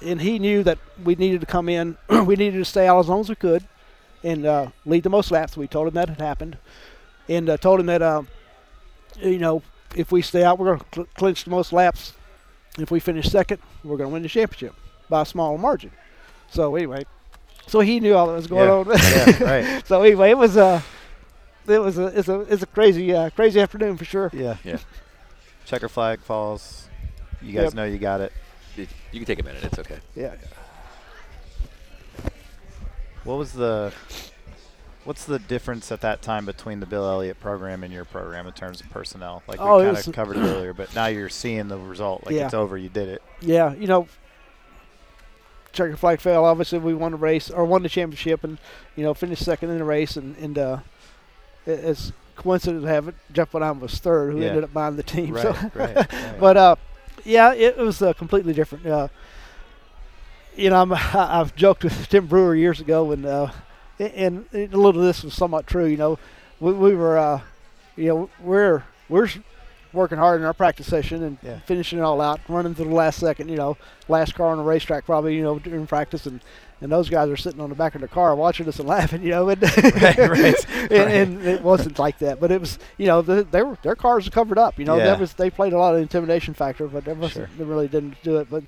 S9: and he knew that we needed to come in. we needed to stay out as long as we could, and uh, lead the most laps. We told him that had happened, and uh, told him that, uh, you know, if we stay out, we're going to cl- clinch the most laps. If we finish second, we're going to win the championship by a small margin. So anyway, so he knew all that was going
S4: Yeah.
S9: on.
S4: yeah. Right.
S9: so anyway, it was a, it was a, it's a, it's a crazy, uh, crazy afternoon for sure.
S4: Yeah.
S6: Yeah.
S4: Checker flag falls. You guys
S9: Yep.
S4: know you got it.
S6: You you can take a minute. It's okay.
S9: Yeah.
S4: What was the what's the difference at that time between the Bill Elliott program and your program in terms of personnel? Like
S9: Oh,
S4: we
S9: it
S4: kind
S9: was-
S4: of covered it earlier, but now you're seeing the result. Like
S9: Yeah.
S4: it's over, you did it.
S9: yeah, you know, checker flag fail. Obviously, we won the race or won the championship, and you know, finished second in the race. And and uh, it- it's coincidence to have it. Jeff Bonham was third, who
S4: Yeah.
S9: ended up buying the team.
S4: Right,
S9: So,
S4: right, right.
S9: but uh, yeah, it was uh, completely different. Uh, you know, I'm, I, I've joked with Tim Brewer years ago, and uh, and a little of this was somewhat true. You know, we, we were, uh, you know, we're we're working hard in our practice session and
S4: Yeah.
S9: finishing it all out, running to the last second. You know, last car on the racetrack probably. You know, during practice, and and those guys are sitting on the back of their car watching us and laughing. You know, and
S4: right, right.
S9: and, and it wasn't like that, but it was you know the, they were their cars were covered up. You know
S4: Yeah.
S9: that was they played a lot of intimidation factor, but that wasn't
S4: Sure.
S9: they really didn't do it. But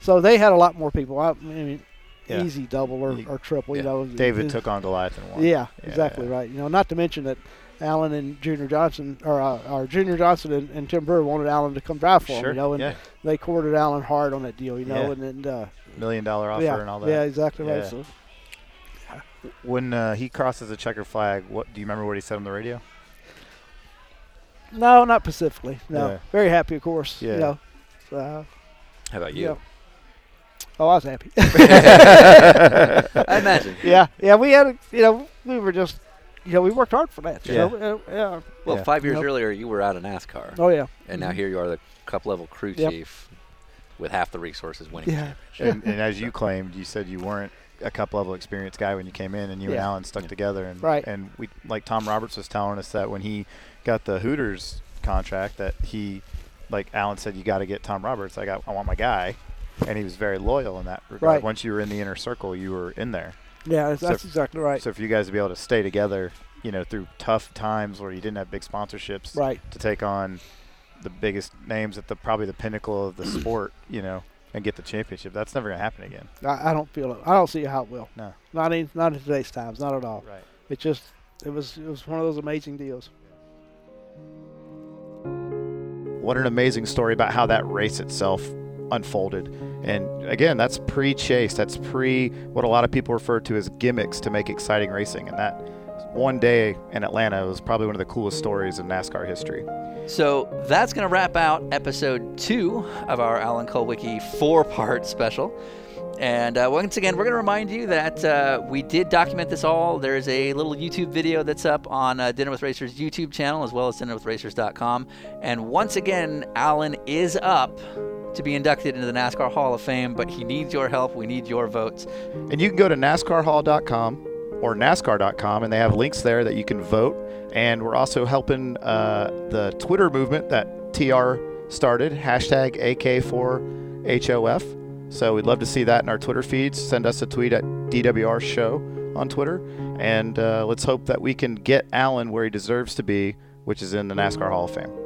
S9: so they had a lot more people. I mean,
S4: Yeah.
S9: easy double or,
S4: You-
S9: or triple.
S6: yeah.
S9: You know,
S4: David
S9: It-
S4: took on Goliath and won.
S9: Yeah,
S4: Yeah.
S9: exactly right. You know, not to mention that Allen and Junior Johnson or uh, or Junior Johnson and, and Tim Brewer wanted Allen to come drive for
S4: Sure.
S9: them. You know, and
S4: yeah.
S9: they courted Allen hard on that deal. You know,
S4: Yeah.
S9: and then uh,
S4: Million dollar offer
S9: yeah,
S4: and all that.
S9: yeah, exactly right.
S4: Yeah.
S9: So
S4: When uh, he crosses a checker flag, what do you remember what he said on the radio?
S9: no, not specifically. No,
S4: Yeah.
S9: very happy, of course.
S4: Yeah.
S9: You know. Uh,
S6: How about
S9: Yeah.
S6: you?
S9: Oh, I was happy.
S6: I imagine.
S9: yeah, yeah. We had, a, you know, we were just, you know, we worked hard for that. You
S4: Yeah.
S9: Know? Uh, yeah.
S6: Well,
S4: Yeah.
S6: five years
S9: Nope.
S6: earlier, you were out of NASCAR,
S9: Oh yeah.
S6: and now here you are, the cup level crew
S9: Yep.
S6: chief.
S3: with half the resources winning the
S9: Yeah.
S3: championship.
S4: and, and as you claimed, you said you weren't a cup level experience guy when you came in, and you and
S9: Yeah.
S4: Allen stuck together. And
S9: Right.
S4: and we like Tom Roberts was telling us that when he got the Hooters contract, that he like Allen said, you got to get Tom Roberts. I got I want my guy, and he was very loyal in that regard.
S9: Right.
S4: Once you were in the inner circle, you were in there.
S9: Yeah, that's,
S4: So-
S9: that's exactly right.
S4: So for you guys to be able to stay together, you know, through tough times where you didn't have big sponsorships,
S9: Right.
S4: to take on the biggest names at the probably the pinnacle of the sport, you know, and get the championship. That's never gonna happen again.
S9: I, I don't feel it. I don't see how it will.
S4: No.
S9: Not in not in today's times. Not at all.
S4: Right.
S9: It just it was it was one of those amazing deals.
S4: What an amazing story about how that race itself unfolded. And again, that's pre chase. That's pre what a lot of people refer to as gimmicks to make exciting racing. And that one day in Atlanta was probably one of the coolest stories in NASCAR history.
S3: So that's going to wrap out episode two of our Alan Colwicky four part special. And uh, once again, we're going to remind you that uh, we did document this all. There's a little YouTube video that's up on uh, Dinner with Racers YouTube channel as well as dinnerwithracers.com. And once again, Alan is up to be inducted into the NASCAR Hall of Fame, but he needs your help. We need your votes.
S4: And you can go to NASCARHall.com or NASCAR.com, and they have links there that you can vote. And we're also helping uh, the Twitter movement that TR started, hashtag AK4HOF. So we'd love to see that in our Twitter feeds. Send us a tweet at DWR Show on Twitter. And uh, let's hope that we can get Allen where he deserves to be, which is in the NASCAR Hall of Fame.